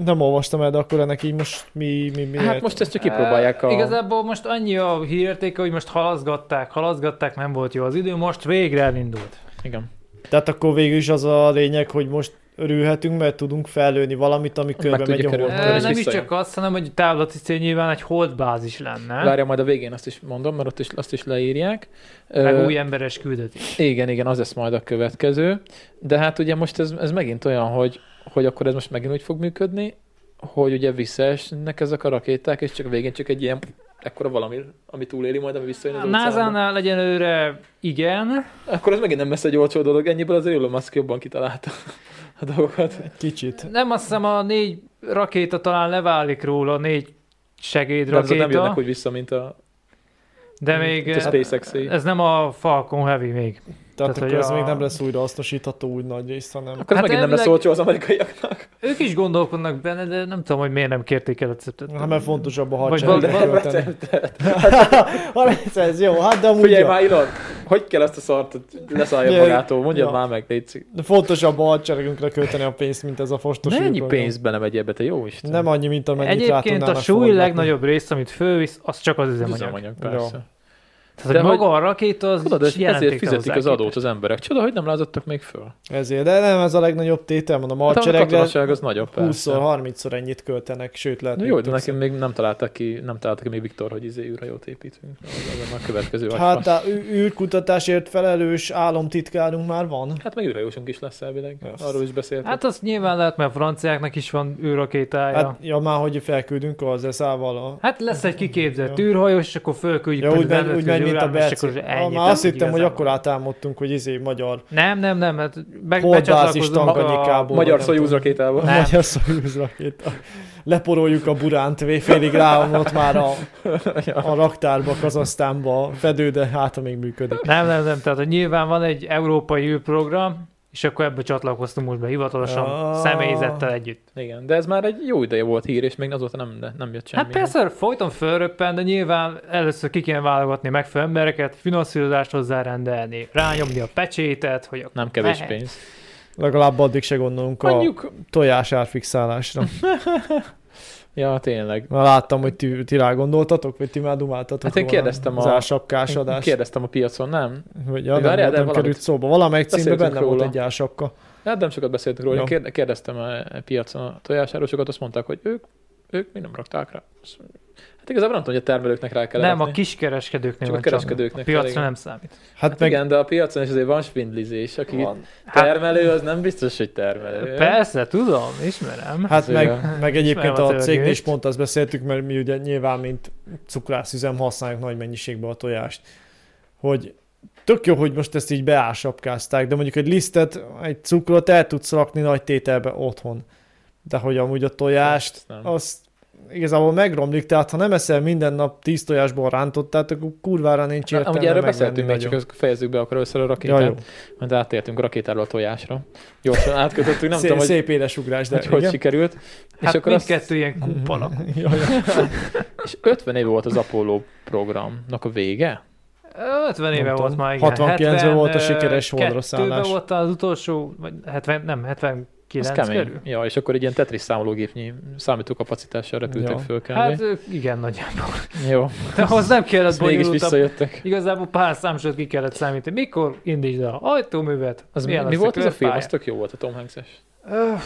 Speaker 1: nem olvastam el, de akkor ennek így most mi, mi miért?
Speaker 2: Hát most ezt csak kipróbálják a...
Speaker 4: Eh, Igazából most annyi a hírértéke, hogy most halaszgatták, halaszgatták, nem volt jó az idő, most végre elindult.
Speaker 2: Igen.
Speaker 1: Tehát akkor végül is az a lényeg, hogy most örülhetünk, mert tudunk fellőni valamit, ami körbe
Speaker 2: tudjuk
Speaker 1: megy a
Speaker 2: kerülni.
Speaker 1: holdon.
Speaker 2: akkor
Speaker 4: Eh,
Speaker 2: is
Speaker 4: Nem is
Speaker 2: visszajön.
Speaker 4: csak azt, hanem hogy távlati cél nyilván egy holdbázis lenne,
Speaker 2: Várja, majd a végén azt is mondom, mert ott is, azt is leírják.
Speaker 4: meg
Speaker 2: Ö,
Speaker 4: új emberes küldetés.
Speaker 2: Igen, igen, az lesz majd a következő. De hát ugye most ez, ez megint olyan, hogy, hogy akkor ez most megint úgy fog működni, hogy ugye visszaesnek ezek a rakéták, és csak a végén csak egy ilyen ekkora valami, ami túléli majd, ami visszajön
Speaker 4: A
Speaker 2: az óceánba.
Speaker 4: NASA-nál egyelőre igen,
Speaker 2: Akkor ez megint nem lesz egy olcsó dolog, ennyiből az Elon Musk jobban kitalálta a dolgokat.
Speaker 1: Kicsit.
Speaker 4: nem azt hiszem a négy rakéta talán leválik róla, négy
Speaker 2: De azok nem jönnek
Speaker 4: segédrakéta,
Speaker 2: úgy vissza, mint a,
Speaker 4: de
Speaker 2: mint
Speaker 4: még
Speaker 2: a
Speaker 4: eh,
Speaker 2: spacex
Speaker 4: ez nem a Falcon Heavy még.
Speaker 1: Tehát
Speaker 4: Tehát,
Speaker 1: akkor
Speaker 4: hogy
Speaker 1: ez
Speaker 4: a-
Speaker 1: még nem lesz újra hasznosítható úgy nagy részt, hanem...
Speaker 2: Akkor ez
Speaker 4: Hát
Speaker 2: megint nem lesz
Speaker 4: elvileg-
Speaker 2: olcsó az amerikaiaknak.
Speaker 4: Ők is gondolkodnak benne, de nem tudom, hogy miért nem kérték el a receptet.
Speaker 1: Hát mert fontosabb a
Speaker 4: Vagy
Speaker 1: hadsereg.
Speaker 4: val- val-
Speaker 1: Ha lesz ez jó, hát de amúgy
Speaker 2: Figyelj
Speaker 1: jó.
Speaker 2: már, Elon, hogy kell ezt a szart leszállja
Speaker 1: Figyelj,
Speaker 2: magától? Mondjad
Speaker 1: ja.
Speaker 2: már meg, légy
Speaker 1: De fontosabb a hadseregünkre költeni a pénzt, mint ez a fostos
Speaker 2: Ne ennyi
Speaker 1: űrprogram.
Speaker 2: pénzbe nem megy ebbe, te jó Isten.
Speaker 1: Nem annyi, mint amennyit rá
Speaker 4: Egyébként a
Speaker 1: tudnának
Speaker 4: súly
Speaker 1: forgatni.
Speaker 4: legnagyobb rész, amit fölvisz, az csak az üzemanyag.
Speaker 2: Üzemanyag,
Speaker 1: Jó.
Speaker 2: persze.
Speaker 4: Tehát, hogy
Speaker 2: De
Speaker 4: maga a rakéta az
Speaker 2: Tudod, ez, ezért
Speaker 4: jelentéktelen
Speaker 2: fizetik
Speaker 4: hozzá
Speaker 2: az adót
Speaker 4: képest.
Speaker 2: az emberek. Csoda, hogy nem lázadtak még föl.
Speaker 1: Ezért, de nem ez a legnagyobb tétel, mondom, a
Speaker 2: Hát a
Speaker 1: hadseregre
Speaker 2: katonaság az nagyobb, persze.
Speaker 1: 20-szor, 30-szor ennyit költenek, sőt lehet
Speaker 2: Na
Speaker 1: még
Speaker 2: jó, de
Speaker 1: többször.
Speaker 2: nekem még nem találtak ki, nem találtak ki még Viktor, hogy izé űrhajót építünk. Ez a következő
Speaker 1: Hát
Speaker 2: hát,
Speaker 1: a ű- űrkutatásért felelős államtitkárunk már van.
Speaker 2: hát meg űrhajósunk is lesz elvileg.
Speaker 1: Persze.
Speaker 2: Arról is beszéltünk. Hát,
Speaker 4: Hát azt nyilván lehet, mert a franciáknak is van űrrakétája.
Speaker 1: Hát,
Speaker 4: Hát,
Speaker 1: ja, már hogy felküldünk az eszával a...
Speaker 4: hát lesz egy kiképzett
Speaker 1: Jó.
Speaker 4: űrhajós, és akkor fölküldjük.
Speaker 1: Ja, úgy
Speaker 4: az
Speaker 1: megy,
Speaker 4: elnök
Speaker 1: úgy megy, mint a
Speaker 4: űrállam, és
Speaker 1: Berci.
Speaker 4: akkor ennyi,
Speaker 1: Ah,
Speaker 4: tehát
Speaker 1: Már azt
Speaker 4: úgy
Speaker 1: hittem, hogy
Speaker 4: igazából.
Speaker 1: akkor átámadtunk, hogy izé magyar,
Speaker 4: Nem, nem, nem, hát be,
Speaker 1: Holdbázis
Speaker 4: becsatlakozunk a...
Speaker 1: Tanganyikából.
Speaker 2: Magyar
Speaker 1: nem tudom.
Speaker 2: Soyuz rakétával.
Speaker 4: Nem.
Speaker 1: magyar Soyuz rakéta. Leporoljuk a buránt, vé- félig ráomlott már a, a raktárba, Kazasztánba, a fedő, de hát ha még működik.
Speaker 4: Nem, nem, nem, tehát hogy nyilván van egy európai űrprogram, és akkor ebbe csatlakoztunk most be hivatalosan
Speaker 1: Ah.
Speaker 4: személyzettel együtt.
Speaker 2: Igen, de ez már egy jó ideje volt hír, és még azóta nem, de nem jött semmi.
Speaker 4: Hát persze, folyton fölröppen, de nyilván először ki kéne válogatni megfelelő embereket, finanszírozást hozzárendelni, rányomni a pecsétet, hogy a
Speaker 2: Nem kevés
Speaker 4: Lehet.
Speaker 2: pénz.
Speaker 1: Legalább addig se gondolunk a
Speaker 2: Mondjuk,
Speaker 1: tojás árfixálásra.
Speaker 2: ja tényleg.
Speaker 1: Már láttam, hogy ti, ti rá gondoltatok, vagy ti már dumáltatok.
Speaker 2: Hát én
Speaker 1: róla,
Speaker 2: kérdeztem
Speaker 1: az
Speaker 2: a-
Speaker 1: ásapkás adás.
Speaker 2: Kérdeztem a piacon, nem?
Speaker 1: Hogy ja, nem, volt,
Speaker 2: Várjál, de
Speaker 1: nem
Speaker 2: valamit-
Speaker 1: került szóba. Valamelyik címben
Speaker 2: Beszéltünk
Speaker 1: benne volt
Speaker 2: róla.
Speaker 1: egy ásapka.
Speaker 2: Hát nem sokat beszéltünk róla,
Speaker 1: Ja.
Speaker 2: én kérde- kérdeztem a piacon a tojásárosokat, azt mondták, hogy ők, ők mi nem rakták rá. Azt mondjuk, Hát igazából nem tudom, hogy a termelőknek rá kell
Speaker 4: Nem, a
Speaker 2: rakni.
Speaker 4: kiskereskedőknél
Speaker 2: Csak a
Speaker 4: van csak.
Speaker 2: kereskedőknek
Speaker 4: A piacra
Speaker 2: kell,
Speaker 4: nem számít.
Speaker 1: Hát,
Speaker 2: Hát
Speaker 1: meg
Speaker 2: igen, de a piacon is azért van svindlizés, aki
Speaker 1: Van.
Speaker 2: termelő, az nem biztos, hogy termelő.
Speaker 4: Hát- Persze, tudom, ismerem.
Speaker 1: Hát meg,
Speaker 2: Azért-
Speaker 1: meg egyébként
Speaker 4: Ismerem a
Speaker 1: a cégnél is
Speaker 4: törvényt.
Speaker 1: pont azt beszéltük, mert mi ugye nyilván, mint cukrászüzem használjuk nagy mennyiségben a tojást, hogy tök jó, hogy most ezt így beásapkázták, de mondjuk egy lisztet, egy cukrot el tudsz rakni nagy tételbe otthon. De hogy amúgy a tojást,
Speaker 2: Azt nem.
Speaker 1: azt igazából megromlik, tehát ha nem eszel minden nap tíz tojásból rántott, tehát akkor kurvára nincs
Speaker 2: Na,
Speaker 1: értelme
Speaker 2: ugye erről
Speaker 1: megvenni
Speaker 2: beszéltünk még,
Speaker 1: nagyon.
Speaker 2: csak ezt fejezzük be akkor először a
Speaker 1: Ja, jó.
Speaker 2: rakétát, mert áttértünk a rakétáról a tojásra. Gyorsan átkötöttünk, nem
Speaker 1: szép,
Speaker 2: tudom, hogy,
Speaker 1: szép éles ugrás, de
Speaker 2: hogy, hogy
Speaker 1: igen.
Speaker 2: sikerült.
Speaker 4: Hát
Speaker 2: és akkor azt,
Speaker 4: mindkettő ilyen kumpal.
Speaker 1: Jaj, jaj.
Speaker 2: és 50 év volt az Apollo programnak a vége?
Speaker 4: 50 éve
Speaker 1: Nem
Speaker 4: volt
Speaker 1: tudom.
Speaker 4: már, igen.
Speaker 1: 69-ben
Speaker 4: 70,
Speaker 1: volt a
Speaker 4: ö,
Speaker 1: sikeres holdra
Speaker 4: kettőben
Speaker 1: szállás.
Speaker 4: volt az utolsó, vagy 70, nem,
Speaker 2: Ez
Speaker 4: 79
Speaker 2: kemény.
Speaker 4: körül.
Speaker 2: Ja, és akkor egy ilyen Tetris számológépnyi számítókapacitással repültek
Speaker 1: Ja.
Speaker 2: föl kell.
Speaker 4: Hát ö, igen, nagyjából.
Speaker 2: Jó,
Speaker 4: De ahhoz nem kellett
Speaker 2: ezt mégis
Speaker 4: bonyolultabb.
Speaker 2: visszajöttek.
Speaker 4: Igazából pár számsot ki kellett számítani. Mikor indítsd el a hajtóművet?
Speaker 2: Az mi,
Speaker 4: milyen
Speaker 2: mi
Speaker 4: lesz
Speaker 2: volt ez a film?
Speaker 4: körpálya?
Speaker 2: Az tök jó volt a Tom Hanks-es.
Speaker 4: Öh,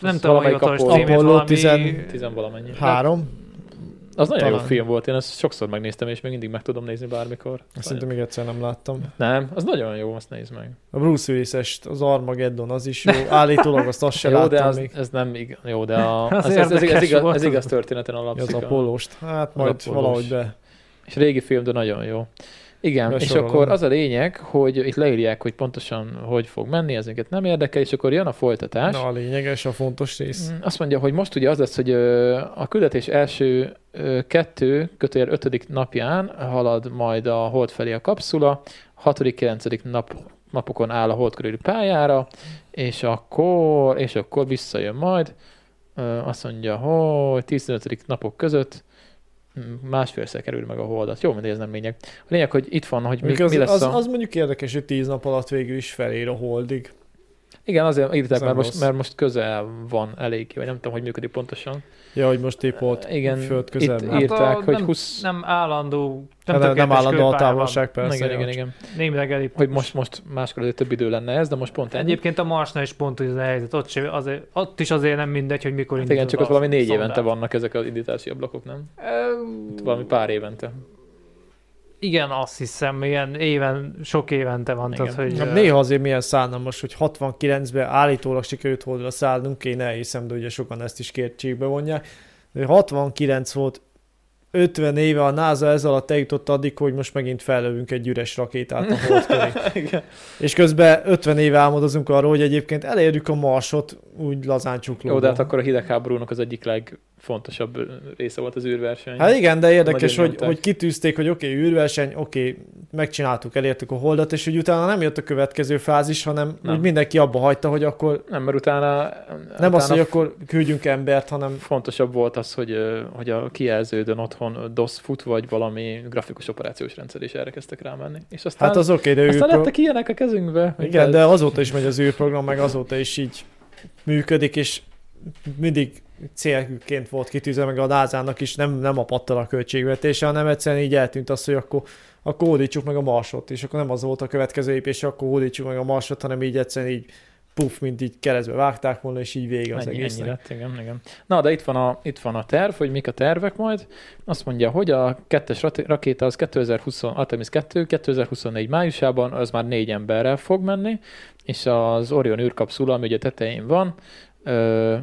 Speaker 4: Nem
Speaker 2: Az
Speaker 4: tudom a
Speaker 2: valamelyik
Speaker 4: hivatalos
Speaker 2: Apollo-
Speaker 4: címét,
Speaker 1: Apollo
Speaker 4: valami...
Speaker 1: 10
Speaker 2: Tizenvalamennyi.
Speaker 1: Három?
Speaker 2: Az nagyon
Speaker 1: Hát,
Speaker 2: jó
Speaker 1: Talán.
Speaker 2: film volt, én ezt sokszor megnéztem, és még mindig meg tudom nézni bármikor.
Speaker 1: Azt Szerintem még egyszer nem láttam.
Speaker 2: Nem, az nagyon jó, azt nézd meg.
Speaker 1: A Bruce willis az Armageddon, az is jó. Állítólag azt, azt se
Speaker 2: jó,
Speaker 1: láttam
Speaker 2: de az,
Speaker 1: még.
Speaker 2: ez nem ig- jó, de a, az,
Speaker 4: Az
Speaker 2: ez, ez, ez,
Speaker 4: érdekes
Speaker 2: igaz,
Speaker 4: volt.
Speaker 2: ez igaz történeten
Speaker 1: Ja, Az
Speaker 2: alapszik. a,
Speaker 1: Apollost. Hát majd
Speaker 2: Apollos.
Speaker 1: valahogy be.
Speaker 2: és régi film, de nagyon jó. Igen,
Speaker 1: Besorolom.
Speaker 2: és akkor az a lényeg, hogy itt leírják, hogy pontosan hogy fog menni, ez minket nem érdekel, és akkor jön a folytatás.
Speaker 1: Na a lényeges, a fontos rész.
Speaker 2: Mm, Azt mondja, hogy most ugye az lesz, hogy ö, a küldetés első ö, kettő, kötőjel ötödik napján halad majd a hold felé a kapszula, hatodik, kilencedik nap, napokon áll a hold körüli pályára, és akkor, és akkor visszajön majd, Ö, azt mondja, hogy 15. napok között mm, másfélszer kerül meg a holdat. Jó, mindegy, ez nem lényeg. A lényeg, hogy itt van, hogy mi,
Speaker 1: Mondjuk az,
Speaker 2: mi lesz
Speaker 1: az,
Speaker 2: a...
Speaker 1: az, mondjuk érdekes, hogy tíz nap alatt végül is felér a holdig.
Speaker 2: Igen, azért írták,
Speaker 1: az
Speaker 2: mert
Speaker 1: nem
Speaker 2: most,
Speaker 1: rossz.
Speaker 2: mert most közel van eléggé, vagy nem tudom, hogy működik pontosan.
Speaker 1: Ja, hogy most épp volt
Speaker 2: Igen,
Speaker 1: föld
Speaker 2: itt
Speaker 1: közelben.
Speaker 4: Hát
Speaker 2: írták,
Speaker 4: a-
Speaker 2: hogy
Speaker 4: nem-
Speaker 2: 20...
Speaker 4: Nem állandó, nem,
Speaker 1: Nem, nem, nem állandó a távolság, persze.
Speaker 2: igen, igen,
Speaker 1: ja.
Speaker 2: igen.
Speaker 4: Némileg elég.
Speaker 2: Hogy most, most máskor azért több idő lenne ez, de most pont ennyi.
Speaker 4: Egyébként a Marsnál is pont ez a helyzet. Ott, sem, azért, ott is azért nem mindegy, hogy mikor
Speaker 2: Hát
Speaker 4: indítod
Speaker 2: igen, csak ott
Speaker 4: a
Speaker 2: valami négy
Speaker 4: szondát.
Speaker 2: évente vannak ezek az indítási ablakok, nem?
Speaker 4: Ö,
Speaker 2: Itt valami pár évente.
Speaker 4: Igen, azt hiszem, ilyen éven, sok évente van. Tehát,
Speaker 2: Igen.
Speaker 4: hogy,
Speaker 1: Na,
Speaker 4: ö,
Speaker 1: Hát néha azért milyen szánalmas, hogy 69-ben állítólag sikerült holdra szállnunk, én elhiszem, de ugye sokan ezt is kértségbe vonják. De 69 volt, 50 éve a NASA ez alatt eljutott addig, hogy most megint fellövünk egy üres rakétát a hold köré.
Speaker 2: Igen.
Speaker 1: És közben 50 éve álmodozunk arról, hogy egyébként elérjük a Marsot úgy lazán csuklóba.
Speaker 2: Jó, de hát akkor a hidegháborúnak az egyik legfontosabb ö, része volt az űrverseny.
Speaker 1: Hát igen, de érdekes,
Speaker 2: Nagyon
Speaker 1: hogy,
Speaker 2: nyomták.
Speaker 1: hogy kitűzték, hogy oké, okay, űrverseny, oké, okay, megcsináltuk, elértük a holdat, és hogy utána nem jött a következő fázis, hanem
Speaker 2: Nem.
Speaker 1: úgy mindenki abba hagyta, hogy akkor
Speaker 2: Nem, mert utána...
Speaker 1: Nem
Speaker 2: Hát utána
Speaker 1: az, hogy akkor küldjünk embert, hanem
Speaker 2: Fontosabb volt az, hogy, ö, hogy a kijelződön otthon DOS fut, vagy valami grafikus operációs rendszer is erre kezdtek rámenni. És aztán,
Speaker 1: hát az oké, de
Speaker 2: aztán
Speaker 1: űrpro...
Speaker 2: lettek ilyenek a kezünkbe. hogy
Speaker 1: Igen,
Speaker 2: ez-
Speaker 1: de azóta is megy az űrprogram, meg azóta is így működik, és mindig célként volt kitűzve, meg a Lázának is nem, nem apadta a költségvetése, hanem egyszerűen így eltűnt az, hogy akkor, akkor hódítsuk meg a marsot, és akkor nem az volt a következő lépés, akkor hódítsuk meg a marsot, hanem így egyszerűen így puff, mint így keresztbe vágták volna, és így vége az
Speaker 2: Ennyi, ennyi
Speaker 1: egésznek.
Speaker 2: lett, igen, igen. Na, de itt van, a, itt van a terv, hogy mik a tervek majd. Azt mondja, hogy a kettes rat- rakéta az 2020, Artemis 2 2024 májusában, az már négy emberrel fog menni, és az Orion űrkapszula, ami ugye tetején van, ö,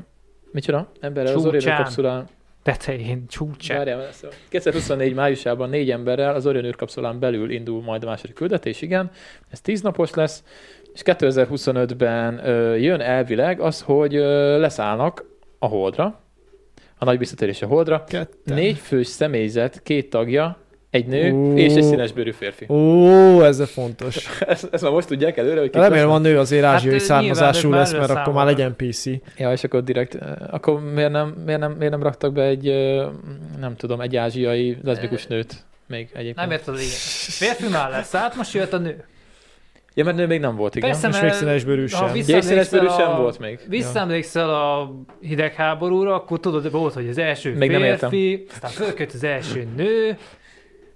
Speaker 2: micsoda? Emberrel az Orion
Speaker 4: Csúcsán.
Speaker 2: űrkapszulán,
Speaker 4: tetején, csúcsán.
Speaker 2: várjál, ezt- 2024 májusában négy emberrel az Orion űrkapszulán belül indul majd a második küldetés, igen, ez tíz napos lesz, és 2025-ben ö, jön elvileg az, hogy ö, leszállnak a Holdra, a nagy visszatérés a Holdra,
Speaker 1: Ketten.
Speaker 2: négy fős személyzet, két tagja, egy nő
Speaker 1: Ó.
Speaker 2: és egy színesbőrű férfi.
Speaker 1: Ó, ez a fontos.
Speaker 2: Ezt, ezt már most tudják előre, hogy kik
Speaker 1: Remélem a
Speaker 2: lesznek.
Speaker 1: nő azért
Speaker 4: Hát,
Speaker 1: ázsiai
Speaker 4: ö, nyilván
Speaker 1: származású
Speaker 4: ők már
Speaker 1: lesz, mert akkor már
Speaker 4: előszámolnak.
Speaker 1: legyen PC.
Speaker 2: Ja, és akkor direkt, ö, akkor miért nem, miért nem, miért nem raktak be egy, ö, nem tudom, egy ázsiai leszbikus nőt még egyébként?
Speaker 4: Nem érted, igen. Férfi már lesz, hát most jött a nő.
Speaker 2: Ja, mert nő még nem volt, igen.
Speaker 4: Persze,
Speaker 1: És még
Speaker 4: mert
Speaker 1: színes bőrű
Speaker 4: Hát, ha
Speaker 1: sem.
Speaker 4: visz-
Speaker 2: Gyészszínezbőrű
Speaker 4: Visszaemlékszel
Speaker 2: sem
Speaker 4: a-
Speaker 2: volt még.
Speaker 4: Visszaemlékszel a hidegháborúra, akkor tudod, volt, hogy az első
Speaker 2: Még nem értem.
Speaker 4: férfi, aztán fölkött az első nő,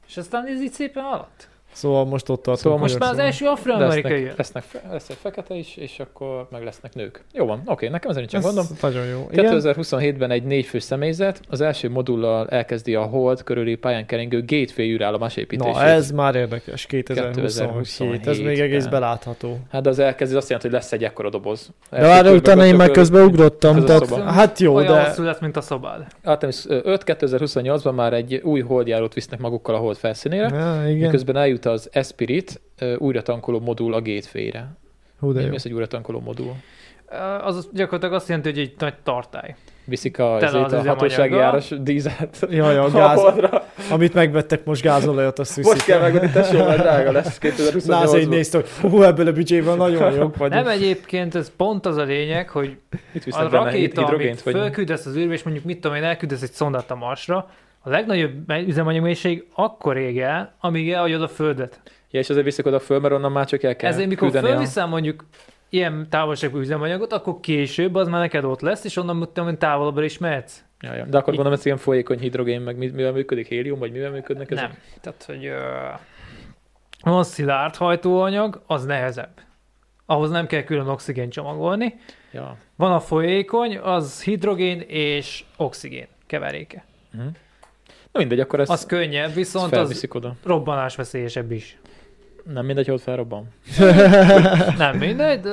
Speaker 4: és aztán ez így szépen alatt.
Speaker 1: Szóval most ott tartunk.
Speaker 2: Szóval
Speaker 1: hogy
Speaker 4: Most már az első afroamerikai
Speaker 2: Lesznek,
Speaker 4: jön.
Speaker 2: lesznek, fe- lesz egy fekete is, és akkor meg lesznek nők. Jó van, oké, nekem ezen csak
Speaker 1: Ez
Speaker 2: mondom.
Speaker 1: Nagyon jó. Igen?
Speaker 2: 2027-ben egy négyfős személyzet az első modullal elkezdi a Hold körüli pályán keringő Gateway űrállomás építését.
Speaker 1: Na ez már érdekes, 2027,
Speaker 2: 2027,
Speaker 1: ez még egész
Speaker 2: de.
Speaker 1: belátható.
Speaker 2: Hát de az elkezdi, az azt jelenti, hogy lesz egy ekkora doboz.
Speaker 1: De már utána én meg közben ugrottam,
Speaker 2: Ez a
Speaker 1: tehát
Speaker 2: szoba.
Speaker 1: hát jó,
Speaker 4: Olyan
Speaker 1: de
Speaker 4: hosszú lett, mint a szobád.
Speaker 2: Artemis 5 2028-ban már egy új holdjárót visznek magukkal a hold felszínére.
Speaker 1: Á, igen.
Speaker 2: Miközben eljut az Espirit, ö, újra tankoló modul a gateway-re.
Speaker 1: Hú, de
Speaker 2: Mi
Speaker 1: jó.
Speaker 2: az egy újra tankoló modul?
Speaker 4: Ö, Az gyakorlatilag azt jelenti, hogy egy nagy tartály.
Speaker 2: Viszik a,
Speaker 4: Tele
Speaker 2: ezért
Speaker 4: az
Speaker 2: a
Speaker 4: üzemanyaggal.
Speaker 2: hatósági áras dízet.
Speaker 1: Jaj, a
Speaker 2: A
Speaker 1: gáz,
Speaker 2: holdra.
Speaker 1: amit megvettek most gázolajat, azt viszik.
Speaker 2: Most kell megvenni, tesó, mert drága lesz
Speaker 1: Láz így
Speaker 2: 2028-ban.
Speaker 1: nézte, hogy hú, ebből a büdzséből nagyon jók vagyunk.
Speaker 4: Nem egyébként, ez pont az a lényeg, hogy
Speaker 2: Mit
Speaker 4: a
Speaker 2: visznek benne? Hid-
Speaker 4: rakéta,
Speaker 2: Hidrogént
Speaker 4: amit
Speaker 2: vagy?
Speaker 4: fölküldesz az űrbe, és mondjuk mit tudom én, elküldesz egy szondát a Marsra, a legnagyobb üzemanyagmélység akkor ég el, amíg elhagyod a Földet.
Speaker 2: Ja, és azért viszik oda föl, mert onnan már csak el kell
Speaker 4: Ezért mikor
Speaker 2: küldeni a-
Speaker 4: fölviszem mondjuk ilyen távolságú üzemanyagot, akkor később az már neked ott lesz, és onnan mit tudom én, távolabbra is mehetsz.
Speaker 2: Ja, ja. De akkor gondolom, ez ilyen folyékony hidrogén, meg mi- mivel működik? Hélium, vagy mivel működnek ezek?
Speaker 4: Nem. Tehát, hogy ö, van szilárd hajtóanyag, az nehezebb. Ahhoz nem kell külön oxigén csomagolni,
Speaker 2: Ja.
Speaker 4: Van a folyékony, az hidrogén és oxigén keveréke.
Speaker 2: Na mindegy, akkor ezt,
Speaker 4: Az
Speaker 2: ezt
Speaker 4: könnyebb, viszont az
Speaker 2: felviszik oda.
Speaker 4: robbanásveszélyesebb is.
Speaker 2: Nem mindegy, hogy ott felrobban.
Speaker 4: Nem mindegy, de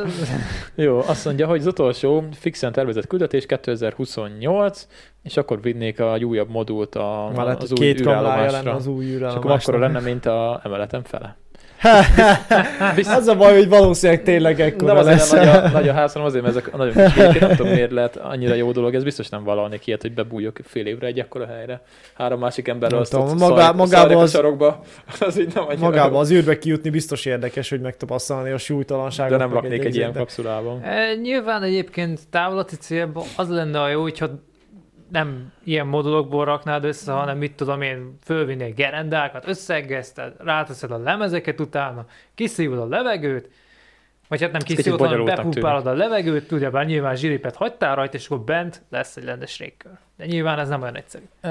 Speaker 2: Jó, azt mondja, hogy az utolsó fixen tervezett küldetés 2028, és akkor vinnék a újabb modult a,
Speaker 1: Már lehet,
Speaker 2: az
Speaker 1: hogy
Speaker 2: új
Speaker 1: két kamrája lenne
Speaker 2: űrállomásra.
Speaker 1: az új
Speaker 2: és akkor akkora
Speaker 1: űrállomásra.
Speaker 2: lenne, mint a emeletem fele.
Speaker 1: Az a baj, hogy valószínűleg tényleg
Speaker 2: nem
Speaker 1: ekkora
Speaker 2: azért
Speaker 1: lesz.
Speaker 2: nem nagy a, nagy a ház, hanem azért, mert ezek nagyon kis kék, nem tudom miért lehet annyira jó dolog, ez biztos nem valahonnék ilyet, hogy bebújok fél évre egy ekkora helyre, három másik emberrel
Speaker 1: Nem
Speaker 2: azt
Speaker 1: tudom,
Speaker 2: ott
Speaker 1: magá-
Speaker 2: szarják-
Speaker 1: magába
Speaker 2: szarják a
Speaker 1: az-
Speaker 2: sarokba, az így nem annyira
Speaker 1: Magába
Speaker 2: jó.
Speaker 1: az űrbe kijutni biztos érdekes, hogy megtapasztalni a súlytalanságot.
Speaker 2: de nem
Speaker 1: meg
Speaker 2: laknék egy ilyen
Speaker 1: egészet, de-
Speaker 2: kapszulában.
Speaker 4: E, nyilván egyébként távlati célban az lenne a jó, hogyha nem ilyen modulokból raknád össze, hanem mit tudom én, fölvinnél gerendákat, összeggezted, ráteszed a lemezeket utána, kiszívod a levegőt, vagy hát nem
Speaker 2: kicsit
Speaker 4: kiszívod, hanem
Speaker 2: bonyolultnak
Speaker 4: bepumpálod a levegőt, ugye bár nyilván zsiripet hagytál rajta, és akkor bent lesz egy rendes légkör. De nyilván ez nem olyan egyszerű.
Speaker 2: Uh,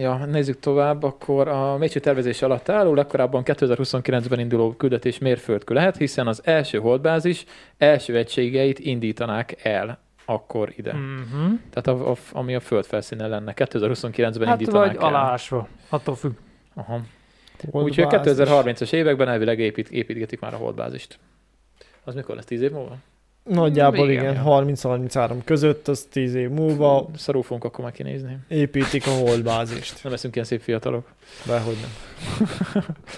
Speaker 2: ja, nézzük tovább, akkor a Mécső tervezés alatt álló, legkorábban 2029-ben induló küldetés mérföldkő lehet, hiszen az első holdbázis első egységeit indítanák el akkor ide. Hmm.
Speaker 4: Mm-hmm.
Speaker 2: Tehát a, a, ami a föld felszínen lenne, 2029-ben
Speaker 4: Hát
Speaker 2: indítanák
Speaker 4: vagy
Speaker 2: el.
Speaker 4: alásva, attól függ.
Speaker 2: Aha.
Speaker 1: Old
Speaker 2: Úgyhogy
Speaker 1: bázis.
Speaker 2: 2030-as években elvileg épít, építgetik már a holdbázist. Az mikor lesz? 10 év múlva?
Speaker 1: Nagyjából
Speaker 4: Igen,
Speaker 1: igen,
Speaker 2: ja.
Speaker 1: 30-33 között, az 10 év múlva
Speaker 2: Szarul fogunk akkor már kinézni.
Speaker 1: építik a holdbázist.
Speaker 2: Nem leszünk ilyen szép fiatalok.
Speaker 1: Dehogy nem.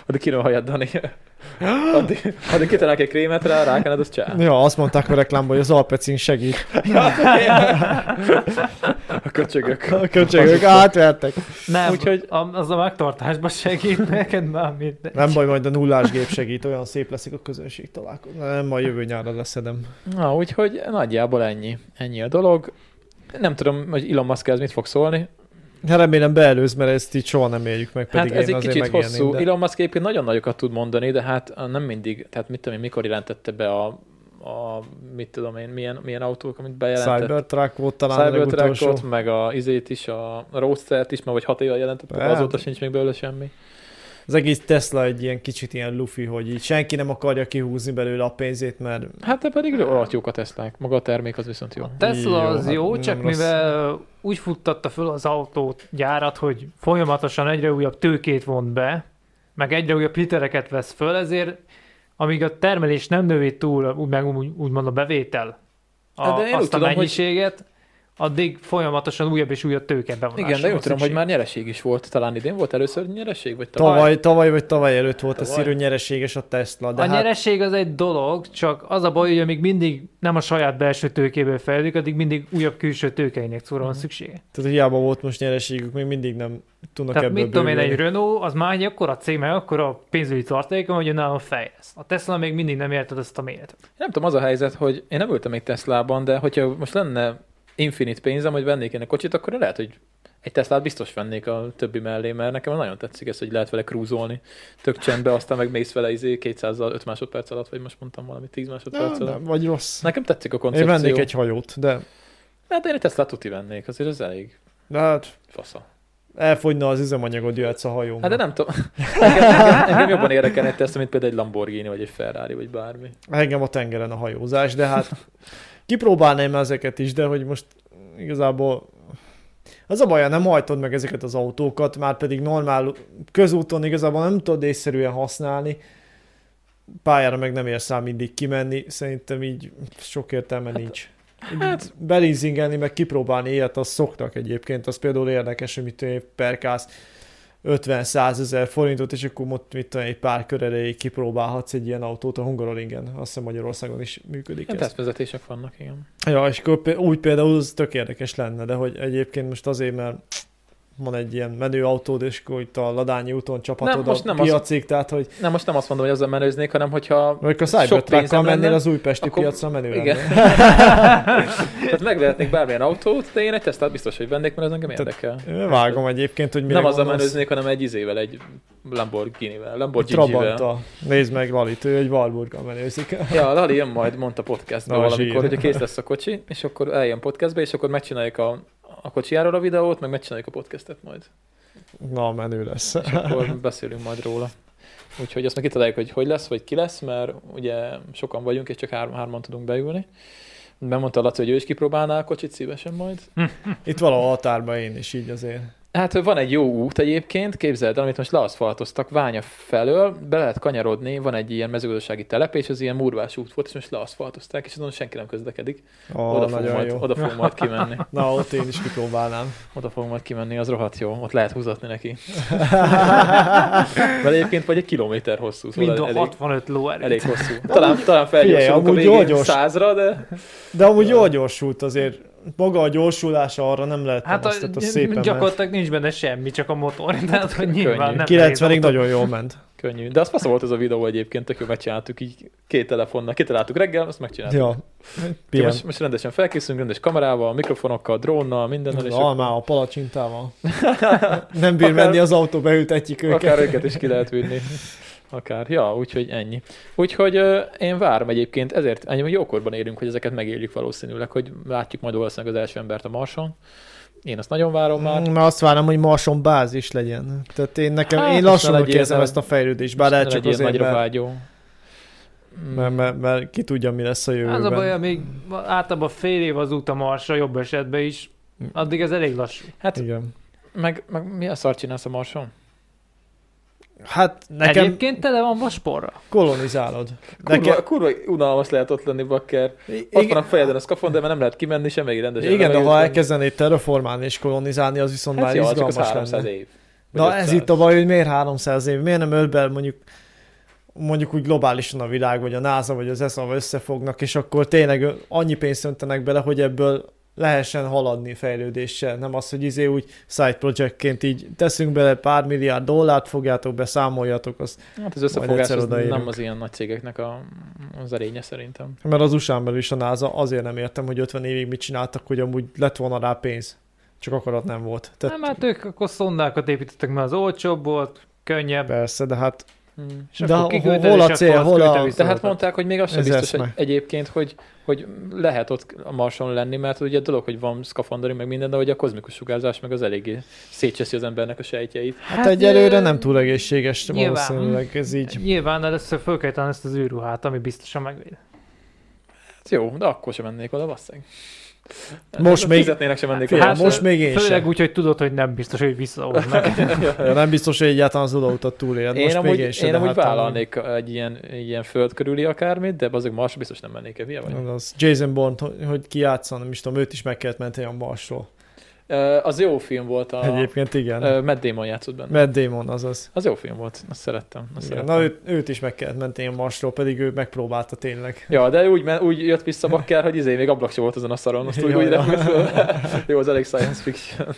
Speaker 2: Addig kinő a hajad, Dani. Addig, addig kitalálok egy krémet rá, rákened, az csá.
Speaker 1: Ja, azt mondták a reklámban, hogy az Alpecin segít.
Speaker 4: Hát,
Speaker 2: A köcsögök.
Speaker 1: A köcsögök átvertek.
Speaker 4: Nem,
Speaker 2: Úgyhogy-
Speaker 4: Úgyhogy... az a megtartásban segít neked már minden.
Speaker 1: Nem baj, majd a nullás gép segít, olyan szép leszik a közönség találkozó. Nem, ma jövő nyára leszedem.
Speaker 2: Na, úgyhogy nagyjából ennyi. Ennyi a dolog. Nem tudom, hogy Elon Musk ez mit fog szólni.
Speaker 1: Hát remélem beelőz, mert ezt így soha nem éljük meg,
Speaker 2: Hát
Speaker 1: pedig
Speaker 2: ez
Speaker 1: én
Speaker 2: egy
Speaker 1: azért
Speaker 2: kicsit hosszú. De...
Speaker 1: megélném. De...
Speaker 2: Elon Musk egyébként nagyon nagyokat tud mondani, de hát ah, nem mindig, tehát mit tudom én, mikor jelentette be a, a mit tudom én, milyen, milyen autók, amit bejelentett.
Speaker 1: Cybertruck volt talán a legutolsó.
Speaker 2: Cybertruckot, meg a izét is, a roadster is, már vagy hat éve jelentettek,
Speaker 1: Hát.
Speaker 2: azóta sincs még belőle semmi.
Speaker 1: Az egész Tesla egy ilyen kicsit ilyen lufi, hogy így senki nem akarja kihúzni belőle a pénzét, mert
Speaker 2: Hát de pedig rohadt jók a Teslák, maga a termék az viszont jó.
Speaker 4: A Tesla
Speaker 1: Jó,
Speaker 4: jó, az
Speaker 1: hát
Speaker 4: jó,
Speaker 1: nem
Speaker 4: csak
Speaker 1: rossz.
Speaker 4: mivel uh, úgy futtatta föl az autót gyárat, hogy folyamatosan egyre újabb tőkét von be, meg egyre újabb hiteleket vesz föl, ezért amíg a termelés nem növi túl, úgy, meg úgy, úgymond a bevétel, a,
Speaker 2: Hát de
Speaker 4: de
Speaker 2: én úgy
Speaker 4: azt a
Speaker 2: tudom, hogy-
Speaker 4: mennyiséget, addig folyamatosan újabb és újabb tőke bevonásra
Speaker 2: Igen, de jól
Speaker 4: van
Speaker 2: tudom, hogy
Speaker 4: szükség.
Speaker 2: már nyereség is volt, talán idén volt először nyereség, vagy talán.
Speaker 1: tavaly, tavaly vagy tavaly előtt volt a
Speaker 2: Tavaly.
Speaker 1: szírő nyereséges a Tesla. De
Speaker 4: a
Speaker 1: hát...
Speaker 4: nyereség az egy dolog, csak az a baj, hogy amíg mindig nem a saját belső tőkéből fejlődik, addig mindig újabb külső tőkeinjekcióra
Speaker 2: Mhm.
Speaker 4: van szüksége.
Speaker 1: Tehát hiába volt most nyereségük, még mindig nem tudnak
Speaker 4: Tehát
Speaker 1: ebből
Speaker 4: mit tudom én,
Speaker 1: bővülni.
Speaker 4: egy Renault, az már egy akkora cég, meg akkora pénzügyi tartaléka, hogy önállóan fejleszt. A Tesla még mindig nem érted ezt a méretet.
Speaker 2: Nem tudom, az a helyzet, hogy én nem ültem még Teslában, de hogyha most lenne infinit pénzem, hogy vennék én a kocsit, akkor lehet, hogy egy Teslát biztos vennék a többi mellé, mert nekem nagyon tetszik ez, hogy lehet vele krúzolni tök csendbe, aztán meg mész vele izé 200 5 másodperc alatt, vagy most mondtam valami 10
Speaker 1: Nem,
Speaker 2: másodperc alatt.
Speaker 1: nem, vagy rossz.
Speaker 2: Nekem tetszik a
Speaker 1: Én
Speaker 2: koncepció.
Speaker 1: vennék egy hajót, de,
Speaker 2: Hát én egy Teslát tuti vennék, azért ez elég
Speaker 1: de hát
Speaker 2: fasza.
Speaker 1: elfogyna az üzemanyagod, jöhetsz a hajón.
Speaker 2: Hát de nem tudom. Engem, engem, engem jobban érdekelne egy Tesla, mint például egy Lamborghini, vagy egy Ferrari, vagy bármi.
Speaker 1: Engem a tengeren a hajózás, de hát kipróbálnám ezeket is, de hogy most igazából az a baja, nem hajtod meg ezeket az autókat, már pedig normál közúton igazából nem tudod észszerűen használni, pályára meg nem érsz rá mindig kimenni, szerintem így sok értelme hát, nincs. Hát, belizingelni, meg kipróbálni ilyet, azt szoktak egyébként, az például érdekes, hogy mit tudom én, perkálsz 50-100 ezer forintot, és akkor ott mit tudom, egy pár kör erejéig kipróbálhatsz egy ilyen autót a Hungaroringen. Azt hiszem Magyarországon is működik
Speaker 2: Ilyen
Speaker 1: ez.
Speaker 2: tesztvezetések vannak, igen.
Speaker 1: Ja, és akkor pé- úgy például az tök érdekes lenne, de hogy egyébként most azért, mert van egy ilyen menő autód, és akkor itt a Ladányi úton csaphatod
Speaker 2: most
Speaker 1: a
Speaker 2: nem az-
Speaker 1: piacig, tehát hogy
Speaker 2: Nem, most nem azt mondom, hogy azzal menőznék, hanem hogyha...
Speaker 1: vagy a
Speaker 2: Sok
Speaker 1: Cybertruck-kal
Speaker 2: pénzem lenne,
Speaker 1: mennél az újpesti
Speaker 2: akkor-
Speaker 1: piacra menő
Speaker 2: Igen.
Speaker 1: lenne.
Speaker 2: Tehát megvehetnék bármilyen autót, de én egy tesztát biztos, hogy vennék, mert az engem
Speaker 1: Tehát-
Speaker 2: érdekel.
Speaker 1: Én Vágom egyébként, hogy mire
Speaker 2: nem azzal
Speaker 1: gondolsz.
Speaker 2: menőznék, hanem egy izével, egy Lamborghini-vel,
Speaker 1: Egy
Speaker 2: Lamborghini-vel.
Speaker 1: Trabanta. Nézd meg Lalit, ő egy Valburga menőzik.
Speaker 2: Ja, Lali jön majd, mondta podcastban
Speaker 1: Na,
Speaker 2: valamikor,
Speaker 1: zsír.
Speaker 2: hogy kész lesz a kocsi, és akkor eljön podcastba, és akkor megcsináljuk a, a kocsijáról a videót, meg megcsináljuk a podcastet majd.
Speaker 1: Na, menő lesz.
Speaker 2: És akkor beszélünk majd róla. Úgyhogy azt meg kitaláljuk, hogy hogy lesz, vagy ki lesz, mert ugye sokan vagyunk, és csak három, hárman tudunk beülni. Bemondta Laci, hogy ő is kipróbálná a kocsit szívesen majd.
Speaker 1: Itt valahol a határban én is így azért.
Speaker 2: Hát van egy jó út egyébként, képzeld el, amit most leaszfaltoztak Ványa felől, be lehet kanyarodni, van egy ilyen mezőgazdasági telep, és ez ilyen murvás út volt, és most leaszfaltozták, és azon senki nem közlekedik.
Speaker 1: Ó,
Speaker 2: oda, fog
Speaker 1: nagyon
Speaker 2: majd,
Speaker 1: jó.
Speaker 2: oda fog majd kimenni.
Speaker 1: Na, ott én is kipróbálnám.
Speaker 2: Oda fog majd kimenni, az rohadt jó, ott lehet húzatni neki. Mert egyébként vagy egy kilométer hosszú, szóval
Speaker 4: Mind a
Speaker 2: elég,
Speaker 4: 65 lóerő.
Speaker 2: elég hosszú. Talán, talán felgyorsulunk a
Speaker 1: amúgy
Speaker 2: végén
Speaker 1: gyors.
Speaker 2: százra, de
Speaker 1: De amúgy jól gyorsult azért. Maga a gyorsulása arra nem lehet
Speaker 4: Hát a,
Speaker 1: azt, tehát az szépen ment.
Speaker 4: gyakorlatilag nincs benne semmi, csak a motor, tehát hogy nyilván
Speaker 2: Könnyű.
Speaker 4: nem
Speaker 1: 90-ig
Speaker 4: nehéz autó.
Speaker 1: nagyon jól ment.
Speaker 2: könnyű. De az fasza volt ez a videó egyébként, tök jó megcsináltuk így két telefonnal, kitaláltuk reggel, azt megcsináltuk.
Speaker 1: Ja.
Speaker 2: Ja,
Speaker 1: Pihen.
Speaker 2: most, most rendesen felkészülünk, rendes kamerával, mikrofonokkal, drónnal, mindennel, és
Speaker 1: Az
Speaker 2: ak-
Speaker 1: almával, palacsintával. Nem bír
Speaker 2: Akár-
Speaker 1: menni az autóba, ültetjük
Speaker 2: akár
Speaker 1: őket.
Speaker 2: őket is ki lehet vinni. Akár, ja, úgyhogy ennyi. Úgyhogy ö, én várom egyébként, ezért ennyi, jókorban érünk, hogy ezeket megéljük valószínűleg, hogy látjuk majd valószínűleg az első embert a Marson. Én azt nagyon várom már.
Speaker 1: Már Mm, azt várom, hogy Marson bázis legyen. Tehát én nekem,
Speaker 2: Hát,
Speaker 1: én
Speaker 2: most ne
Speaker 1: lassan
Speaker 2: legyél
Speaker 1: érzem
Speaker 2: te-
Speaker 1: ezt a fejlődést, bár lehet
Speaker 2: Ne
Speaker 1: csak
Speaker 2: legyél
Speaker 1: azért,
Speaker 2: nagyra
Speaker 1: mert,
Speaker 2: vágyó.
Speaker 1: mert, mert, mert, ki tudja, mi lesz a jövőben.
Speaker 4: Az a baj, még általában fél év az út a marsra, jobb esetben is, addig ez elég lassú.
Speaker 2: Hát,
Speaker 1: Igen.
Speaker 2: meg, meg mi a szar csinálsz a Marson?
Speaker 1: Hát
Speaker 4: Nekem...
Speaker 1: nekem
Speaker 4: Egyébként tele van vasporra.
Speaker 1: kolonizálod.
Speaker 2: Kurva,
Speaker 1: Nekem,
Speaker 2: kurva unalmas lehet ott lenni, bakker. Ott van
Speaker 1: igen,
Speaker 2: a fejeden a szkafon, de nem lehet kimenni semmi rendesen.
Speaker 1: igen, de
Speaker 2: levegőt
Speaker 1: ha
Speaker 2: venni.
Speaker 1: elkezdenéd terraformálni és kolonizálni, az viszont
Speaker 2: hát
Speaker 1: már
Speaker 2: jó, csak az
Speaker 1: izgalmas
Speaker 2: 300
Speaker 1: lenne.
Speaker 2: év. Vagy
Speaker 1: Na ez
Speaker 2: 500.
Speaker 1: itt a baj, hogy miért 300 év, miért nem 5 mondjuk mondjuk úgy globálisan a világ, vagy a NASA, vagy az ESA összefognak, és akkor tényleg annyi pénzt öntenek bele, hogy ebből lehessen haladni fejlődéssel, nem az, hogy izé úgy side projectként így teszünk bele pár milliárd dollárt, fogjátok be, számoljatok azt.
Speaker 2: Hát az összefogás
Speaker 1: egyszer
Speaker 2: az
Speaker 1: odaérünk.
Speaker 2: nem az ilyen nagy cégeknek a, az erénye szerintem.
Speaker 1: Mert az USA-n belül is a NASA, azért nem értem, hogy 50 évig mit csináltak, hogy amúgy lett volna rá pénz. Csak akarat nem volt. Tehát
Speaker 4: Nem, hát ők akkor szondákat építettek, mert az olcsóbb volt, könnyebb.
Speaker 1: persze, de hát
Speaker 2: Hmm.
Speaker 4: És
Speaker 1: De
Speaker 4: akkor
Speaker 1: ho- hol
Speaker 4: kiküldted,
Speaker 1: a
Speaker 4: és akkor
Speaker 1: cél,
Speaker 4: azt
Speaker 1: hol a-
Speaker 4: küldte
Speaker 2: De
Speaker 4: vissza
Speaker 2: hát
Speaker 4: neked.
Speaker 2: mondták, hogy még az sem
Speaker 1: Ez
Speaker 2: biztos hogy
Speaker 1: eszme.
Speaker 2: egyébként, hogy, hogy lehet ott a Marson lenni, mert ugye a dolog, hogy van szkafandori, meg minden, de hogy a kozmikus sugárzás meg az eléggé szétcseszi az embernek a sejtjeit.
Speaker 1: Hát, hát egyelőre nem túl egészséges
Speaker 4: nyilván.
Speaker 1: valószínűleg ez így.
Speaker 4: Nyilván először föl kell tenni ezt az űrruhát, ami biztosan megvéd.
Speaker 2: Hát jó, de akkor sem mennék oda, basszeg.
Speaker 1: Most még-
Speaker 2: Fizetnének sem mennék
Speaker 1: Figyelj,
Speaker 2: oda.
Speaker 1: most még én
Speaker 4: Hát Főleg
Speaker 1: sem.
Speaker 4: úgy, hogy tudod, hogy nem biztos, hogy visszahoznak.
Speaker 1: Ja, nem biztos, hogy egyáltalán az odautat túlél.
Speaker 2: Én
Speaker 1: Hát Most
Speaker 2: amúgy,
Speaker 1: még én sem.
Speaker 2: én
Speaker 1: de
Speaker 2: amúgy
Speaker 1: hát
Speaker 2: vállalnék egy ilyen, ilyen föld körüli akármit, de azok Marsra biztos nem mennék el, hülye vagy.
Speaker 1: amúgy- Az Jason Bond, hogy- hogy kijátszan, nem is tudom, őt is meg kellett menteni a Marsról.
Speaker 2: Ö, Az jó film volt a...
Speaker 1: Egyébként igen.
Speaker 2: Ö, Matt Damon játszott benne.
Speaker 1: Matt Damon, azaz.
Speaker 2: Az jó film volt, azt szerettem. Azt
Speaker 1: Igen.
Speaker 2: szerettem.
Speaker 1: Na őt, őt is meg kellett menteni a Marsról, pedig ő megpróbálta tényleg.
Speaker 2: Ja, de úgy, men, úgy jött vissza bakker, hogy izé, még ablak sem volt azon a szaron, azt úgy,
Speaker 1: Ja,
Speaker 2: úgy
Speaker 1: ja.
Speaker 2: repült föl. Jó, az elég science fiction.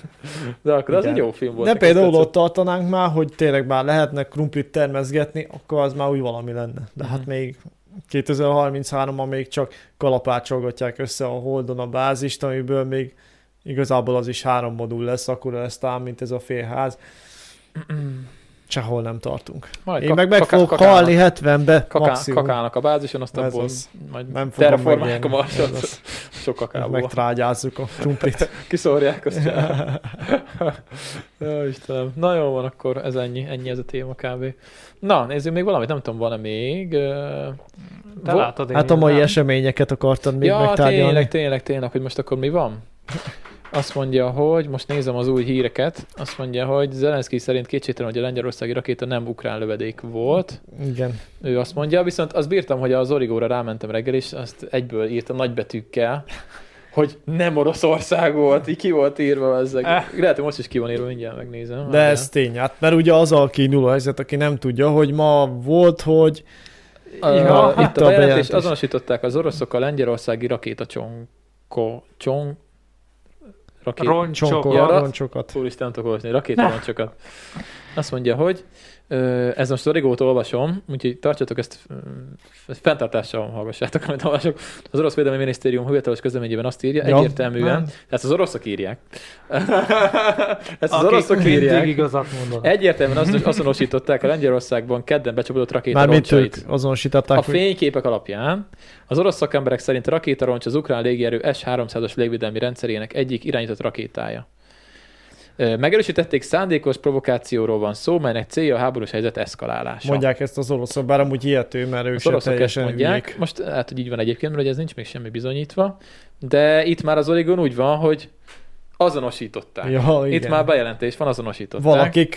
Speaker 2: De akkor az
Speaker 1: Igen.
Speaker 2: egy jó film volt.
Speaker 1: De
Speaker 2: nekem
Speaker 1: például
Speaker 2: tetszett.
Speaker 1: ott tartanánk már, hogy tényleg már lehetne krumplit termezgetni, akkor az már úgy valami lenne. De hát
Speaker 2: Mhm.
Speaker 1: még 2033-ban még csak kalapácsolgatják össze a Holdon a bázist, amiből még igazából az is három modul lesz, akkor lesz tám, mint ez a félház. Sehol nem tartunk.
Speaker 2: Majd
Speaker 1: Én
Speaker 2: kak-
Speaker 1: meg meg
Speaker 2: kaká-
Speaker 1: fogok
Speaker 2: kakának-
Speaker 1: halni 70-be
Speaker 2: Kaká,
Speaker 1: maximum.
Speaker 2: kakának a bázison, azt
Speaker 1: Ez
Speaker 2: abból
Speaker 1: az.
Speaker 2: majd
Speaker 1: Nem fogom
Speaker 2: terraformálják
Speaker 1: megélni.
Speaker 2: a marsot.
Speaker 1: Ez az.
Speaker 2: Sok kakából.
Speaker 1: Megtrágyázzuk a krumplit.
Speaker 2: Kiszórják, azt csinálják. Jó, Istenem. Na jó van, akkor ez ennyi, ennyi ez a téma kb. Na, nézzük még valamit, nem tudom, van-e még. Ö,
Speaker 4: Te
Speaker 2: vo-
Speaker 4: látod, én
Speaker 1: Hát a mai
Speaker 4: nem.
Speaker 1: eseményeket akartad még
Speaker 2: ja,
Speaker 1: megtárgyalni.
Speaker 2: tényleg, tényleg, tényleg, hogy most akkor mi van? Azt mondja, hogy most nézem az új híreket, azt mondja, hogy Zelenszky szerint kétségtelen, hogy a lengyelországi rakéta nem ukrán lövedék volt.
Speaker 1: Igen.
Speaker 2: Ő azt mondja, viszont azt bírtam, hogy az origóra rámentem reggel, és azt egyből írta nagybetűkkel, hogy nem Oroszország volt, így ki volt írva ezek. Lehet, hogy most is ki van írva, mindjárt megnézem.
Speaker 1: Eh. De ez tény, hát mert ugye az a kiinduló helyzet, aki nem tudja, hogy ma volt, hogy
Speaker 2: a,
Speaker 1: Ja,
Speaker 2: itt a,
Speaker 1: itt a
Speaker 2: bejelentés,
Speaker 1: bejelentés.
Speaker 2: azonosították az oroszok a lengyelországi rakétacsonko, csonk, rakéta,
Speaker 4: Roncsok.
Speaker 1: csonkol,
Speaker 2: Jarat.
Speaker 1: roncsokat.
Speaker 2: Úristen, nem tudok olvasni, rakétalancsokat. Azt mondja, hogy ö, ez most régóta olvasom, úgyhogy tartsatok ezt, ö, ezt fenntartással hallgassátok, amit olvasok. Az orosz védelmi minisztérium hivatalos közleményében azt írja,
Speaker 1: Ja.
Speaker 2: egyértelműen, ezt az oroszok írják. ezt az
Speaker 4: Akik
Speaker 2: oroszok
Speaker 4: mindig
Speaker 2: írják. E-
Speaker 4: igazat mondanak.
Speaker 2: Egyértelműen azt azonosították a Lengyelországban kedden becsapódott
Speaker 1: Mármint ők
Speaker 2: rakétaroncsait.
Speaker 1: azonosították,
Speaker 2: A
Speaker 1: hogy
Speaker 2: fényképek alapján az orosz szakemberek szerint a rakétaroncs az ukrán légierő S-300-as légvédelmi rendszerének egyik irányított rakétája. Ö, Megerősítették, szándékos provokációról van szó, melynek célja a háborús helyzet eszkalálása.
Speaker 1: mondják ezt az oroszok, bár amúgy hihető, mert ők
Speaker 2: az
Speaker 1: se
Speaker 2: oroszok ezt
Speaker 1: teljesen
Speaker 2: mondják,
Speaker 1: hülyék.
Speaker 2: most hát, hogy így van egyébként, mert ugye ez nincs még semmi bizonyítva, de itt már az oligon úgy van, hogy azonosították.
Speaker 1: Ja, igen.
Speaker 2: itt már bejelentés van, azonosították.
Speaker 1: Valakik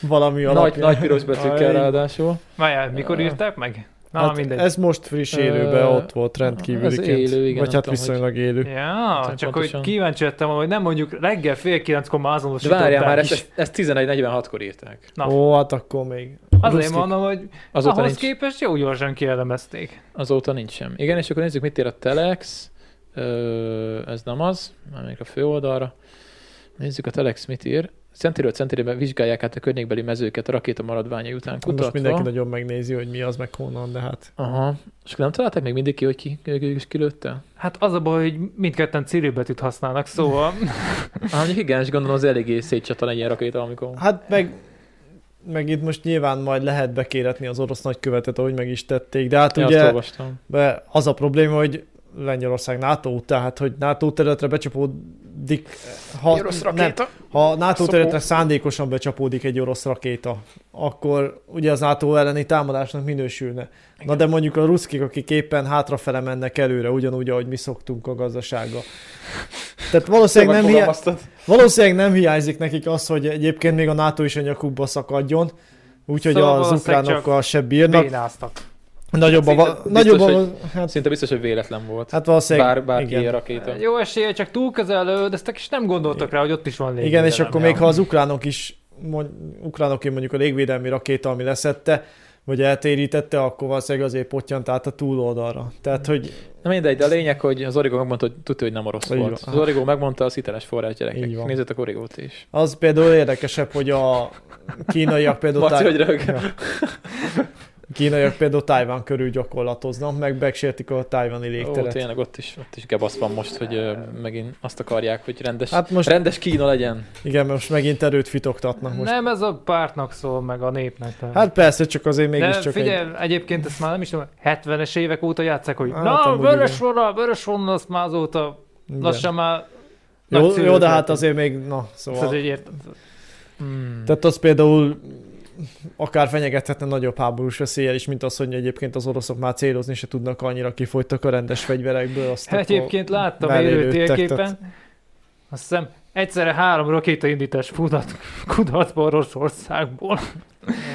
Speaker 1: valami
Speaker 2: nagy,
Speaker 1: alapján.
Speaker 2: nagy piros betűkkel
Speaker 1: Aj,
Speaker 2: ráadásul.
Speaker 4: Várjál, mikor írták meg? Na,
Speaker 1: hát
Speaker 4: mindegy.
Speaker 1: Ez most friss élőben
Speaker 2: Ö,
Speaker 1: ott volt rendkívüliként.
Speaker 2: az élő, igen, nem
Speaker 1: Vagy hát
Speaker 2: tudom, hogy-
Speaker 1: viszonylag élő.
Speaker 4: Ja,
Speaker 2: Egyszer
Speaker 4: csak hogy
Speaker 2: pontosan.
Speaker 4: kíváncsi lettem, hogy nem mondjuk reggel fél kilenckor már
Speaker 2: De
Speaker 4: azonosították.
Speaker 2: várjál már,
Speaker 4: is.
Speaker 2: ezt, ezt 11.46-kor írták.
Speaker 4: Na.
Speaker 1: Ó, hát akkor még.
Speaker 4: Azért
Speaker 1: Ruszkik.
Speaker 4: mondom, hogy
Speaker 2: Azóta
Speaker 4: ahhoz
Speaker 2: nincs.
Speaker 4: képest jó gyorsan kielemezték.
Speaker 2: Azóta nincs sem. Igen, és akkor nézzük, mit ér a Telex. Ö, ez nem az, melyik a főoldalra. Nézzük a Telex mit ír. Centéről centérében vizsgálják át a környékbeli mezőket a rakéta maradványai után kutatva.
Speaker 1: Most mindenki nagyon megnézi, hogy mi az, meg honnan, de hát.
Speaker 2: Aha. És akkor nem találták még mindig ki, hogy ki, ki, ki, ki lőtte?
Speaker 4: Hát az a baj, hogy mindketten cirilbetűt használnak, szóval
Speaker 2: Ah, mondjuk igen, és gondolom az eléggé szétcsatlan egy ilyen rakéta, amikor...
Speaker 1: Hát meg, meg itt most nyilván majd lehet bekéretni az orosz nagykövetet, ahogy meg is tették, de hát
Speaker 2: Én azt
Speaker 1: ugye
Speaker 2: olvastam.
Speaker 1: be- az a probléma, hogy Lengyelország NATO, tehát hogy NATO területre becsapódik, ha, nem, ha NATO területre szándékosan becsapódik egy orosz rakéta, akkor ugye az NATO elleni támadásnak minősülne. Na de mondjuk a ruszkik, akik éppen hátrafele mennek előre, ugyanúgy, ahogy mi szoktunk a gazdasággal. Tehát valószínűleg nem, hiá- valószínűleg nem hiányzik nekik az, hogy egyébként még a NATO is a nyakukba szakadjon, úgyhogy
Speaker 4: Szóval
Speaker 1: szóval az
Speaker 4: valószínűleg csak
Speaker 1: ukránokkal se bírnak.
Speaker 4: bénáztak.
Speaker 1: Nagyobb a, va-
Speaker 2: Szinte
Speaker 1: nagyobb a,
Speaker 2: biztos,
Speaker 1: hát,
Speaker 2: Szinte biztos, hogy véletlen volt.
Speaker 1: hát valószínűleg,
Speaker 2: Bár, bárki ilyen
Speaker 1: igen.
Speaker 2: rakéta.
Speaker 4: Jó esélye, csak túl közel lövöldöztek, és nem gondoltak rá, hogy ott is van légy.
Speaker 1: igen, és akkor még ha az ukránok is, mond, ukránoké mondjuk a légvédelmi rakéta, ami leszette, vagy eltérítette, akkor valószínűleg azért pottyant át a túloldalra. Tehát, hogy
Speaker 2: Na mindegy, de a lényeg, hogy az Origo megmondta, hogy tudja, hogy nem orosz
Speaker 1: Így
Speaker 2: volt.
Speaker 1: van.
Speaker 2: Az Origo megmondta az hiteles forrás
Speaker 1: Így
Speaker 2: gyerekek.
Speaker 1: van.
Speaker 2: Nézzétek Origót is.
Speaker 1: az például érdekesebb, hogy a kínaiak például...
Speaker 2: Marci, hogy röhög.
Speaker 1: Ja. kínaiak például Tájván körül gyakorlatoznak, meg megsértik a tájvani
Speaker 2: Ó,
Speaker 1: légteret.
Speaker 2: tényleg ott is, ott is gebasz van most, hogy ö, megint azt akarják, hogy rendes, hát
Speaker 1: Hát
Speaker 2: most...
Speaker 1: most-
Speaker 2: rendes Kína legyen.
Speaker 1: Igen, mert most megint erőt fitoktatnak most.
Speaker 4: Nem, ez a pártnak szól, meg a népnek. Tehát.
Speaker 1: Hát persze, csak azért
Speaker 4: De
Speaker 1: mégiscsak egy...
Speaker 4: figyelj, egy... egyébként ezt már nem is tudom, 70-es évek óta játszák, hogy
Speaker 1: Hát,
Speaker 4: na,
Speaker 1: amúgy
Speaker 4: vörös
Speaker 1: igen.
Speaker 4: vonal, vörös vonal, azt már azóta
Speaker 1: Igen.
Speaker 4: lassan már...
Speaker 1: Jó,
Speaker 4: nagy
Speaker 1: jó, de hát
Speaker 4: célra
Speaker 1: azért még, na,
Speaker 4: Tehát
Speaker 1: szóval...
Speaker 4: egy ért...
Speaker 2: Hmm.
Speaker 1: Tehát az például akár fenyegethetne nagyobb háborús veszéllyel is, mint az, hogy egyébként az oroszok már célozni se tudnak annyira kifogytak a rendes fegyverekből. Azt akkor
Speaker 4: Hát Egyébként láttam
Speaker 1: mellé
Speaker 4: élő
Speaker 1: lőttek, tehát-
Speaker 4: térképen. Azt hiszem, egyszerre három rakétaindítás fudat, kudatba Oroszországból.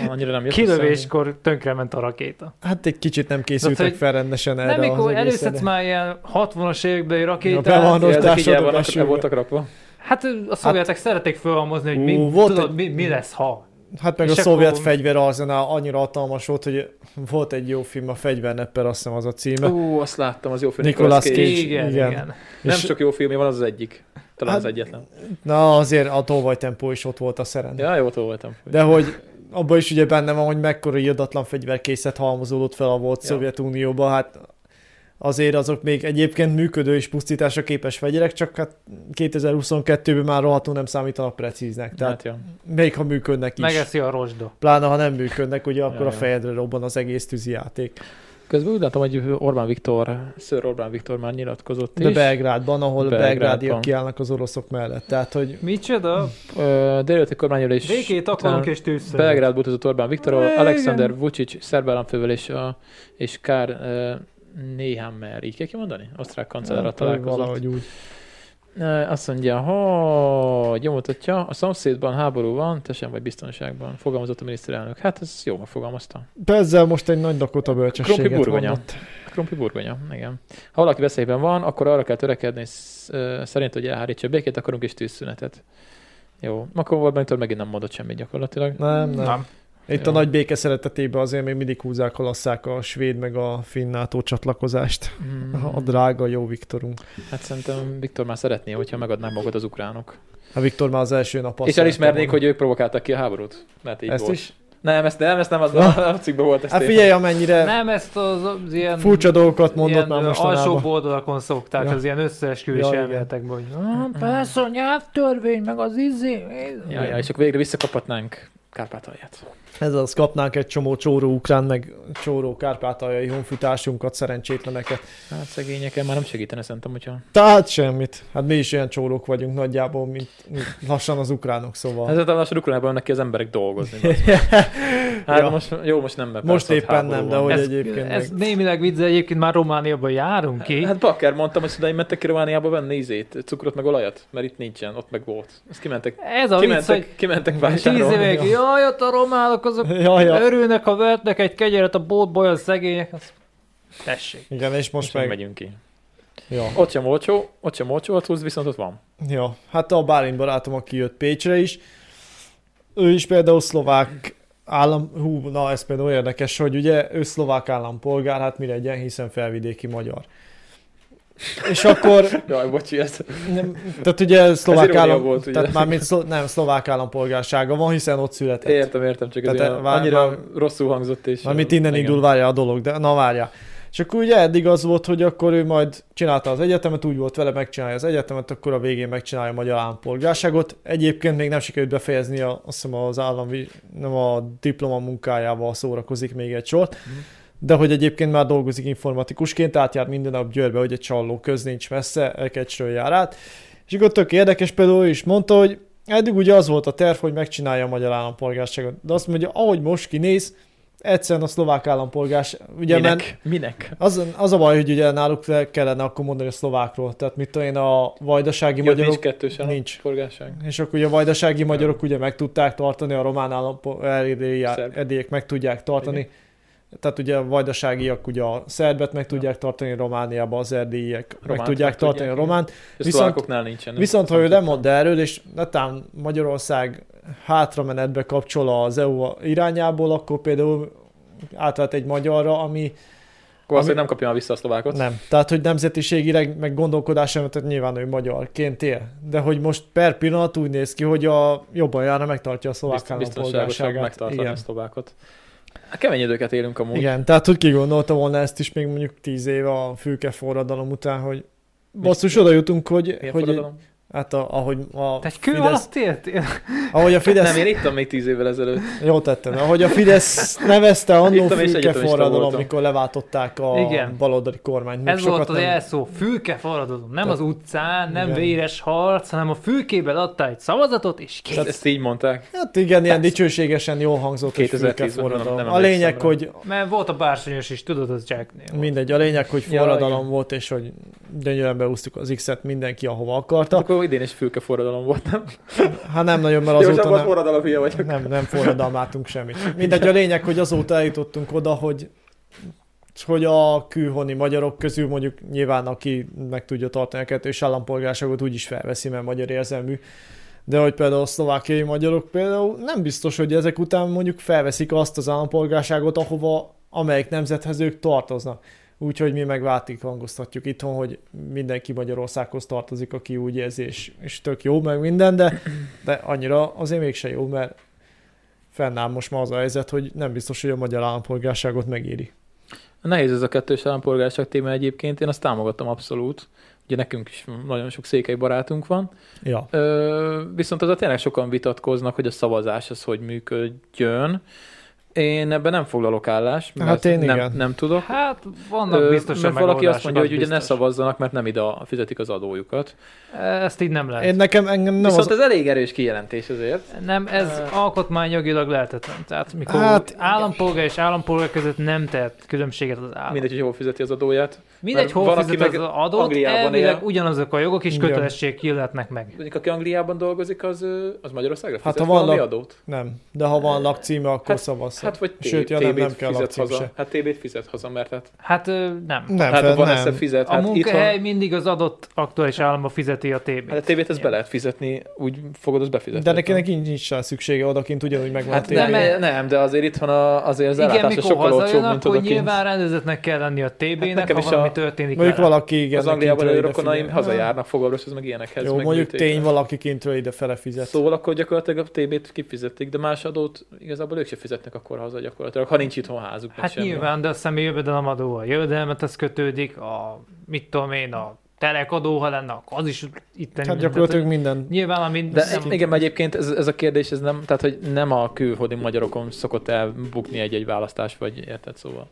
Speaker 2: Annyira nem jött össze.
Speaker 4: Kilövéskor tönkrement a rakéta.
Speaker 1: Hát egy kicsit nem készültek
Speaker 4: Tehát, hogy
Speaker 1: fel rendesen erre
Speaker 4: nem, mikor
Speaker 1: az egészre,
Speaker 4: előszedsz
Speaker 1: de-
Speaker 4: már ilyen 60-as évekbeli
Speaker 1: Ja, be
Speaker 4: rakétát,
Speaker 1: van
Speaker 2: Ja,
Speaker 1: ott.
Speaker 2: ezek így el vannak-
Speaker 1: társadalmas
Speaker 2: el
Speaker 1: jövő.
Speaker 2: voltak rakva.
Speaker 4: hát a szovjetek szerették felhalmozni, hogy mi,
Speaker 1: Ú, volt
Speaker 4: tudod,
Speaker 1: egy-
Speaker 4: mi, mi lesz, ha.
Speaker 1: Hát meg
Speaker 4: És
Speaker 1: a
Speaker 4: akkor-
Speaker 1: szovjet fegyverarzenál annyira hatalmas volt, hogy volt egy jó film, a Fegyvernepper, azt hiszem az a címe.
Speaker 2: Ú, azt láttam, az jó film.
Speaker 1: Nicolas
Speaker 2: Cage.
Speaker 1: Cage.
Speaker 4: Igen, igen.
Speaker 1: igen.
Speaker 4: igen.
Speaker 2: Nem
Speaker 1: És-
Speaker 2: csak jó filmje van, az az egyik. Talán
Speaker 1: Hát-
Speaker 2: az egyetlen.
Speaker 1: Na azért a tolvaj tempó is ott volt a szeren.
Speaker 2: Ja, jó, ott voltam.
Speaker 1: De hogy abban is ugye benne van, hogy mekkora irdatlan fegyverkészet halmozódott fel a volt
Speaker 2: Ja.
Speaker 1: ja. Szovjetunióban, hát azért azok még egyébként működő és pusztításra képes fegyverek, csak hát 2022-ben már rohadtul nem számítanak precíznek, tehát
Speaker 2: Hát, ja.
Speaker 1: még ha működnek is.
Speaker 4: Megeszi a rozsda.
Speaker 1: Pláne ha nem működnek, ugye akkor
Speaker 2: ja.
Speaker 1: a fejedre robban az egész tűzijáték.
Speaker 2: Közben úgy látom, hogy Orbán Viktor, Ször Orbán Viktor már nyilatkozott
Speaker 1: De
Speaker 2: is.
Speaker 1: Belgrádban, ahol a
Speaker 2: Belgrádban.
Speaker 1: belgrádiak kiállnak az oroszok mellett, tehát hogy
Speaker 4: Micsoda?
Speaker 2: Ö, Délelőtti kormányülés.
Speaker 4: Békét akarunk és tűzszöget.
Speaker 2: Belgrád búcsúzott Orbán Viktorral,
Speaker 4: Igen.
Speaker 2: Alexander Vucic szerb államfővel és, a, és Kár e, Néhammer, így kell kimondani? Osztrák kancellárral találkozott.
Speaker 1: Hát, valahogy úgy.
Speaker 2: E, Azt mondja, hogy gyomutatja, a szomszédban háború van, te sem vagy biztonságban, fogalmazott a miniszterelnök. Hát ez jó, fogalmazta.
Speaker 1: De ezzel most egy nagy Dakota bölcsességet
Speaker 2: Krumpli burgonya.
Speaker 1: mondott.
Speaker 2: Krumpi burgonya, igen. Ha valaki veszélyben van, akkor arra kell törekedni sz- ö, szerint, hogy elhárítsa a békét, akarunk is tűzszünetet. Jó, akkor Warbanktől megint nem mondott semmit gyakorlatilag.
Speaker 1: Nem, nem.
Speaker 3: Nem.
Speaker 1: Itt
Speaker 2: Jó.
Speaker 1: a nagy béke szeretetében azért még mindig húzzák, halasszák a svéd meg a finn NATO csatlakozást.
Speaker 2: Mm,
Speaker 1: A drága jó Viktorunk.
Speaker 2: hát szerintem Viktor már szeretné, hogyha megadnák magukat az ukránok.
Speaker 1: A Hát Viktor már az első nap azt
Speaker 2: és elismernék,
Speaker 1: szerettem
Speaker 2: hogy ők provokáltak ki a háborút. Mert így
Speaker 1: volna. Ezt
Speaker 2: volt.
Speaker 1: is?
Speaker 2: Nem, ezt nem, ezt nem, az
Speaker 1: Ja.
Speaker 2: a cikkben volt. Ezt
Speaker 1: Hát
Speaker 2: én-
Speaker 1: figyelj, amennyire
Speaker 4: Nem, ezt az, az ilyen...
Speaker 1: furcsa dolgokat mondott
Speaker 4: ilyen
Speaker 1: már
Speaker 4: alsó
Speaker 1: mostanában.
Speaker 4: boldalakon szokták,
Speaker 1: Ja.
Speaker 4: az ilyen összeesküvés
Speaker 1: Ja, igen.
Speaker 4: elméletekben, hogy "Ah, persze a nyelvtörvény, meg az izé.
Speaker 2: Ja, ja, és akkor végre visszakaphatnánk Kárpátalját.
Speaker 1: Ez az, kapnánk egy csomó csóró ukrán, meg csóró kárpátaljai honfitársunkat, szerencsétleneket.
Speaker 2: Hát szegényeken már nem segítene szerintem, hogyha...
Speaker 1: Tehát semmit. Hát mi is ilyen csórók vagyunk nagyjából, mint, mint lassan az ukránok, szóval.
Speaker 2: Ez a Hát lassan Ukrajnában neki az emberek dolgozni. bazd. Hát
Speaker 1: Ja.
Speaker 2: most, jó, most nem, mert
Speaker 1: Most
Speaker 2: persze ott
Speaker 1: éppen
Speaker 2: háború
Speaker 1: nem, de
Speaker 2: van.
Speaker 1: hogy
Speaker 4: Ez,
Speaker 1: egyébként
Speaker 4: ez
Speaker 1: meg-
Speaker 4: némileg vicc, de egyébként már Romániában járunk ki.
Speaker 2: Hát Bakker mondtam, hogy odáig mentek ki Romániába venni ízét, cukrot meg olajat, mert itt nincsen, ott meg volt. Ezt kimentek,
Speaker 4: Ez a vicc, hogy
Speaker 2: kimentek, kimentek
Speaker 4: tíz
Speaker 2: vásárolni.
Speaker 4: évig, jaj, ott a románok azok
Speaker 1: Ja, ja.
Speaker 4: örülnek, ha vetnek egy kegyeret a boltba, olyan szegények. Azt... Tessék.
Speaker 1: Igen, és most
Speaker 2: meg...
Speaker 1: meg...
Speaker 2: megyünk ki.
Speaker 1: Ja.
Speaker 2: Ott sem olcsó, ott sem olcsó a cucc, viszont ott van.
Speaker 1: Ja, hát a Bálint barátom, aki jött Pécsre is, ő is például szlovák állam, hú, na ez például érdekes, hogy ugye ő szlovák állampolgár, hát mi legyen, hiszen felvidéki magyar. És akkor,
Speaker 2: Jaj, bocsi, ez
Speaker 1: nem, tehát ugye szlovák
Speaker 2: irónia
Speaker 1: állam,
Speaker 2: volt,
Speaker 1: volt,
Speaker 2: ugye?
Speaker 1: tehát már mint szlo, nem, szlovák állampolgársága van, hiszen ott született.
Speaker 2: értem, értem, csak ez
Speaker 1: Tehát, e-
Speaker 2: ilyen
Speaker 1: vár-
Speaker 2: annyira
Speaker 1: vár-
Speaker 2: rosszul hangzott. És,
Speaker 1: Mármint innen
Speaker 2: igen.
Speaker 1: indul, várja a dolog, de na várja. És akkor ugye eddig az volt, hogy akkor ő majd csinálta az egyetemet, úgy volt vele, megcsinálja az egyetemet, akkor a végén megcsinálja a magyar állampolgárságot. Egyébként még nem sikerült befejezni, a, azt hiszem az állam, nem a diploma munkájával szórakozik még egy sort, de hogy egyébként már dolgozik informatikusként, átjár minden nap Győrbe, hogy egy csalló köz nincs messze, Ekecsről jár át. És akkor tök érdekes, például ő is mondta, hogy eddig ugye az volt a terv, hogy megcsinálja a magyar állampolgárságot, de azt mondja, ahogy most kinéz, egyszerűen a szlovák állampolgás, ugye mert
Speaker 2: Minek? Minek?
Speaker 1: az, az a baj, hogy ugye náluk le kellene akkor mondani a szlovákról, tehát mit tudom én, a vajdasági
Speaker 2: Jó, nincs
Speaker 1: magyarok,
Speaker 2: kettős
Speaker 1: Nincs.
Speaker 2: forgásság.
Speaker 1: és akkor ugye a vajdasági magyarok ugye meg tudták tartani, a román állampolgárok,
Speaker 2: Szerb.
Speaker 1: edélyek meg tudják tartani,
Speaker 2: Igen.
Speaker 1: tehát ugye a vajdaságiak ugye a szerbet meg tudják tartani, Romániában az erdélyiek meg tudják
Speaker 2: Románt meg tudják,
Speaker 1: tartani a
Speaker 2: igen.
Speaker 1: románt.
Speaker 2: És
Speaker 1: Viszont-
Speaker 2: szlovákoknál nincsen.
Speaker 1: Viszont ha ő lemond erről, és netán Magyarország hátramenetbe kapcsol az EU irányából, akkor például átvált egy magyarra, ami
Speaker 2: Akkor azt,
Speaker 1: ami-
Speaker 2: hogy nem kapja már vissza a szlovákot.
Speaker 1: nem. Tehát, hogy nemzetiségileg, meg gondolkodása, tehát nyilván ő magyarként él. De hogy most per pillanat úgy néz ki, hogy a jobban járna megtartja a szlovák
Speaker 2: Bizt- Biztonságosabb
Speaker 1: állampolgárságát.
Speaker 2: megtartani a
Speaker 1: Igen.
Speaker 2: szlovákot. Hát kemény időket élünk amúgy.
Speaker 1: Igen, tehát hogy ki gondolta volna ezt is még mondjuk tíz éve a fülke forradalom után, hogy basszus, oda jutunk, hogy,
Speaker 2: Milyen
Speaker 1: hogy
Speaker 2: forradalom?
Speaker 1: hát a, ahogy a
Speaker 4: Te egy kő
Speaker 1: Fidesz,
Speaker 4: alatt éltél?
Speaker 1: ahogy a Fidesz,
Speaker 2: Nem, én ittam még tíz évvel ezelőtt.
Speaker 1: Jó tettem. Ahogy a Fidesz nevezte annó
Speaker 2: Hittem és
Speaker 1: fülke
Speaker 2: egyetemista
Speaker 1: forradalom,
Speaker 2: voltam.
Speaker 1: amikor leváltották a
Speaker 4: Igen.
Speaker 1: baloldali kormányt. Még
Speaker 4: Ez volt az
Speaker 1: nem-
Speaker 4: elszó, fülke forradalom. Nem
Speaker 1: Te-
Speaker 4: az utcán, nem
Speaker 1: Igen.
Speaker 4: véres harc, hanem a fülkében adtál egy szavazatot, és kész.
Speaker 2: Ezt így mondták.
Speaker 1: Hát igen, ilyen dicsőségesen jól hangzott, hogy fülke
Speaker 2: 2010-ben, nem-
Speaker 1: forradalom.
Speaker 2: nem
Speaker 1: A lényeg,
Speaker 2: emlékszem
Speaker 1: hogy
Speaker 4: Mert volt a bársonyos is, tudod, az Jacknél. volt.
Speaker 1: mindegy, a lényeg, hogy
Speaker 2: Ja,
Speaker 1: forradalom
Speaker 2: igen.
Speaker 1: volt, és hogy gyönyörűen beúztuk az X-et mindenki, ahova akarta.
Speaker 2: Hát Akkor idén is fülke forradalom volt, nem?
Speaker 1: Hát nem nagyon, mert
Speaker 2: Jó,
Speaker 1: azóta
Speaker 2: abban
Speaker 1: nem,
Speaker 2: forradalom hülye vagyok.
Speaker 1: nem, nem forradalmátunk semmit. Mindegy, a lényeg, hogy azóta eljutottunk oda, hogy hogy a külhoni magyarok közül mondjuk nyilván aki meg tudja tartani a kettős állampolgárságot úgy is felveszi, mert magyar érzelmű. De hogy például a szlovákiai magyarok például nem biztos, hogy ezek után mondjuk felveszik azt az állampolgárságot, ahova amelyik nemzethez ők tartoznak. Úgyhogy mi meg váltig hangoztatjuk itthon, hogy mindenki Magyarországhoz tartozik, aki úgy érzi, és, és tök jó, meg minden, de, de annyira azért mégse jó, mert fennáll most ma az a helyzet, hogy nem biztos, hogy a magyar állampolgárságot megéri.
Speaker 2: Nehéz ez a kettős állampolgárság téma egyébként, én azt támogatom abszolút. Ugye nekünk is nagyon sok székely barátunk van.
Speaker 1: Ja.
Speaker 2: Ö, viszont az tényleg sokan vitatkoznak, hogy a szavazás az hogy működjön. Én ebben nem foglalok állást, mert
Speaker 1: Hát én
Speaker 2: nem,
Speaker 1: igen.
Speaker 2: nem tudok.
Speaker 4: Hát vannak biztosan
Speaker 2: mert valaki azt mondja, hogy
Speaker 4: megoldásokat,
Speaker 2: ugye ne
Speaker 4: biztos. E,
Speaker 2: szavazzanak, mert nem ide fizetik az adójukat.
Speaker 4: Ezt így nem lehet.
Speaker 1: Én nekem engem nem
Speaker 2: Hát. Viszont
Speaker 1: az...
Speaker 2: ez elég erős kijelentés azért.
Speaker 4: Nem, ez alkotmányjogilag lehetetlen. Tehát mikor
Speaker 1: Hát,
Speaker 4: hát, állampolgár és állampolgár között nem tehet különbséget az állam.
Speaker 2: Mindegy, hogy hol fizeti az adóját.
Speaker 4: Mindegy,
Speaker 2: Mert
Speaker 4: hol
Speaker 2: van, aki
Speaker 4: fizet
Speaker 2: meg
Speaker 4: az adót,
Speaker 2: Angliában
Speaker 4: elvileg
Speaker 2: él.
Speaker 4: ugyanazok a jogok és
Speaker 1: Igen.
Speaker 4: kötelességek illetnek meg.
Speaker 2: Mondjuk, aki Angliában dolgozik, az, ö, az Magyarországra
Speaker 1: Hát,
Speaker 2: fizet
Speaker 1: ha van
Speaker 2: valami
Speaker 1: lak-
Speaker 2: adót?
Speaker 1: Nem, de ha van lakcíme, akkor hát,
Speaker 2: Hát-
Speaker 1: szavazhat.
Speaker 2: Hát vagy
Speaker 1: Sőt,
Speaker 2: Sőt,
Speaker 1: ja,
Speaker 2: ja,
Speaker 1: nem,
Speaker 2: TB-t
Speaker 1: nem kell
Speaker 2: fizet
Speaker 1: lakcím
Speaker 2: haza.
Speaker 1: se.
Speaker 2: Hát TB-t fizet haza, mert hát,
Speaker 4: Hát ö, nem.
Speaker 1: nem,
Speaker 2: hát
Speaker 1: fel,
Speaker 2: a van
Speaker 1: nem.
Speaker 2: esze fizet.
Speaker 4: A hát
Speaker 2: Hát
Speaker 4: munkahely
Speaker 2: itthon,
Speaker 4: itthon... mindig az adott aktuális államba fizeti a TB-t.
Speaker 2: hát a TB-t ezt
Speaker 4: Igen.
Speaker 2: be lehet fizetni, úgy fogod, azt befizetni.
Speaker 1: De neki, neki nincs, nincs rá szüksége, odakint ugyanúgy megvan
Speaker 2: Hát
Speaker 1: a tévé.
Speaker 2: nem, nem, nem, de azért itthon a, azért az
Speaker 4: Igen,
Speaker 2: ellátása
Speaker 4: mikor
Speaker 2: sokkal olcsóbb,
Speaker 4: hazajön,
Speaker 2: mint
Speaker 4: akkor
Speaker 2: odakint.
Speaker 4: nyilván rendezetnek kell lenni a TB-nek,
Speaker 2: nekem
Speaker 4: ha
Speaker 2: is a-
Speaker 4: valami történik
Speaker 1: Mondjuk
Speaker 4: vele.
Speaker 1: valaki igen.
Speaker 2: Az
Speaker 1: neki
Speaker 2: Angliában
Speaker 1: kintről
Speaker 2: a
Speaker 1: ide
Speaker 2: rokonaim
Speaker 1: figyel.
Speaker 2: hazajárnak fogalmashoz, meg ilyenekhez.
Speaker 1: Jó,
Speaker 2: meg
Speaker 1: mondjuk
Speaker 2: műtétre.
Speaker 1: tény valaki kintről ide-fele fizet.
Speaker 2: Szóval akkor gyakorlatilag a TB-t kifizették, de más adót igazából ők se fizetnek akkor haza gyakorlatilag, ha nincs itthon házuk. meg
Speaker 4: Hát
Speaker 2: semmi.
Speaker 4: nyilván, de a személyi jövedelemadó a jövedelmethez kötődik, a mit tudom én, a telekadó, ha lenne, akkor az is itt
Speaker 1: Hát gyakorlatilag minden.
Speaker 4: Nyilván, ami
Speaker 2: De
Speaker 4: nem-
Speaker 2: igen, mert egyébként ez, ez, a kérdés, ez nem, tehát hogy nem a külhodi magyarokon szokott elbukni egy-egy választás, vagy érted szóval.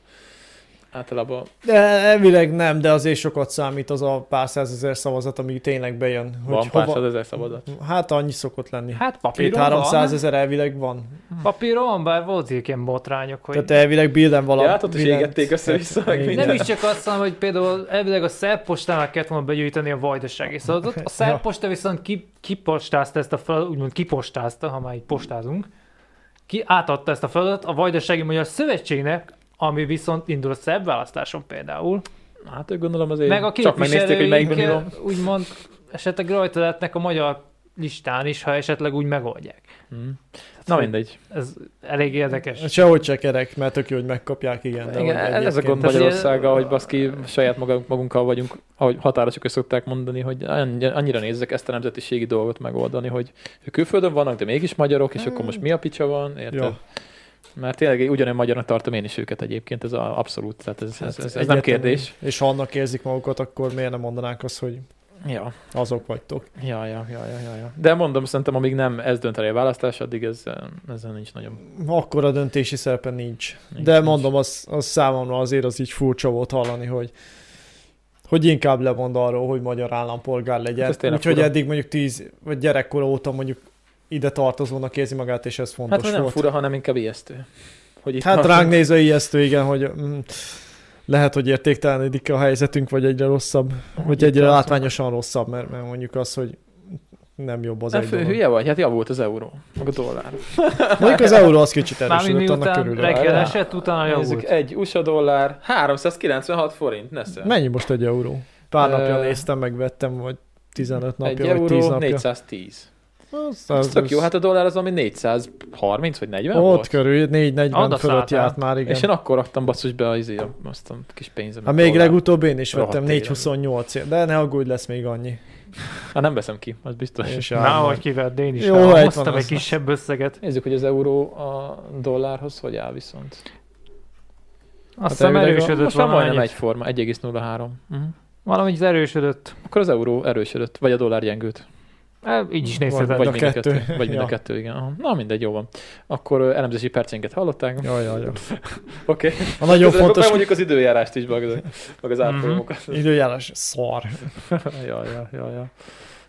Speaker 2: Általában
Speaker 1: De elvileg nem, de azért sokat számít az a pár százezer szavazat, ami tényleg bejön. Hogy
Speaker 2: van pár százezer szabadat.
Speaker 1: Hát annyi szokott lenni.
Speaker 4: Hát
Speaker 1: Két
Speaker 4: papíron van,
Speaker 1: 300 ezer elvileg van.
Speaker 4: papíron van, bár volt ilyen botrányok, hogy
Speaker 1: Tehát elvileg bilden valami.
Speaker 2: Ja, hát ott is égették össze-vissza, meg
Speaker 1: Igen.
Speaker 2: minden.
Speaker 4: nem is csak azt hanem, hogy például elvileg a szerpostának kellett volna begyűjteni a vajdasági szavazatot, a szerposta viszont ki, kipostázta ezt a feladatot, úgymond kipostázta, ha már így postázunk, ki átadta ezt a feladatot a Vajdasági Magyar Szövetségnek, ami viszont indul a szerb választáson például,
Speaker 2: Hát ők gondolom azért
Speaker 4: Meg a
Speaker 2: csak megnézték, hogy melyikben
Speaker 4: képviselőink,
Speaker 2: írom.
Speaker 4: úgymond esetleg rajta lehetnek a magyar listán is, ha esetleg úgy megoldják.
Speaker 2: Mm. Na mindegy.
Speaker 4: Ez elég érdekes.
Speaker 1: Hát Sehogy se kerek, mert tök jó, hogy megkapják, igen. De hogy
Speaker 2: Igen, ez a
Speaker 1: egyébként
Speaker 2: gond
Speaker 4: Tehát ugye-
Speaker 2: Magyarországgal, hogy baszki saját magunk, magunkkal vagyunk, ahogy határosok is szokták mondani, hogy annyi- annyira nézzek ezt a nemzetiségi dolgot megoldani, hogy ők külföldön vannak, de mégis magyarok, és akkor most mi a picsa van, érted?
Speaker 1: Jó.
Speaker 2: Mert tényleg ugyanolyan magyarnak tartom én is őket egyébként, ez a, abszolút, tehát ez, ez, ez, ez nem
Speaker 1: Hát egyértelmű.
Speaker 2: kérdés.
Speaker 1: És ha annak érzik magukat, akkor miért nem mondanánk azt, hogy
Speaker 2: Ja.
Speaker 1: azok vagytok.
Speaker 2: Ja, ja, ja, ja, ja, ja. De mondom, szerintem amíg nem ez dönt el a választás, addig ez, ezzel nincs nagyon.
Speaker 1: Akkor a döntési szerepe nincs.
Speaker 2: Nincs,
Speaker 1: De
Speaker 2: nincs.
Speaker 1: mondom, az, az számomra azért az így furcsa volt hallani, hogy hogy inkább lemond arról, hogy magyar állampolgár
Speaker 2: Hát
Speaker 1: legyen.
Speaker 2: ez
Speaker 1: Hát
Speaker 2: tényleg
Speaker 1: Úgyhogy
Speaker 2: fura.
Speaker 1: eddig mondjuk tíz, vagy gyerekkor óta mondjuk ide tartozónak érzi magát, és ez
Speaker 2: Hát
Speaker 1: fontos
Speaker 2: hogy nem
Speaker 1: volt.
Speaker 2: fura, hanem inkább ijesztő. Hogy itt
Speaker 1: Hát
Speaker 2: tartunk.
Speaker 1: ránk nézve ijesztő, igen, hogy mm, lehet, hogy értéktelenedik a helyzetünk, vagy egyre rosszabb, vagy egyre
Speaker 2: tartunk.
Speaker 1: látványosan rosszabb, mert, mert mondjuk az, hogy nem jobb az
Speaker 2: Nem
Speaker 1: egy
Speaker 2: fő,
Speaker 1: dolog.
Speaker 2: hülye vagy? Hát javult az euró, meg a dollár.
Speaker 1: Mondjuk az euró az kicsit
Speaker 4: Mármint
Speaker 1: erősödött, annak
Speaker 4: miután
Speaker 1: körülök.
Speaker 4: reggel esett, utána
Speaker 2: Nézzük,
Speaker 4: javult.
Speaker 2: egy USA dollár, 396 forint, nesze.
Speaker 1: Mennyi most egy euró? Pár
Speaker 2: Ö,
Speaker 1: napja néztem, megvettem, vagy 15
Speaker 2: egy
Speaker 1: napja, vagy 10
Speaker 2: euró,
Speaker 1: napja.
Speaker 2: 410.
Speaker 1: Az,
Speaker 2: Ez tök jó, hát a dollár az, ami 430 vagy 40
Speaker 1: Ott
Speaker 2: volt.
Speaker 1: körül, 440
Speaker 4: Oda
Speaker 1: fölött
Speaker 4: szálltál.
Speaker 1: járt már,
Speaker 2: És én
Speaker 1: igen.
Speaker 2: akkor raktam basszus be az, izé, a- azt a kis pénzemet.
Speaker 1: Hát még
Speaker 2: dollár.
Speaker 1: legutóbb én is vettem
Speaker 2: Rohadt élet.
Speaker 1: 428 de ne aggódj, lesz még annyi.
Speaker 2: Hát nem veszem ki, az biztos.
Speaker 1: És
Speaker 4: Na, hogy kivedd, én is
Speaker 1: Jó,
Speaker 4: fel-
Speaker 1: hát van
Speaker 4: hoztam egy
Speaker 1: az.
Speaker 4: kisebb összeget.
Speaker 2: Nézzük, hogy az euró a dollárhoz hogy áll viszont.
Speaker 4: Azt hiszem
Speaker 1: elvileg a-
Speaker 4: erősödött
Speaker 2: Hát Most már majdnem
Speaker 4: valamennyit.
Speaker 2: egyforma, 1,03. Uh-huh.
Speaker 4: Valamit erősödött.
Speaker 2: Akkor az euró erősödött, vagy a dollár gyengült.
Speaker 4: E, Így is
Speaker 1: Vagy-
Speaker 4: nézheted.
Speaker 2: Vagy
Speaker 1: a
Speaker 2: mind a
Speaker 1: kettő.
Speaker 2: kettő. Vagy mind
Speaker 1: Ja.
Speaker 2: a kettő, igen. Aha. Na mindegy, jó van. Akkor ö, elemzési percénket hallották.
Speaker 1: Jaj, jaj, jaj.
Speaker 2: Oké.
Speaker 1: A nagyon
Speaker 2: Közben
Speaker 1: fontos Mhm.
Speaker 2: Megmondjuk az időjárást is, meg, meg az árfolyamokat.
Speaker 1: időjárás szar.
Speaker 2: ja, ja, ja, ja.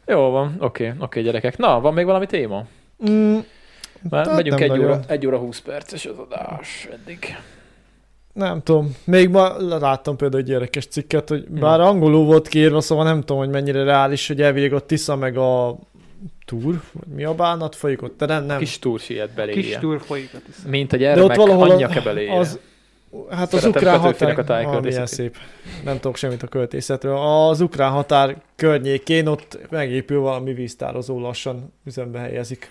Speaker 2: Jó van, oké, oké gyerekek. Na, van még valami téma?
Speaker 1: Mm,
Speaker 2: Már
Speaker 1: Hát
Speaker 2: megyünk
Speaker 1: nem
Speaker 2: egy
Speaker 1: nagyon.
Speaker 2: óra, egy óra 20 perces az adás eddig.
Speaker 1: nem tudom. Még ma láttam például egy érdekes cikket, hogy bár angolul volt kiírva, szóval nem tudom, hogy mennyire reális, hogy elvileg ott Tisza meg a túr, vagy mi a bánat folyik ott, de nem, nem.
Speaker 2: Kis túr siet
Speaker 4: Kis
Speaker 2: beléje.
Speaker 4: túr folyik a tisza.
Speaker 2: Mint egy
Speaker 1: de ott
Speaker 2: gyermek
Speaker 1: valahol
Speaker 2: anyja
Speaker 1: a,
Speaker 2: kebeléje.
Speaker 1: az, hát az
Speaker 2: Szeretem
Speaker 1: ukrán
Speaker 2: Petőfinek
Speaker 1: határ,
Speaker 2: a tájköltészeti.
Speaker 1: ah, milyen szép. Nem tudok semmit a költészetről. Az ukrán határ környékén ott megépül valami víztározó lassan üzembe helyezik.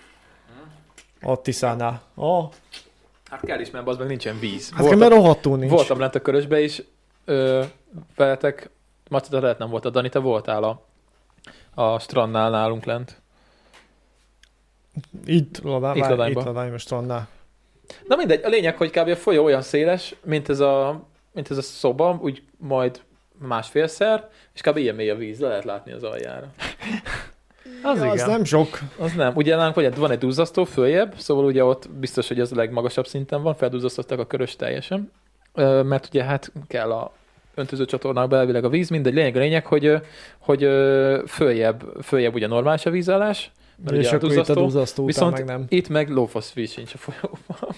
Speaker 1: A Tiszánál. Ah,
Speaker 2: Hát kell is, mert az meg nincsen víz.
Speaker 1: hát kell, mert rohadtul nincs.
Speaker 2: voltam lent a körösbe is, ö, veletek, Macita lehet nem volt, a Dani, te voltál a, a strandnál nálunk lent.
Speaker 1: Itt Ladány,
Speaker 2: Itt
Speaker 1: itt
Speaker 2: Ladányba.
Speaker 1: Ladány most annál.
Speaker 2: Na mindegy, a lényeg, hogy kb. a folyó olyan széles, mint ez a, mint ez a szoba, úgy majd másfélszer, és kb. ilyen mély a víz, le lehet látni az aljára.
Speaker 4: Az
Speaker 1: Ja, az
Speaker 4: igen.
Speaker 1: nem sok.
Speaker 2: Az nem. Ugye nálunk vagy, van egy duzzasztó följebb, szóval ugye ott biztos, hogy az a legmagasabb szinten van, felduzzasztották a körös teljesen, Ö, mert ugye hát kell a öntöző csatornákba elvileg a víz, mindegy. Lényeg a lényeg, hogy, ö, hogy ö, följebb, följebb ugye normális a vízállás,
Speaker 1: és
Speaker 2: mert ugye a
Speaker 1: akkor itt a
Speaker 2: duzzasztó,
Speaker 1: duzzasztó után
Speaker 2: viszont-
Speaker 1: meg nem.
Speaker 2: itt meg lófasz víz sincs a folyóban.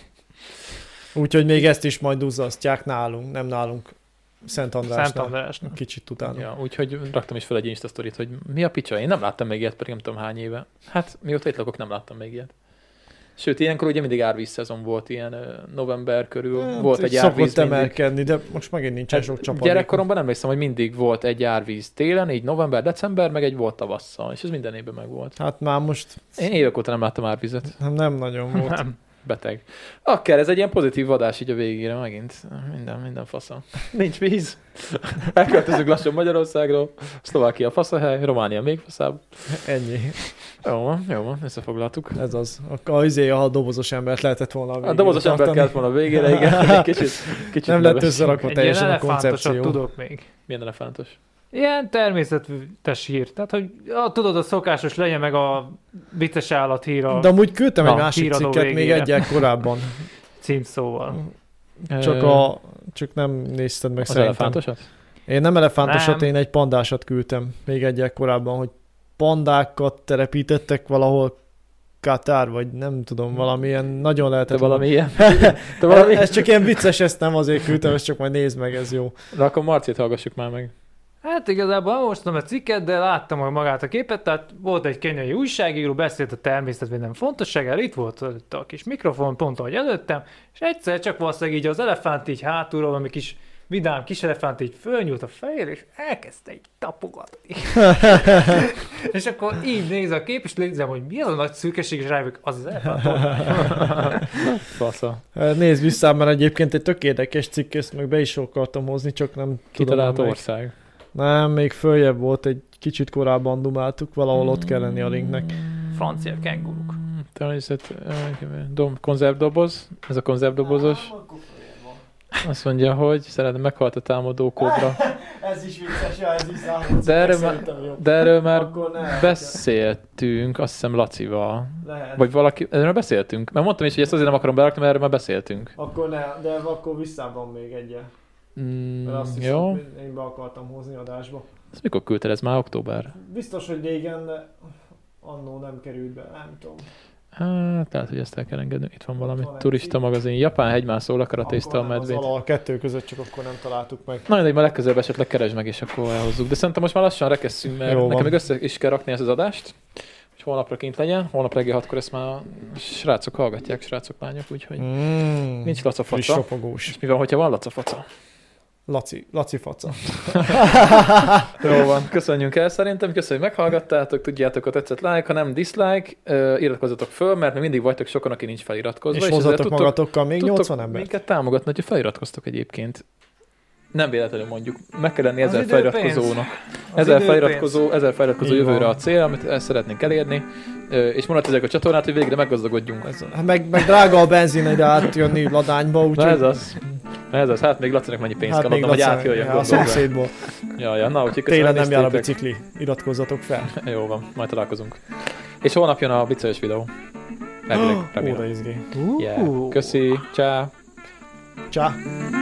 Speaker 1: Úgyhogy még ezt is majd duzzasztják nálunk, nem nálunk. Szent
Speaker 4: Szent
Speaker 1: Andrásnál.
Speaker 4: Andrásnak.
Speaker 1: Kicsit utána.
Speaker 2: Ja, úgyhogy raktam is fel egy Insta sztorit, hogy mi a picsa, én nem láttam még ilyet, pedig nem tudom hány éve. Hát mióta itt lakok, nem láttam még ilyet. Sőt, ilyenkor ugye mindig árvíz szezon volt, ilyen ö, november körül
Speaker 1: Hát,
Speaker 2: volt egy árvíz
Speaker 1: Szokott
Speaker 2: mindig. Hát,
Speaker 1: emelkedni, de most megint nincsen sok csapat.
Speaker 2: Gyerekkoromban emlékszem, hogy mindig volt egy árvíz télen, így november, december, meg egy volt tavasszal, és ez minden évben meg volt.
Speaker 1: Hát már most Hát
Speaker 2: Én évek óta nem láttam árvizet.
Speaker 1: nem nagyon volt.
Speaker 2: Nem. Beteg. Akár ez egy ilyen pozitív adás így a végére megint. Minden, minden faszom. Nincs víz. Elköltözünk lassan Magyarországról. Szlovákia faszahely, Románia még faszább.
Speaker 1: Ennyi.
Speaker 2: Jó van, jó van, összefoglaltuk.
Speaker 1: Ez az. Hát, A, a, izé, a dobozos embert lehetett volna
Speaker 2: A
Speaker 1: végén
Speaker 2: dobozos ember
Speaker 1: tartani.
Speaker 2: kellett volna a végére, igen. Egy kicsit, kicsit
Speaker 1: Nem lett
Speaker 2: neves.
Speaker 1: összerakva
Speaker 4: Egy ilyen
Speaker 1: teljesen a
Speaker 4: elefántosat
Speaker 1: koncepció.
Speaker 4: tudok még.
Speaker 2: Milyen elefántos.
Speaker 4: Ilyen természetes hír. Tehát, hogy a, tudod, a szokásos legyen meg a vicces állat hír a
Speaker 1: De amúgy küldtem egy
Speaker 4: Na,
Speaker 1: másik
Speaker 4: híradó
Speaker 1: cikket még
Speaker 4: végére.
Speaker 1: egyel korábban.
Speaker 4: címszóval.
Speaker 1: Csak,
Speaker 2: Ö,
Speaker 1: a, csak nem nézted meg
Speaker 2: az
Speaker 1: szerintem.
Speaker 2: elefántosat?
Speaker 1: Én nem elefántosat,
Speaker 4: Nem.
Speaker 1: én egy pandásat küldtem még egyel korábban, hogy pandákat telepítettek valahol Katár, vagy nem tudom, valamilyen nagyon
Speaker 2: Te
Speaker 1: lehetett.
Speaker 2: valami ilyen? Te valami?
Speaker 1: Ez csak ilyen vicces, ezt nem azért küldtem, ezt csak majd nézd meg, ez jó.
Speaker 2: Na akkor Marcit hallgassuk már meg.
Speaker 4: Hát igazából nem olvastam a cikket, de láttam hogy magát a képet, tehát volt egy kenyai újságíró, beszélt a természetvédelem fontosságáról, itt volt előtte a kis mikrofon, pont ahogy előttem, és egyszer csak valószínűleg így az elefánt így hátulról, valami kis vidám kis elefánt így fölnyúlt a fejére, és elkezdte így tapogatni. és akkor így néz a kép, és nézem, hogy mi az a nagy szürkeség, és rájövök, az az elefánt. ott van.
Speaker 2: Fasza.
Speaker 1: Nézd vissza, mert egyébként egy tök érdekes cikk, ezt meg be is akartam hozni, csak nem
Speaker 2: Kitalált
Speaker 1: tudom.
Speaker 2: ország.
Speaker 1: Nem, még följebb volt, egy kicsit korábban dumáltuk, valahol ott kell lenni a linknek.
Speaker 4: Francia kenguruk.
Speaker 2: Természet, ö, dom, konzervdoboz, ez a konzervdobozos. Azt mondja, hogy szeretne meghalt a támadó kobra.
Speaker 1: Ez is vicces, ja, ez is számít.
Speaker 2: De erről már- De erről már
Speaker 1: Akkor ne,
Speaker 2: beszéltünk, azt hiszem Lacival.
Speaker 1: lehet.
Speaker 2: Vagy valaki, erről beszéltünk. Mert mondtam is, hogy ezt azért nem akarom berakni, mert erről már beszéltünk.
Speaker 1: Akkor ne, de akkor visszában még egyen.
Speaker 2: Mm,
Speaker 1: Mert azt is
Speaker 2: jó.
Speaker 1: én be akartam hozni adásba.
Speaker 2: Ezt mikor küldted? Ez már október.
Speaker 1: Biztos, hogy régen de annó nem került be, nem tudom.
Speaker 2: Hát, lehet, hogy ezt el kell engedni. Itt van valami
Speaker 1: Van egy
Speaker 2: turista
Speaker 1: cikk.
Speaker 2: magazin. Japán hegymászó lekaratézta a
Speaker 1: Akkor nem, az
Speaker 2: medvét.
Speaker 1: alal a kettő között csak akkor nem találtuk meg.
Speaker 2: Na mindegy, majd legközelebb esetleg keresd meg, és akkor elhozzuk. De szerintem most már lassan rekesszünk, mert
Speaker 1: Jó van.
Speaker 2: nekem még össze is kell rakni ezt az adást, hogy holnapra kint legyen. Holnap reggel hatkor ezt már a srácok hallgatják, srácok, lányok, úgyhogy
Speaker 1: Mm,
Speaker 2: nincs
Speaker 1: friss
Speaker 2: lacafaca.
Speaker 1: ropogós.
Speaker 2: És mi van, hogyha van lacafaca?
Speaker 1: Laci, Laci faca.
Speaker 2: Jó van, köszönjünk el szerintem, köszönjük, hogy meghallgattátok, tudjátok, ha tetszett like, ha nem dislike, ö, iratkozzatok föl, mert mi mindig vagytok sokan, aki nincs feliratkozva.
Speaker 1: és
Speaker 2: ezzel
Speaker 1: hozzatok
Speaker 2: tudtok-
Speaker 1: magatokkal még
Speaker 2: tudtok
Speaker 1: 80 embert.
Speaker 2: Minket támogatni, hogyha feliratkoztok egyébként. Nem véletlenül mondjuk, meg kell lenni
Speaker 4: Az
Speaker 2: ezer
Speaker 4: időpénz.
Speaker 2: feliratkozónak.
Speaker 4: Az
Speaker 2: Ezer
Speaker 4: időpénz.
Speaker 2: feliratkozó, ezer feliratkozó
Speaker 1: Így van.
Speaker 2: jövőre a cél, amit el szeretnénk elérni, Ö, és monetizáljuk a csatornát, hogy végre meggazdagodjunk. Ez
Speaker 1: Hát Meg, meg drága a benzin ide átjönni ladányba, úgyhogy...
Speaker 2: Na ez az. Na ez az. Hát még Lacinak mennyi pénzt kell
Speaker 1: még
Speaker 2: adnom, hogy
Speaker 1: Laci-
Speaker 2: átjöjjön.
Speaker 1: A
Speaker 2: gondolom.
Speaker 1: szomszédból.
Speaker 2: Ja, ja, na, úgyhogy köszönöm,
Speaker 1: Télen nem jár a
Speaker 2: néztétek.
Speaker 1: bicikli. Iratkozzatok fel.
Speaker 2: Jó van, majd találkozunk. És holnap jön a vicces videó. Elvileg, remélem.
Speaker 1: Óra izgé.
Speaker 2: Yeah. Köszi, ciao.
Speaker 1: Csá.